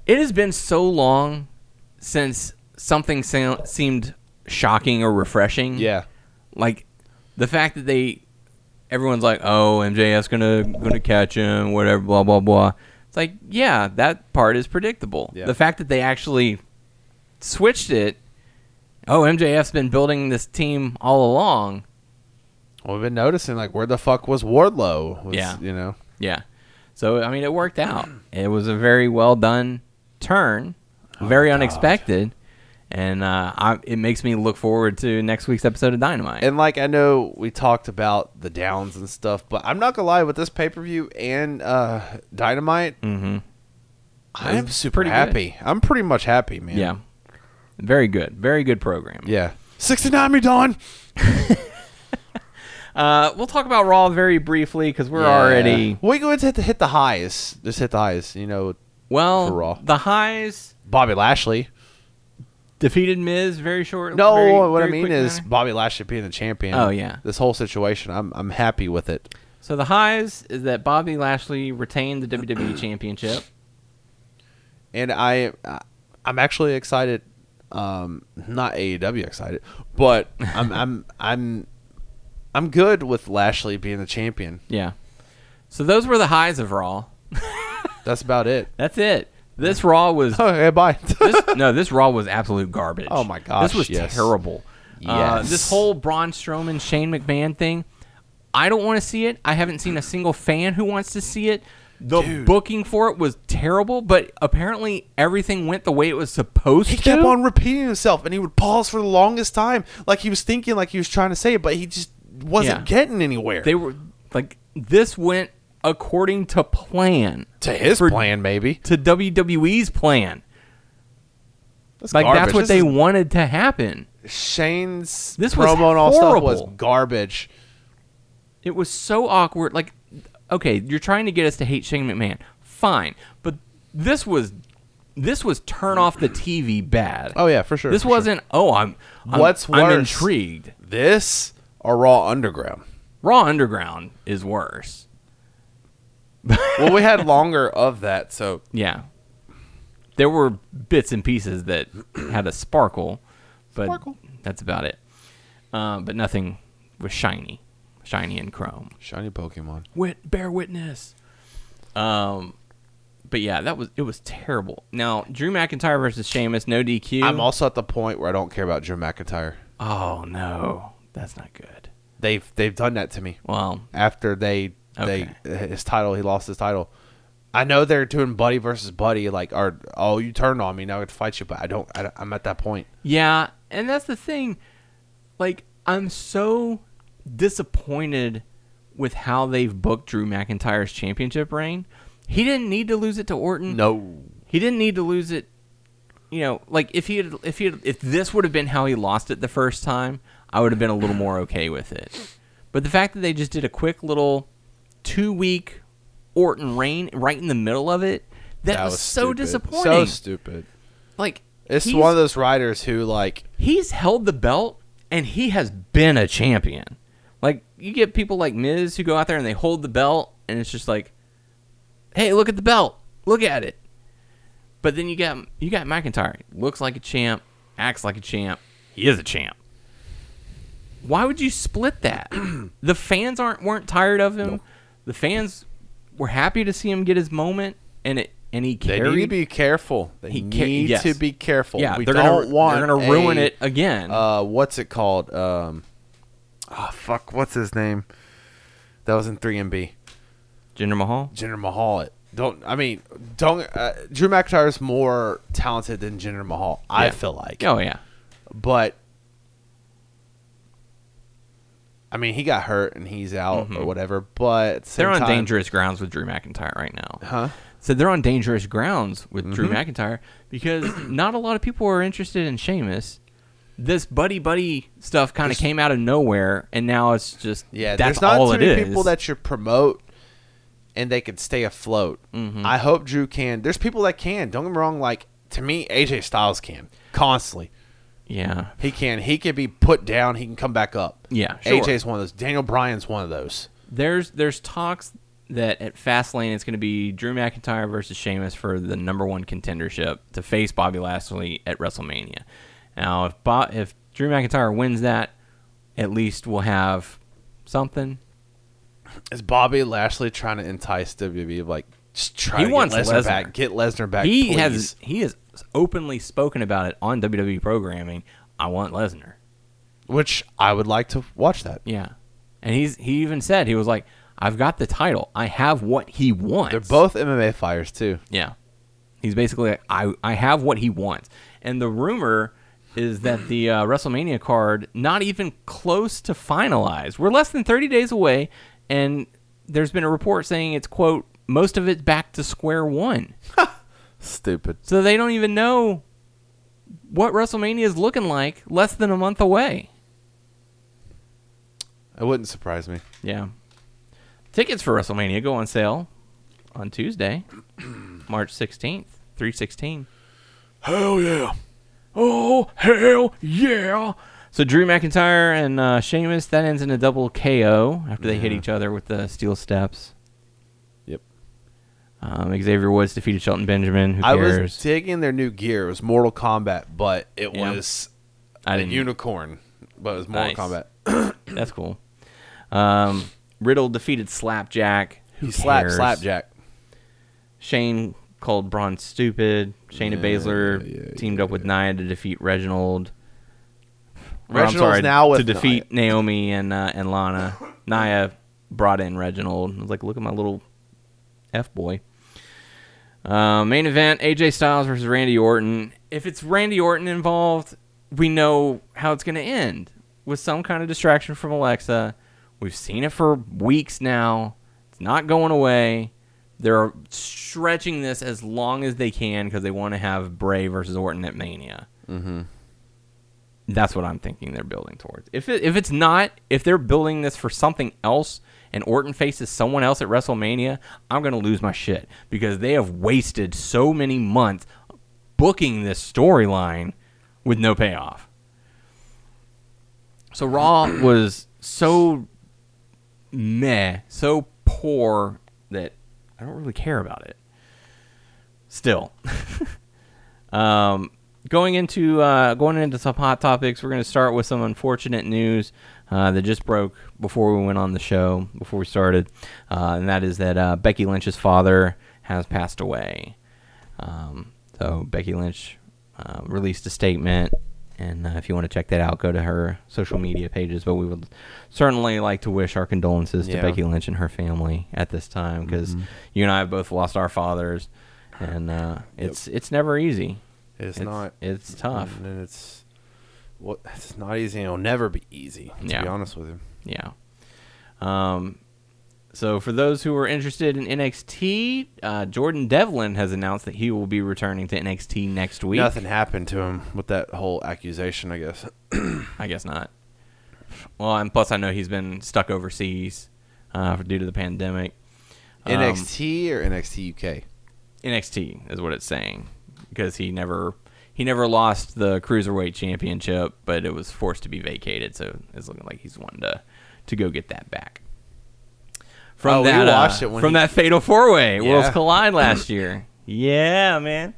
Speaker 2: It has been so long since something se- seemed shocking or refreshing.
Speaker 4: yeah,
Speaker 2: like the fact that they everyone's like oh MJF's gonna gonna catch him whatever blah blah blah it's like yeah that part is predictable
Speaker 4: Yeah.
Speaker 2: the fact that they actually switched it oh MJF's been building this team all along
Speaker 4: well, we've been noticing like where the fuck was Wardlow? Was,
Speaker 2: Yeah.
Speaker 4: you know.
Speaker 2: yeah so I mean it worked out it was a very well done turn
Speaker 4: Oh
Speaker 2: very unexpected and uh, I, it makes me look forward to next week's episode of Dynamite
Speaker 4: And like I know we talked about the downs and stuff, but I'm not gonna lie with this pay per view and uh, Dynamite. Mm-hmm. I'm super
Speaker 2: pretty good.
Speaker 4: happy. I'm pretty much happy, man.
Speaker 2: yeah very good very good program
Speaker 4: yeah. Sixty nine, me Don.
Speaker 2: Uh, we'll talk about Raw very briefly because we're already
Speaker 4: We go to hit the, hit the highs. Just hit the highs. You know,
Speaker 2: well.
Speaker 4: For Raw.
Speaker 2: The highs
Speaker 4: Bobby Lashley.
Speaker 2: defeated Miz very short.
Speaker 4: No,
Speaker 2: very-
Speaker 4: what I
Speaker 2: very
Speaker 4: mean
Speaker 2: quick
Speaker 4: is
Speaker 2: manner.
Speaker 4: Bobby Lashley being the champion.
Speaker 2: Oh, yeah.
Speaker 4: this whole situation, I'm I'm happy with it.
Speaker 2: so the highs is that Bobby Lashley retained
Speaker 4: <clears throat>
Speaker 2: the WWE Championship.
Speaker 4: and I, I- I'm actually excited. Um, not AEW excited, but
Speaker 2: <laughs>
Speaker 4: I'm I'm I'm I'm good with Lashley being the champion.
Speaker 2: Yeah. So those were the highs of Raw.
Speaker 4: That's about
Speaker 2: <laughs>
Speaker 4: it.
Speaker 2: That's it. This Raw was
Speaker 4: <laughs> Oh, yeah, bye.
Speaker 2: this, no, this Raw was absolute garbage.
Speaker 4: Oh my gosh,
Speaker 2: this was
Speaker 4: yes.
Speaker 2: terrible. Uh,
Speaker 4: Yes.
Speaker 2: this whole Braun Strowman Shane McMahon thing, I don't want to see it. I haven't seen a single fan who wants to see it. The booking for it was terrible, but apparently everything went the way it was supposed
Speaker 4: he
Speaker 2: to.
Speaker 4: kept on repeating himself, and he would pause for the longest time, like he was thinking, like he was trying to say it, but he just wasn't
Speaker 2: Yeah.
Speaker 4: getting anywhere.
Speaker 2: they were like this went according to plan
Speaker 4: to his
Speaker 2: for-
Speaker 4: plan, maybe.
Speaker 2: to WWE's plan.
Speaker 4: That's
Speaker 2: Like
Speaker 4: garbage.
Speaker 2: that's what
Speaker 4: This
Speaker 2: they
Speaker 4: is-
Speaker 2: wanted to happen.
Speaker 4: Shane's
Speaker 2: This was
Speaker 4: promo and all stuff was
Speaker 2: horrible.
Speaker 4: garbage.
Speaker 2: It was so awkward. Like, okay, you're trying to get us to hate Shane McMahon. Fine, but this was this was turn off the TV bad.
Speaker 4: Oh yeah, for sure.
Speaker 2: this
Speaker 4: for sure.
Speaker 2: wasn't. Oh, I'm, I'm
Speaker 4: What's
Speaker 2: I'm
Speaker 4: worse?
Speaker 2: intrigued.
Speaker 4: this or Raw Underground.
Speaker 2: Raw Underground is worse.
Speaker 4: well, we had longer of that, so
Speaker 2: Yeah, there were bits and pieces that had a sparkle, but
Speaker 4: Sparkle.
Speaker 2: that's about it. Uh, but nothing was shiny, shiny and chrome.
Speaker 4: shiny Pokemon.
Speaker 2: wit bear witness. Um, but yeah, that was it was terrible. Now Drew McIntyre versus Sheamus, no DQ.
Speaker 4: I'm also at the point where I don't care about Drew McIntyre.
Speaker 2: oh no, that's not good.
Speaker 4: They've they've done that to me.
Speaker 2: Well,
Speaker 4: After they they his title, he lost his title. I know they're doing buddy versus buddy, like, or oh, you turned on me, now I have to fight you. But I don't. I don't I'm at that point.
Speaker 2: yeah, and that's the thing. Like I'm so disappointed with how they've booked Drew McIntyre's championship reign. He didn't need to lose it to Orton.
Speaker 4: No,
Speaker 2: He didn't need to lose it. You know, like if he had, if he had, if this would have been how he lost it the first time, I would have been a little more okay with it. But the fact that they just did a quick little two week Orton reign right in the middle of it, that, was, so
Speaker 4: stupid. So
Speaker 2: disappointing.
Speaker 4: stupid.
Speaker 2: like
Speaker 4: It's
Speaker 2: he's,
Speaker 4: one of those riders who like
Speaker 2: he's held the belt and he has been a champion. Like you get people like Miz who go out there and they hold the belt, and it's just like, hey, look at the belt, look at it. But then you got you got McIntyre, looks like a champ, acts like a champ, he is a champ. Why would you
Speaker 4: <clears throat>
Speaker 2: split that? the fans aren't weren't tired of him. The fans were happy to see him get his moment, and it and he
Speaker 4: They
Speaker 2: carried.
Speaker 4: need to be careful. They
Speaker 2: He ca-
Speaker 4: need
Speaker 2: yes.
Speaker 4: to be careful.
Speaker 2: yeah,
Speaker 4: we
Speaker 2: they're
Speaker 4: don't
Speaker 2: gonna
Speaker 4: want
Speaker 2: they're gonna ruin
Speaker 4: a-
Speaker 2: it again.
Speaker 4: Uh, what's it called? Um, oh fuck, what's his name? That was in 3MB.
Speaker 2: Jinder Mahal.
Speaker 4: Jinder Mahal. it- Don't I mean don't uh, Drew McIntyre is more talented than Jinder Mahal. I
Speaker 2: Yeah.
Speaker 4: feel like,
Speaker 2: Oh yeah,
Speaker 4: but I mean he got hurt and he's out or whatever. But at the same
Speaker 2: Mm-hmm. they're on
Speaker 4: time-
Speaker 2: dangerous grounds with Drew McIntyre right now.
Speaker 4: huh?
Speaker 2: So they're on dangerous grounds with Drew
Speaker 4: Mm-hmm.
Speaker 2: McIntyre because <clears throat> not a lot of people are interested in Sheamus. This buddy buddy stuff kind of
Speaker 4: There's-
Speaker 2: came out of nowhere, and now it's just
Speaker 4: Yeah,
Speaker 2: That's
Speaker 4: there's not
Speaker 2: all
Speaker 4: too
Speaker 2: it
Speaker 4: many
Speaker 2: is.
Speaker 4: people that you promote and they can stay afloat.
Speaker 2: Mm-hmm.
Speaker 4: I hope Drew can. There's people that can. Don't get me wrong. Like to me, AJ Styles can constantly.
Speaker 2: yeah,
Speaker 4: He can. He can be put down. He can come back up.
Speaker 2: Yeah, sure.
Speaker 4: AJ's one of those. Daniel Bryan's one of those.
Speaker 2: there's there's talks that at Fastlane it's going to be Drew McIntyre versus Sheamus for the number one contendership to face Bobby Lashley at WrestleMania. Now, if Bo- if Drew McIntyre wins that, at least we'll have something.
Speaker 4: Is Bobby Lashley trying to entice WWE? Like, just try
Speaker 2: He
Speaker 4: to
Speaker 2: wants
Speaker 4: get Lesnar
Speaker 2: Lesnar.
Speaker 4: back. Get Lesnar back.
Speaker 2: he
Speaker 4: please.
Speaker 2: has he has openly spoken about it on WWE programming. I want Lesnar.
Speaker 4: which I would like to watch that.
Speaker 2: Yeah, and he's he even said he was like, I've got the title. I have what he wants.
Speaker 4: They're both MMA fighters too.
Speaker 2: Yeah. He's basically like, I, I have what he wants. And the rumor is that the uh, WrestleMania card not even close to finalized. We're less than 30 days away, and there's been a report saying it's, quote, most of it back to square one.
Speaker 4: Stupid.
Speaker 2: So they don't even know what WrestleMania is looking like less than a month away.
Speaker 4: It wouldn't surprise me.
Speaker 2: Yeah. Tickets for WrestleMania go on sale on Tuesday, <clears throat> March 16th, 316.
Speaker 4: Hell yeah.
Speaker 2: Oh, hell yeah. So Drew McIntyre and uh, Sheamus, that ends in a double KO after they hit each other with the steel steps.
Speaker 4: Yep.
Speaker 2: Um, Xavier Woods defeated Shelton Benjamin. Who
Speaker 4: I
Speaker 2: cares?
Speaker 4: was digging their new gear. It was Mortal Kombat, but it
Speaker 2: Yeah.
Speaker 4: was
Speaker 2: I
Speaker 4: a
Speaker 2: didn't- e-
Speaker 4: unicorn. But it was Mortal
Speaker 2: Nice.
Speaker 4: Kombat.
Speaker 2: That's cool. Um, Riddle defeated Slapjack. Who
Speaker 4: He slapped
Speaker 2: cares?
Speaker 4: Slapjack.
Speaker 2: Shane called Braun stupid. Shayna Baszler teamed up with Nia to defeat Reginald. Or, I'm
Speaker 4: Reginald's
Speaker 2: sorry,
Speaker 4: now with
Speaker 2: to defeat Naomi and uh,
Speaker 4: <laughs>
Speaker 2: and Lana. Nia brought in Reginald. I was like, look at my little f boy. Uh, main event: AJ Styles versus Randy Orton. If it's Randy Orton involved, we know how it's going to end with some kind of distraction from Alexa. We've seen it for weeks now. It's not going away. They're stretching this as long as they can because they want to have Bray versus Orton at Mania. That's what I'm thinking they're building towards. If it, if it's not, if they're building this for something else and Orton faces someone else at WrestleMania, I'm going to lose my shit because they have wasted so many months booking this storyline with no payoff. So Raw was so meh, so poor that I don't really care about it. Still. Um, going into uh, going into some hot topics, we're going to start with some unfortunate news uh, that just broke before we went on the show, before we started, uh, and that is that uh, Becky Lynch's father has passed away. Um, so Becky Lynch uh, released a statement, and uh, if you want to check that out, go to her social media pages. But we would certainly like to wish our condolences to
Speaker 4: Yeah.
Speaker 2: Becky Lynch and her family at this time because you and I have both lost our fathers. And uh, it's it's never easy.
Speaker 4: It's, not.
Speaker 2: It's tough.
Speaker 4: And then it's what it's not easy and it'll never be easy, to
Speaker 2: Yeah.
Speaker 4: be honest with you.
Speaker 2: Yeah. Um, so for those who are interested in NXT, uh, Jordan Devlin has announced that he will be returning to NXT next week.
Speaker 4: Nothing happened to him with that whole accusation, I guess.
Speaker 2: Um, I guess not. Well, and plus I know he's been stuck overseas uh, for- due to the pandemic. Um,
Speaker 4: NXT or NXT UK?
Speaker 2: NXT is what it's saying because he never he He never lost the cruiserweight championship, but it was forced to be vacated, so it's looking like he's wanting to to go get that back. From
Speaker 4: Oh, we
Speaker 2: that, uh,
Speaker 4: watched it when
Speaker 2: from
Speaker 4: he-
Speaker 2: that fatal four way, Worlds
Speaker 4: Yeah.
Speaker 2: Collide last year. yeah, man.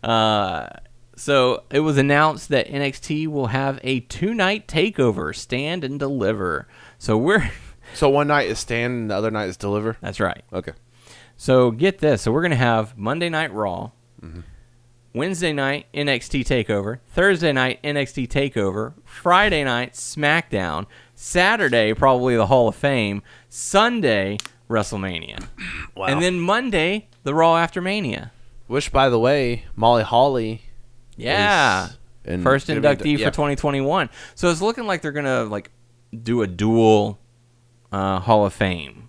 Speaker 2: Uh, so it was announced that NXT will have a two night takeover, stand and deliver. So we're <laughs>
Speaker 4: So one night is stand, and the other night is deliver.
Speaker 2: that's right.
Speaker 4: Okay.
Speaker 2: So get this. So we're gonna have Monday Night Raw, Wednesday night NXT Takeover, Thursday night NXT Takeover, Friday night SmackDown, Saturday probably the Hall of Fame, Sunday WrestleMania,
Speaker 4: Wow.
Speaker 2: and then Monday the Raw after Mania.
Speaker 4: which, by the way, Molly Holly.
Speaker 2: Yeah,
Speaker 4: is in-
Speaker 2: first
Speaker 4: gonna be the-
Speaker 2: inductee
Speaker 4: yeah.
Speaker 2: for 2021. So it's looking like they're gonna like do a dual uh, Hall of Fame.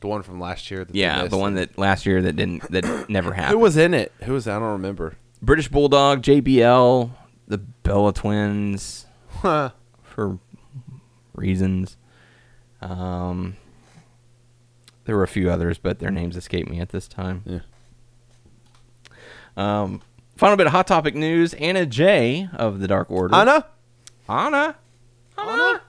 Speaker 4: The one from last year. that they
Speaker 2: Yeah, the
Speaker 4: missed.
Speaker 2: one that last year that didn't that <coughs> never happened.
Speaker 4: Who was in it? Who was? I don't remember.
Speaker 2: British Bulldog, JBL, the Bella Twins
Speaker 4: Huh.
Speaker 2: for reasons. Um, there were a few others, but their names escape me at this time.
Speaker 4: Yeah.
Speaker 2: Um, final bit of hot topic news: Anna J of the Dark Order. Uh,
Speaker 4: Anna.
Speaker 2: Anna. Anna.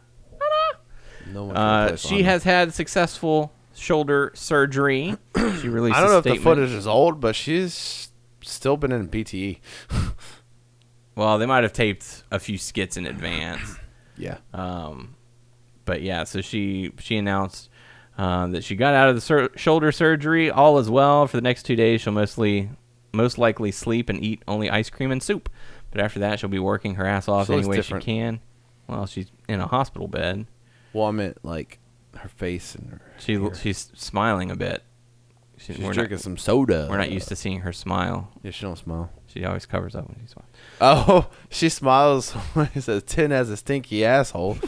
Speaker 4: No one.
Speaker 2: Uh, she has had successful shoulder surgery.
Speaker 4: <clears throat>
Speaker 2: she released.
Speaker 4: I don't
Speaker 2: a
Speaker 4: know if
Speaker 2: statement.
Speaker 4: the footage is old, but she's still been in E. BTE.
Speaker 2: Well, they might have taped a few skits in advance.
Speaker 4: <laughs> Yeah.
Speaker 2: Um, but yeah, so she she announced uh, that she got out of the sur- shoulder surgery. All is well for the next two days. She'll mostly most likely sleep and eat only ice cream and soup. But after that, she'll be working her ass off
Speaker 4: So
Speaker 2: any
Speaker 4: it's
Speaker 2: way
Speaker 4: different.
Speaker 2: she can. Well, she's in a hospital bed.
Speaker 4: well, I meant like her face and her.
Speaker 2: She she's smiling a bit. She-
Speaker 4: She's
Speaker 2: we're,
Speaker 4: drinking
Speaker 2: not,
Speaker 4: some soda.
Speaker 2: we're not used to seeing her smile.
Speaker 4: Yeah, she don't smile.
Speaker 2: She always covers up when she smiles.
Speaker 4: Oh, <laughs> she smiles <laughs> when she says Tin has a stinky
Speaker 2: <laughs>
Speaker 4: asshole.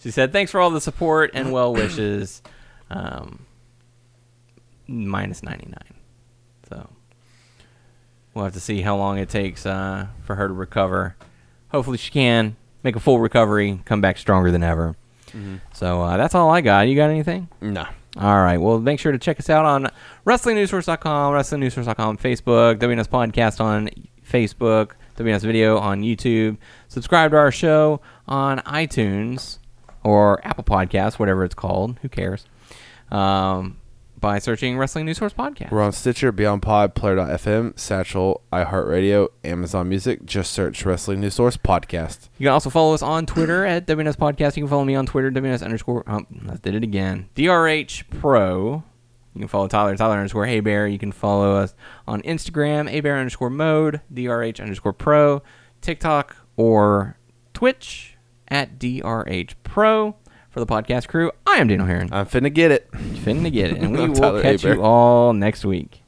Speaker 2: She said, "Thanks for all the support and well wishes." Um, minus ninety nine. So we'll have to see how long it takes uh, for her to recover. Hopefully, she can make a full recovery, come back stronger than ever. So uh, that's all I got. You got anything?
Speaker 4: nah.
Speaker 2: All right. Well, make sure to check us out on WrestlingNewsSource.com, WrestlingNewsSource.com, Facebook, WNS Podcast on Facebook, WNS Video on YouTube. Subscribe to our show on iTunes or Apple Podcasts, whatever it's called. Who cares? Um, by searching Wrestling News Source Podcast.
Speaker 4: We're on Stitcher, Beyond Pod, Player.fm, Satchel, iHeartRadio, Amazon Music. Just search Wrestling News Source Podcast.
Speaker 2: You can also follow us on Twitter at WNS Podcast. You can follow me on Twitter, WNS underscore. Um, I did it again. DRH Pro. You can follow Tyler, Tyler underscore Hey Bear. You can follow us on Instagram, A Bear underscore Mode, DRH underscore Pro, TikTok, or Twitch at DRH Pro. For the podcast crew, I am Daniel Heron.
Speaker 4: I'm finna get it.
Speaker 2: <laughs> I'm finna get it. And we
Speaker 4: I'm
Speaker 2: will
Speaker 4: Tyler
Speaker 2: catch
Speaker 4: Hebert.
Speaker 2: you all next week.